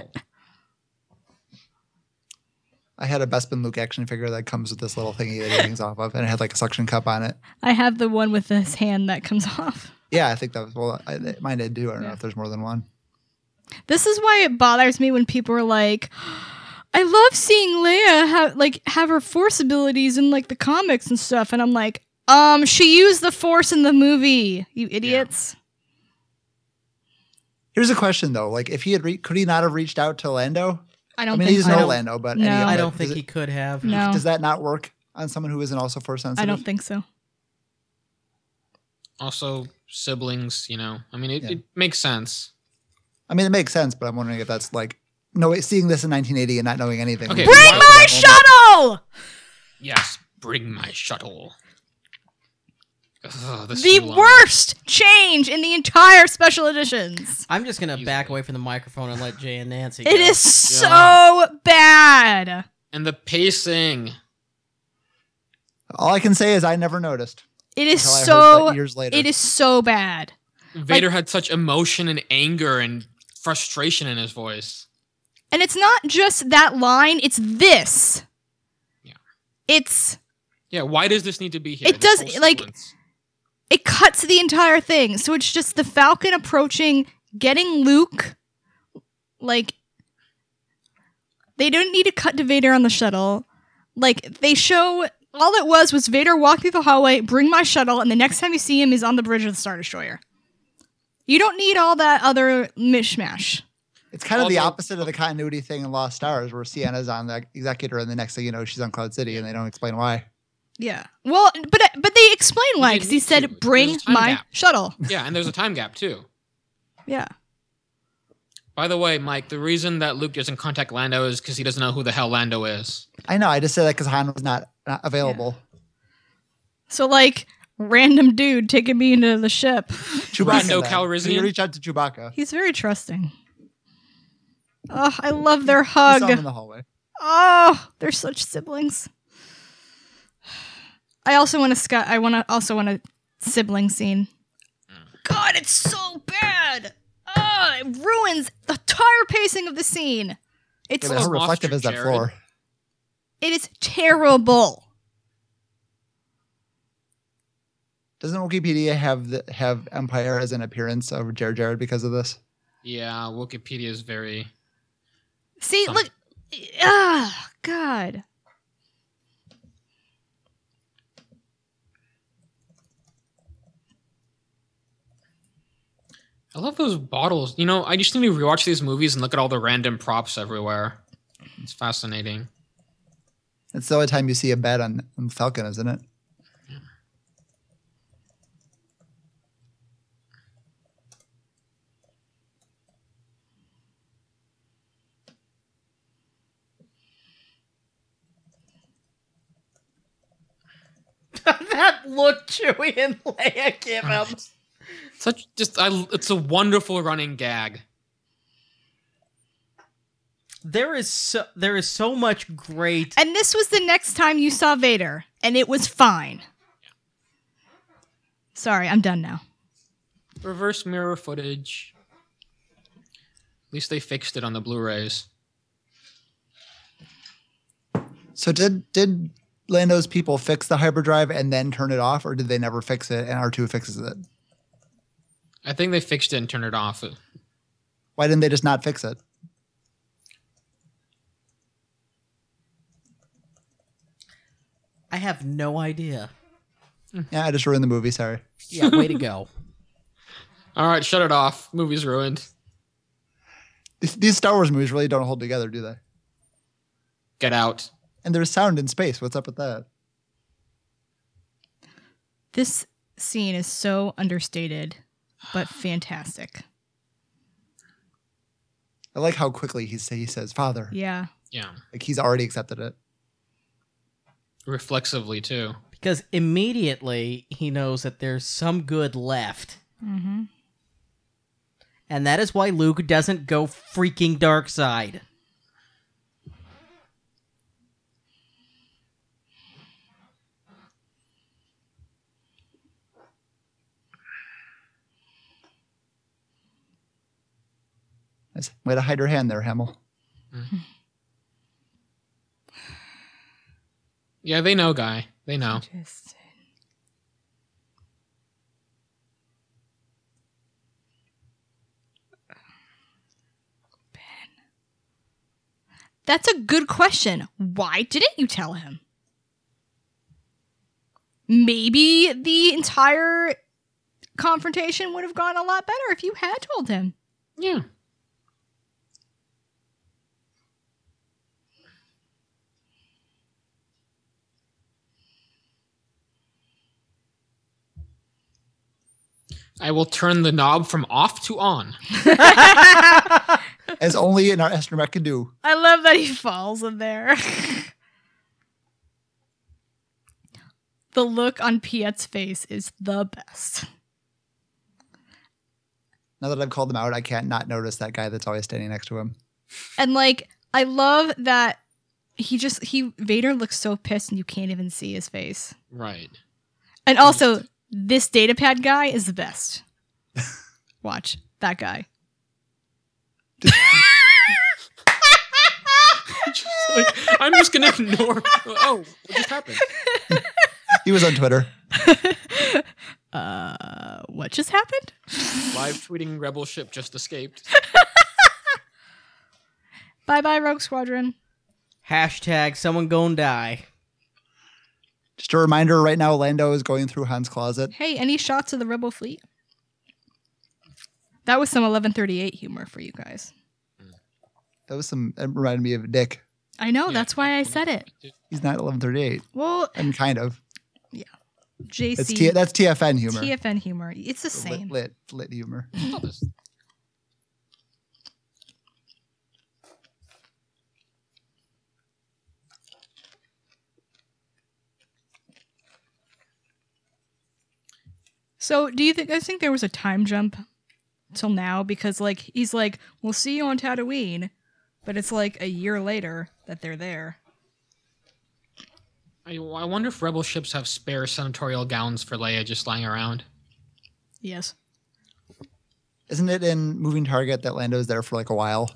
Speaker 3: I had a Bespin Luke action figure that comes with this little thingy that he hangs off of, and it had like a suction cup on it.
Speaker 2: I have the one with his hand that comes [laughs] off.
Speaker 3: Yeah, I think that was well. I, it- mine did do. I don't know
Speaker 2: Yeah.
Speaker 3: if there's more than one.
Speaker 2: This is why it bothers me when people are like, "I love seeing Leia have like have her force abilities in like the comics and stuff," and I'm like, "Um, she used the force in the movie, you idiots."
Speaker 3: Here's a question though: like, if he had re- could he not have reached out to Lando?
Speaker 2: I
Speaker 3: I,
Speaker 2: don't
Speaker 3: mean,
Speaker 2: think
Speaker 3: he's
Speaker 1: so. I
Speaker 3: no
Speaker 1: don't-
Speaker 3: Lando, but
Speaker 2: No.
Speaker 3: any other,
Speaker 1: I don't think
Speaker 3: does,
Speaker 1: he
Speaker 3: it-
Speaker 1: could have.
Speaker 2: No,
Speaker 3: does that not work on someone who isn't also force sensitive?
Speaker 2: Oh. I don't think so.
Speaker 4: Also, siblings, you know. I mean, it,
Speaker 3: Yeah.
Speaker 4: it makes sense.
Speaker 3: I mean, it makes sense, but I'm wondering if that's like no wait, seeing this in 1980 and not knowing anything. Why
Speaker 4: Okay.
Speaker 2: Bring
Speaker 3: was
Speaker 4: Why-
Speaker 2: my
Speaker 3: that moment-
Speaker 2: shuttle.
Speaker 4: Yes, bring my shuttle. Ugh, this
Speaker 2: The
Speaker 4: is long.
Speaker 2: worst change in the entire special editions.
Speaker 1: I'm just gonna back
Speaker 4: Easily.
Speaker 1: away from the microphone and let Jay and Nancy.
Speaker 2: It
Speaker 1: go.
Speaker 2: is so bad.
Speaker 4: And the pacing.
Speaker 3: All I can say is I never noticed
Speaker 2: It is
Speaker 3: until I heard
Speaker 2: so.
Speaker 3: that years later.
Speaker 2: It is so bad.
Speaker 4: Vader had such emotion and anger and frustration in his voice.
Speaker 2: And it's not just that line, it's this.
Speaker 4: Yeah.
Speaker 2: It's
Speaker 4: Yeah, why does this need to be here?
Speaker 2: It
Speaker 4: This
Speaker 2: does-
Speaker 4: whole
Speaker 2: like-
Speaker 4: sequence.
Speaker 2: it cuts the entire thing. So it's just the Falcon approaching, getting Luke. Like they don't need to cut to Vader on the shuttle. Like they show all it was was Vader walk through the hallway, bring my shuttle, and the next time you see him, he's on the bridge of the Star Destroyer. You don't need all that other mishmash.
Speaker 3: It's kind of the
Speaker 4: Although-
Speaker 3: opposite of the continuity thing in Lost Stars, where Sienna's on the executor, and the next thing you know, she's on Cloud City, and they don't explain why.
Speaker 2: Yeah. Well, but but they explain why because
Speaker 4: didn't
Speaker 2: he
Speaker 4: need to.
Speaker 2: said,
Speaker 4: There's a
Speaker 2: "Bring
Speaker 4: time
Speaker 2: my
Speaker 4: gap."
Speaker 2: shuttle."
Speaker 4: Yeah, and there's a time gap too.
Speaker 2: Yeah.
Speaker 4: By the way, Mike, the reason that Luke doesn't contact Lando is because he doesn't know who the hell Lando is.
Speaker 3: I know. I just said that because Han was not, not available.
Speaker 2: So like random dude taking me into the ship.
Speaker 3: Chewbacca.
Speaker 4: Lando
Speaker 3: then.
Speaker 4: Calrissian?
Speaker 3: You reach out to Chewbacca.
Speaker 2: He's very trusting. Oh, I love their
Speaker 3: You saw him in
Speaker 2: hug.
Speaker 3: the hallway.
Speaker 2: Oh, they're such siblings. I also want a sky. I want to also want a sibling scene. God, it's so bad. Oh, it ruins the entire pacing of the scene. It's
Speaker 3: Yeah, but how
Speaker 4: Lost
Speaker 3: reflective is that
Speaker 4: Jared.
Speaker 3: floor?
Speaker 2: it is terrible.
Speaker 3: Doesn't Wikipedia have the, have Empire as an appearance of Jared Jared because of this?
Speaker 4: Yeah, Wikipedia is very.
Speaker 2: See,
Speaker 4: Some-
Speaker 2: look. Ah, God.
Speaker 4: I love those bottles. You know, I just need to rewatch these movies and look at all the random props everywhere. It's fascinating.
Speaker 3: It's the only time you see a bed on, on Falcon, isn't it?
Speaker 1: [laughs] that look Chewie and [laughs] Leia give him.
Speaker 4: Such just, I, it's a wonderful running gag.
Speaker 1: There is so there is so much great.
Speaker 2: And this was the next time you saw Vader, and it was fine. Sorry, I'm done now.
Speaker 4: Reverse mirror footage. At least they fixed it on the Blu-rays.
Speaker 3: So did did Lando's people fix the hyperdrive and then turn it off, or did they never fix it and R two fixes it?
Speaker 4: I think they fixed it and turned it off.
Speaker 3: Why didn't they just not fix it?
Speaker 1: I have no idea.
Speaker 3: Yeah, I just ruined the movie. Sorry.
Speaker 1: Yeah, way to go.
Speaker 4: All right, shut it off. Movie's ruined.
Speaker 3: These- These Star Wars movies really don't hold together, do they?
Speaker 4: Get out.
Speaker 3: And there's sound in space. What's up with that?
Speaker 2: This scene is so understated, but fantastic.
Speaker 3: I like how quickly he say he says father.
Speaker 2: Yeah.
Speaker 4: Yeah.
Speaker 3: Like he's already accepted it.
Speaker 4: Reflexively too.
Speaker 1: Because immediately he knows that there's some good left,
Speaker 2: Mm-hmm.
Speaker 1: and that is why Luke doesn't go freaking dark side.
Speaker 3: Nice. Way to hide your hand there, Hamill.
Speaker 4: Yeah, they know, guy. They know.
Speaker 2: Interesting. Ben. That's a good question. Why didn't you tell him? Maybe the entire confrontation would have gone a lot better if you had told him.
Speaker 4: Yeah. I will turn the knob from off to on.
Speaker 2: I
Speaker 3: [laughs] as only an astromech can do.
Speaker 2: love that he falls in there. [laughs] the look on Piet's face is the best.
Speaker 3: Now that I've called them out, I can't not notice that guy that's always standing next to him.
Speaker 2: And like I love that he just he Vader looks so pissed and you can't even see his face.
Speaker 4: Right. [laughs]
Speaker 2: And also this datapad guy is the best. Watch that guy. [laughs]
Speaker 4: Just like, I'm just gonna ignore. [laughs] Oh, what just happened?
Speaker 3: He was on Twitter.
Speaker 2: uh what just happened?
Speaker 4: Live tweeting rebel ship just escaped.
Speaker 2: Bye bye Rogue Squadron.
Speaker 1: Hashtag someone gonna die.
Speaker 3: Just a reminder right now, Lando is going through Han's closet.
Speaker 2: Hey, any shots of the Rebel fleet? That was some 1138 humor for you guys.
Speaker 3: That was some, it reminded me of Dick.
Speaker 2: I know,
Speaker 4: Yeah.
Speaker 2: that's why I said it.
Speaker 3: He's not 1138.
Speaker 2: Well,
Speaker 3: I mean, kind of.
Speaker 2: JC
Speaker 3: That's, T- that's TFN humor.
Speaker 2: TFN humor. It's the
Speaker 3: Lit,
Speaker 2: same.
Speaker 3: lit, lit humor.
Speaker 4: Oh, this-
Speaker 2: So, do you think I think there was a time jump till now because like he's like, "We'll see you on Tatooine," but it's like a year later that they're there.
Speaker 4: I, I wonder if rebel ships have spare senatorial gowns for Leia just lying around.
Speaker 2: Yes.
Speaker 3: Isn't it in Moving Target that Lando's there for like a while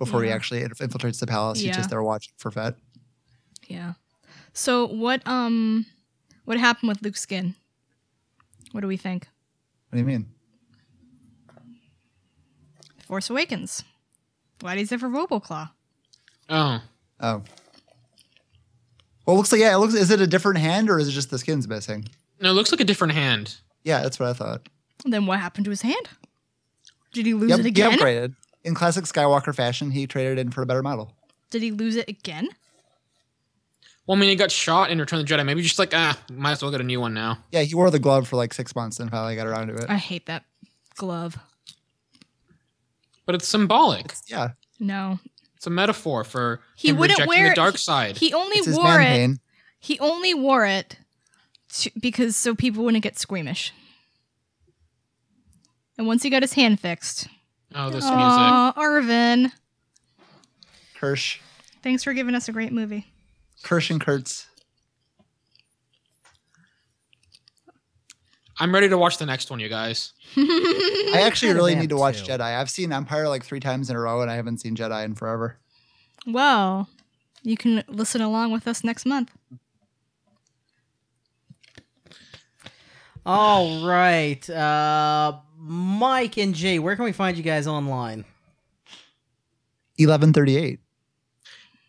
Speaker 3: before he
Speaker 2: Yeah.
Speaker 3: actually inf- infiltrates the palace?
Speaker 2: Yeah.
Speaker 3: He's just there watching for Fett.
Speaker 2: Yeah. So, what um what happened with Luke's skin? What do we think?
Speaker 3: What do you mean?
Speaker 2: Force Awakens. Why does he have a Roboclaw?
Speaker 4: Oh,
Speaker 3: Oh. Well, it looks like, yeah, it looks, is it a different hand or is it just the skin's missing?
Speaker 4: no, it looks like a different hand.
Speaker 3: Yeah, that's what I thought.
Speaker 2: Then what happened to his hand? Did he lose
Speaker 3: Yep,
Speaker 2: it
Speaker 3: he
Speaker 2: again?
Speaker 3: upgraded. In classic Skywalker fashion, he traded in for a better model.
Speaker 2: Did he lose it again?
Speaker 4: Well, I mean, he got shot in Return of the Jedi. Maybe just like, ah, might as well get a new one now.
Speaker 3: Yeah, he wore the glove for like six months and finally got around to it.
Speaker 2: I hate that glove.
Speaker 4: But it's symbolic. It's,
Speaker 3: yeah,
Speaker 2: No.
Speaker 4: a metaphor for
Speaker 2: He
Speaker 4: him
Speaker 2: wouldn't
Speaker 4: rejecting
Speaker 2: wear
Speaker 4: the
Speaker 2: it.
Speaker 4: dark side.
Speaker 2: He only
Speaker 3: it's his
Speaker 2: wore
Speaker 3: man
Speaker 2: it.
Speaker 3: pain.
Speaker 2: He only wore it to, because so people wouldn't get squeamish. And once he got his hand fixed,
Speaker 4: oh, this music.
Speaker 2: Aw, Arvin,
Speaker 3: Kirsch,
Speaker 2: thanks for giving us a great movie.
Speaker 3: Kirsch and Kurtz.
Speaker 4: I'm ready to watch the next one, you guys.
Speaker 3: I actually
Speaker 5: kind of
Speaker 3: really
Speaker 5: am
Speaker 3: need to watch
Speaker 5: too.
Speaker 3: Jedi. I've seen Empire like three times in a row, and I haven't seen Jedi in forever.
Speaker 2: well, you can listen along with us next month.
Speaker 1: All right, uh, Mike and Jay, where can we find you guys online?
Speaker 3: Eleven thirty-eight.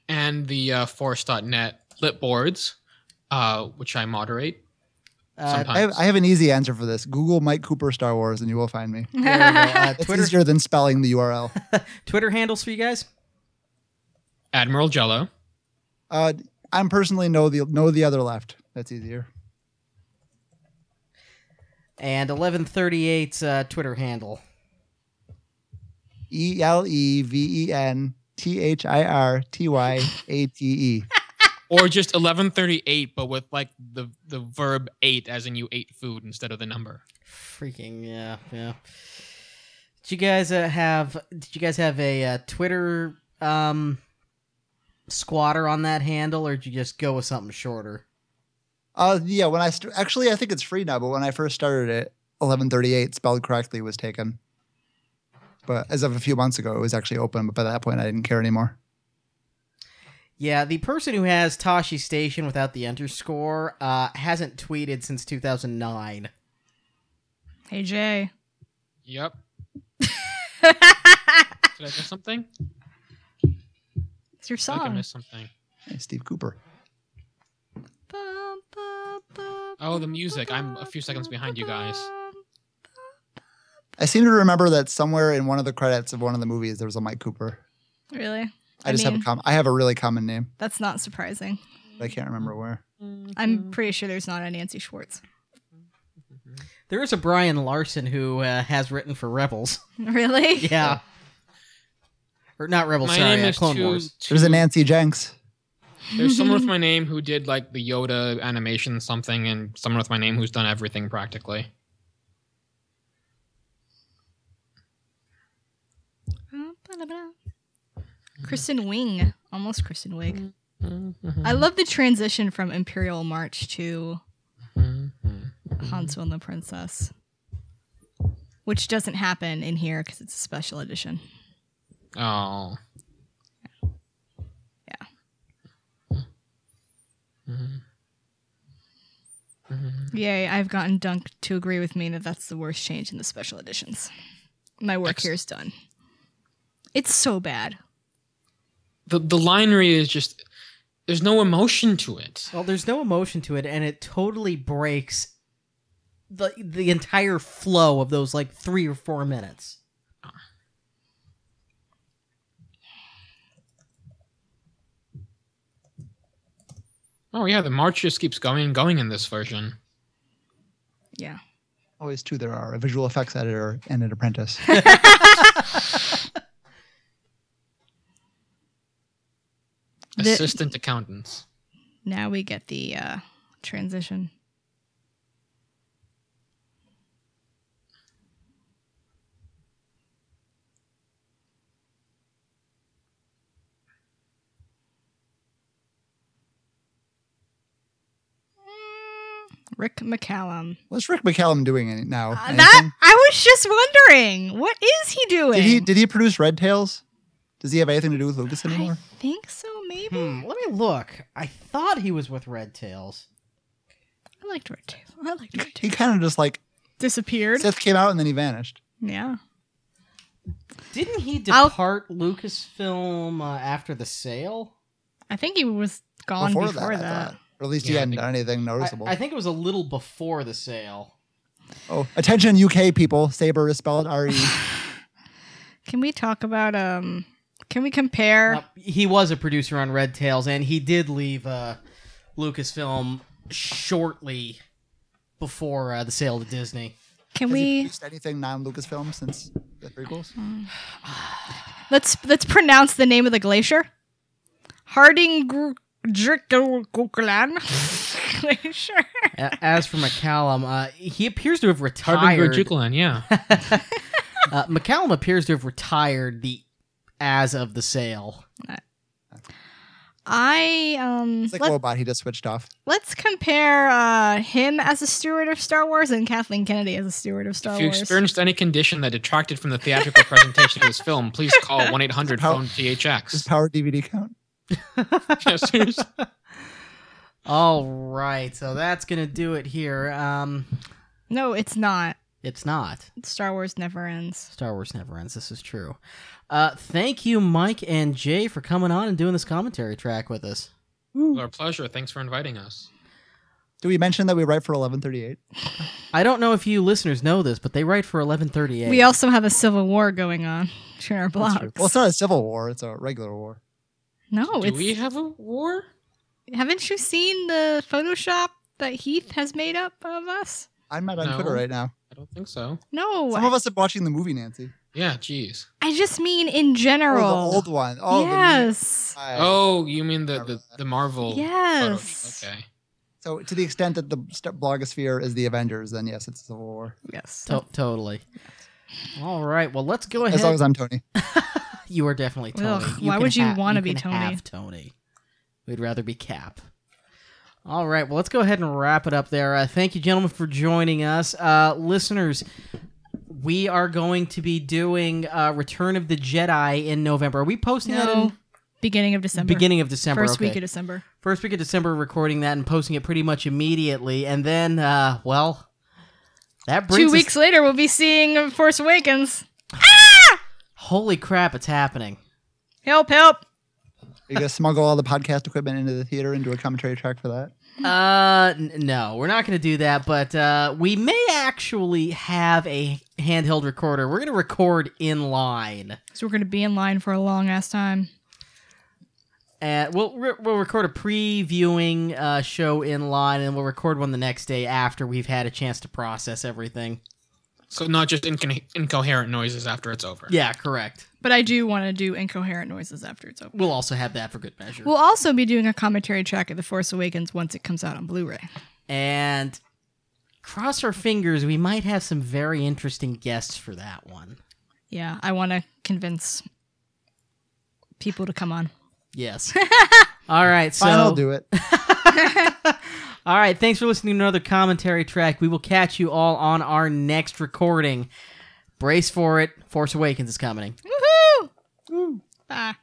Speaker 4: And the uh, force.net lit boards, uh, which I moderate.
Speaker 1: Uh,
Speaker 3: I have,
Speaker 4: Sometimes.
Speaker 3: I have an easy answer for this. Google Mike Cooper Star Wars, and you will find me.
Speaker 1: there we go. Uh,
Speaker 3: It's
Speaker 1: Twitter
Speaker 3: easier than spelling the URL.
Speaker 1: Twitter handles for you guys.
Speaker 4: Admiral Jello.
Speaker 3: Uh, I'm personally know the know the other left. That's easier.
Speaker 1: and 1138's uh, Twitter handle.
Speaker 3: E L E V E N T H I R T Y A T E.
Speaker 4: Or just 1138, but with like the, the verb ate, as in you ate food instead of the number.
Speaker 1: Freaking yeah, yeah. Did you guys uh, have? Did you guys have a uh, Twitter um, squatter on that handle, or did you just go with something shorter?
Speaker 3: Uh, yeah. When I st- actually, I think it's free now. But when I first started it, eleven thirty-eight spelled correctly was taken. But as of a few months ago, it was actually open. But by that point, I didn't care anymore.
Speaker 1: Yeah, the person who has Tashi Station without the underscore uh, hasn't tweeted since 2009.
Speaker 2: [laughs] Hey, Jay.
Speaker 4: Yep. Did I miss something?
Speaker 2: it's your
Speaker 4: I think I
Speaker 2: song.
Speaker 4: missed something.
Speaker 3: Hey, Steve Cooper.
Speaker 2: Bum, bum, bum,
Speaker 4: Oh, the music. I'm a few seconds behind you guys.
Speaker 2: bum.
Speaker 3: I seem to remember that somewhere in one of the credits of one of the movies there was a Mike Cooper.
Speaker 2: Really?
Speaker 3: I,
Speaker 2: I
Speaker 3: just have
Speaker 2: mean-
Speaker 3: a com- I have a really common name,
Speaker 2: That's not surprising.
Speaker 3: but I can't remember where.
Speaker 2: I'm pretty sure there's not a Nancy Schwartz. [laughs]
Speaker 1: There is a Brian Larson who uh, has written for Rebels. [laughs]
Speaker 2: Really?
Speaker 1: Yeah. Or not Rebels,
Speaker 4: My
Speaker 1: sorry,
Speaker 4: name
Speaker 1: uh,
Speaker 4: is
Speaker 1: Clone
Speaker 4: too-
Speaker 1: Wars.
Speaker 4: too-
Speaker 3: There's a Nancy Jenks.
Speaker 4: There's someone with my name who did like the Yoda animation something, and someone with my name who's done everything practically.
Speaker 2: Kristen
Speaker 4: Mm-hmm.
Speaker 2: Wing, almost Kristen Wiig. I love the transition from Imperial March to
Speaker 4: Mm-hmm.
Speaker 2: Hansel and the Princess, which doesn't happen in here because it's a special edition.
Speaker 4: Oh.
Speaker 2: Yeah.
Speaker 4: Mm-hmm.
Speaker 2: Yay! I've gotten Dunk to agree with me that that's the worst change in the special editions. My work
Speaker 4: Ex-
Speaker 2: here is done. It's so bad.
Speaker 4: The the linery is just there's no emotion to it.
Speaker 1: Well, there's no emotion to it, and it totally breaks the the entire flow of those like three or four minutes.
Speaker 4: Oh yeah, the march just keeps going and going in this version.
Speaker 2: Yeah.
Speaker 3: Always two there are a visual effects editor and
Speaker 2: [laughs]
Speaker 3: an apprentice.
Speaker 2: The-
Speaker 4: Assistant accountants.
Speaker 2: Now we get the uh, transition. Mm, Rick McCallum.
Speaker 3: What's Rick McCallum doing in it now?
Speaker 2: Uh, that
Speaker 3: Anything?
Speaker 2: I was just wondering, what is he doing?
Speaker 3: did he did he produce Red Tails? Does he have anything to do with Lucas
Speaker 2: I
Speaker 3: anymore?
Speaker 2: think so. Maybe
Speaker 1: Hmm, let me look. I thought he was with Red Tails.
Speaker 2: I liked Red Tail. I liked Red Tail.
Speaker 3: He kind of just like
Speaker 2: Disappeared.
Speaker 3: Sith came out and then he vanished.
Speaker 2: Yeah.
Speaker 1: Didn't he
Speaker 2: I'll-
Speaker 1: depart Lucasfilm uh, after the sale?
Speaker 2: I think he was gone before, that.
Speaker 3: I thought. or at least he
Speaker 4: Yeah, I
Speaker 3: hadn't
Speaker 4: think-
Speaker 3: done anything
Speaker 1: I,
Speaker 3: noticeable.
Speaker 1: I think it was a little before the sale.
Speaker 3: oh, attention, UK people! Saber is spelled R E.
Speaker 2: Can we talk about um can we compare
Speaker 1: Uh, he was a producer on Red Tails, and he did leave uh, Lucasfilm shortly before uh, the sale to Disney.
Speaker 2: can
Speaker 3: Has he
Speaker 2: we
Speaker 3: produced anything non-Lucasfilm since the prequels?
Speaker 2: let's let's pronounce the name of the glacier? Harding Gr- Drickelglan Glacier.
Speaker 1: A- As for McCallum, uh, he appears to have
Speaker 4: Harbinger
Speaker 1: retired.
Speaker 4: Juklan, yeah.
Speaker 1: Uh, McCallum appears to have retired the as of the sale.
Speaker 2: I um
Speaker 3: It's like
Speaker 2: let,
Speaker 3: Wobot. He just switched off.
Speaker 2: let's compare uh him as a steward of Star Wars and Kathleen Kennedy as a steward of [laughs] Star
Speaker 4: If you
Speaker 2: Wars.
Speaker 4: experienced any condition that detracted from the theatrical presentation of this film, please
Speaker 2: [laughs]
Speaker 4: call 1 800
Speaker 3: How-
Speaker 4: phone
Speaker 3: Does
Speaker 4: THX.
Speaker 3: Power DVD count?
Speaker 4: Yeah, seriously.
Speaker 1: All right, so that's gonna do it here. Um,
Speaker 2: no, it's not.
Speaker 1: it's not
Speaker 2: Star Wars never ends.
Speaker 1: Star Wars never ends. This is true. Uh, thank you, Mike and Jay, for coming on and doing this commentary track with us.
Speaker 4: Our pleasure. Thanks for inviting us.
Speaker 3: Do we mention that we write for 1138?
Speaker 1: I don't know if you listeners know this, but they write for eleven thirty eight.
Speaker 2: We also have a civil war going on in our blogs.
Speaker 3: Well, it's not a civil war. It's a regular war.
Speaker 2: no,
Speaker 4: Do
Speaker 2: Oh, it's
Speaker 4: we have a war?
Speaker 2: Haven't you seen the Photoshop that Heath has made up of us?
Speaker 3: I'm not on
Speaker 4: No.
Speaker 3: Twitter right now.
Speaker 4: I don't think so.
Speaker 2: No,
Speaker 3: Some of us have been watching the movie, Nancy.
Speaker 4: Yeah, jeez.
Speaker 2: I just mean in
Speaker 3: Oh,
Speaker 2: general.
Speaker 3: the old one. Oh, the new-
Speaker 2: yes.
Speaker 3: I-
Speaker 4: Oh, you mean the, the, the Marvel.
Speaker 2: Yes.
Speaker 4: photos. Okay.
Speaker 3: So, to the extent that the st- blogosphere is the Avengers, then yes, it's a civil war.
Speaker 2: Yes.
Speaker 1: To- totally. All right. Well, let's go ahead.
Speaker 3: As long as I'm Tony.
Speaker 1: you are definitely Tony.
Speaker 2: Ugh,
Speaker 1: You
Speaker 2: why
Speaker 1: can
Speaker 2: would you
Speaker 1: ha-
Speaker 2: wanna be
Speaker 1: can
Speaker 2: Tony?
Speaker 1: Have Tony. We'd rather be Cap. All right. Well, let's go ahead and wrap it up there. Uh, thank you, gentlemen, for joining us, uh, listeners. We are going to be doing uh, Return of the Jedi in November. Are we posting that?
Speaker 2: No.
Speaker 1: in
Speaker 2: beginning of December.
Speaker 1: Beginning of December.
Speaker 2: First
Speaker 1: okay.
Speaker 2: week of December.
Speaker 1: First week of December, recording that and posting it pretty much immediately. And then, uh, well, that brings
Speaker 2: Two
Speaker 1: us-
Speaker 2: weeks later, we'll be seeing Force Awakens.
Speaker 1: Holy crap, it's happening.
Speaker 2: Help! Help!
Speaker 3: you gonna smuggle all the podcast equipment into the theater and do a commentary track for that?
Speaker 1: Uh, n- no, we're not going to do that, but uh, we may actually have a handheld recorder. We're going to record in line.
Speaker 2: So we're gonna be in line for a long ass time.
Speaker 1: And Uh, we'll re- we'll record a pre-viewing uh, show in line, and we'll record one the next day after we've had a chance to process everything.
Speaker 4: So not just inco- incoherent noises after it's over.
Speaker 1: Yeah, correct.
Speaker 2: But I do want to do incoherent noises after it's over.
Speaker 1: We'll also have that for good measure.
Speaker 2: We'll also be doing a commentary track of The Force Awakens once it comes out on Blu-ray.
Speaker 1: and cross our fingers, we might have some very interesting guests for that one.
Speaker 2: Yeah, I want to convince people to come on.
Speaker 1: Yes. All right. So
Speaker 3: Fine, I'll do it.
Speaker 1: All right, thanks for listening to another commentary track. We will catch you all on our next recording. Brace for it. Force Awakens is coming.
Speaker 2: Woohoo! Bye.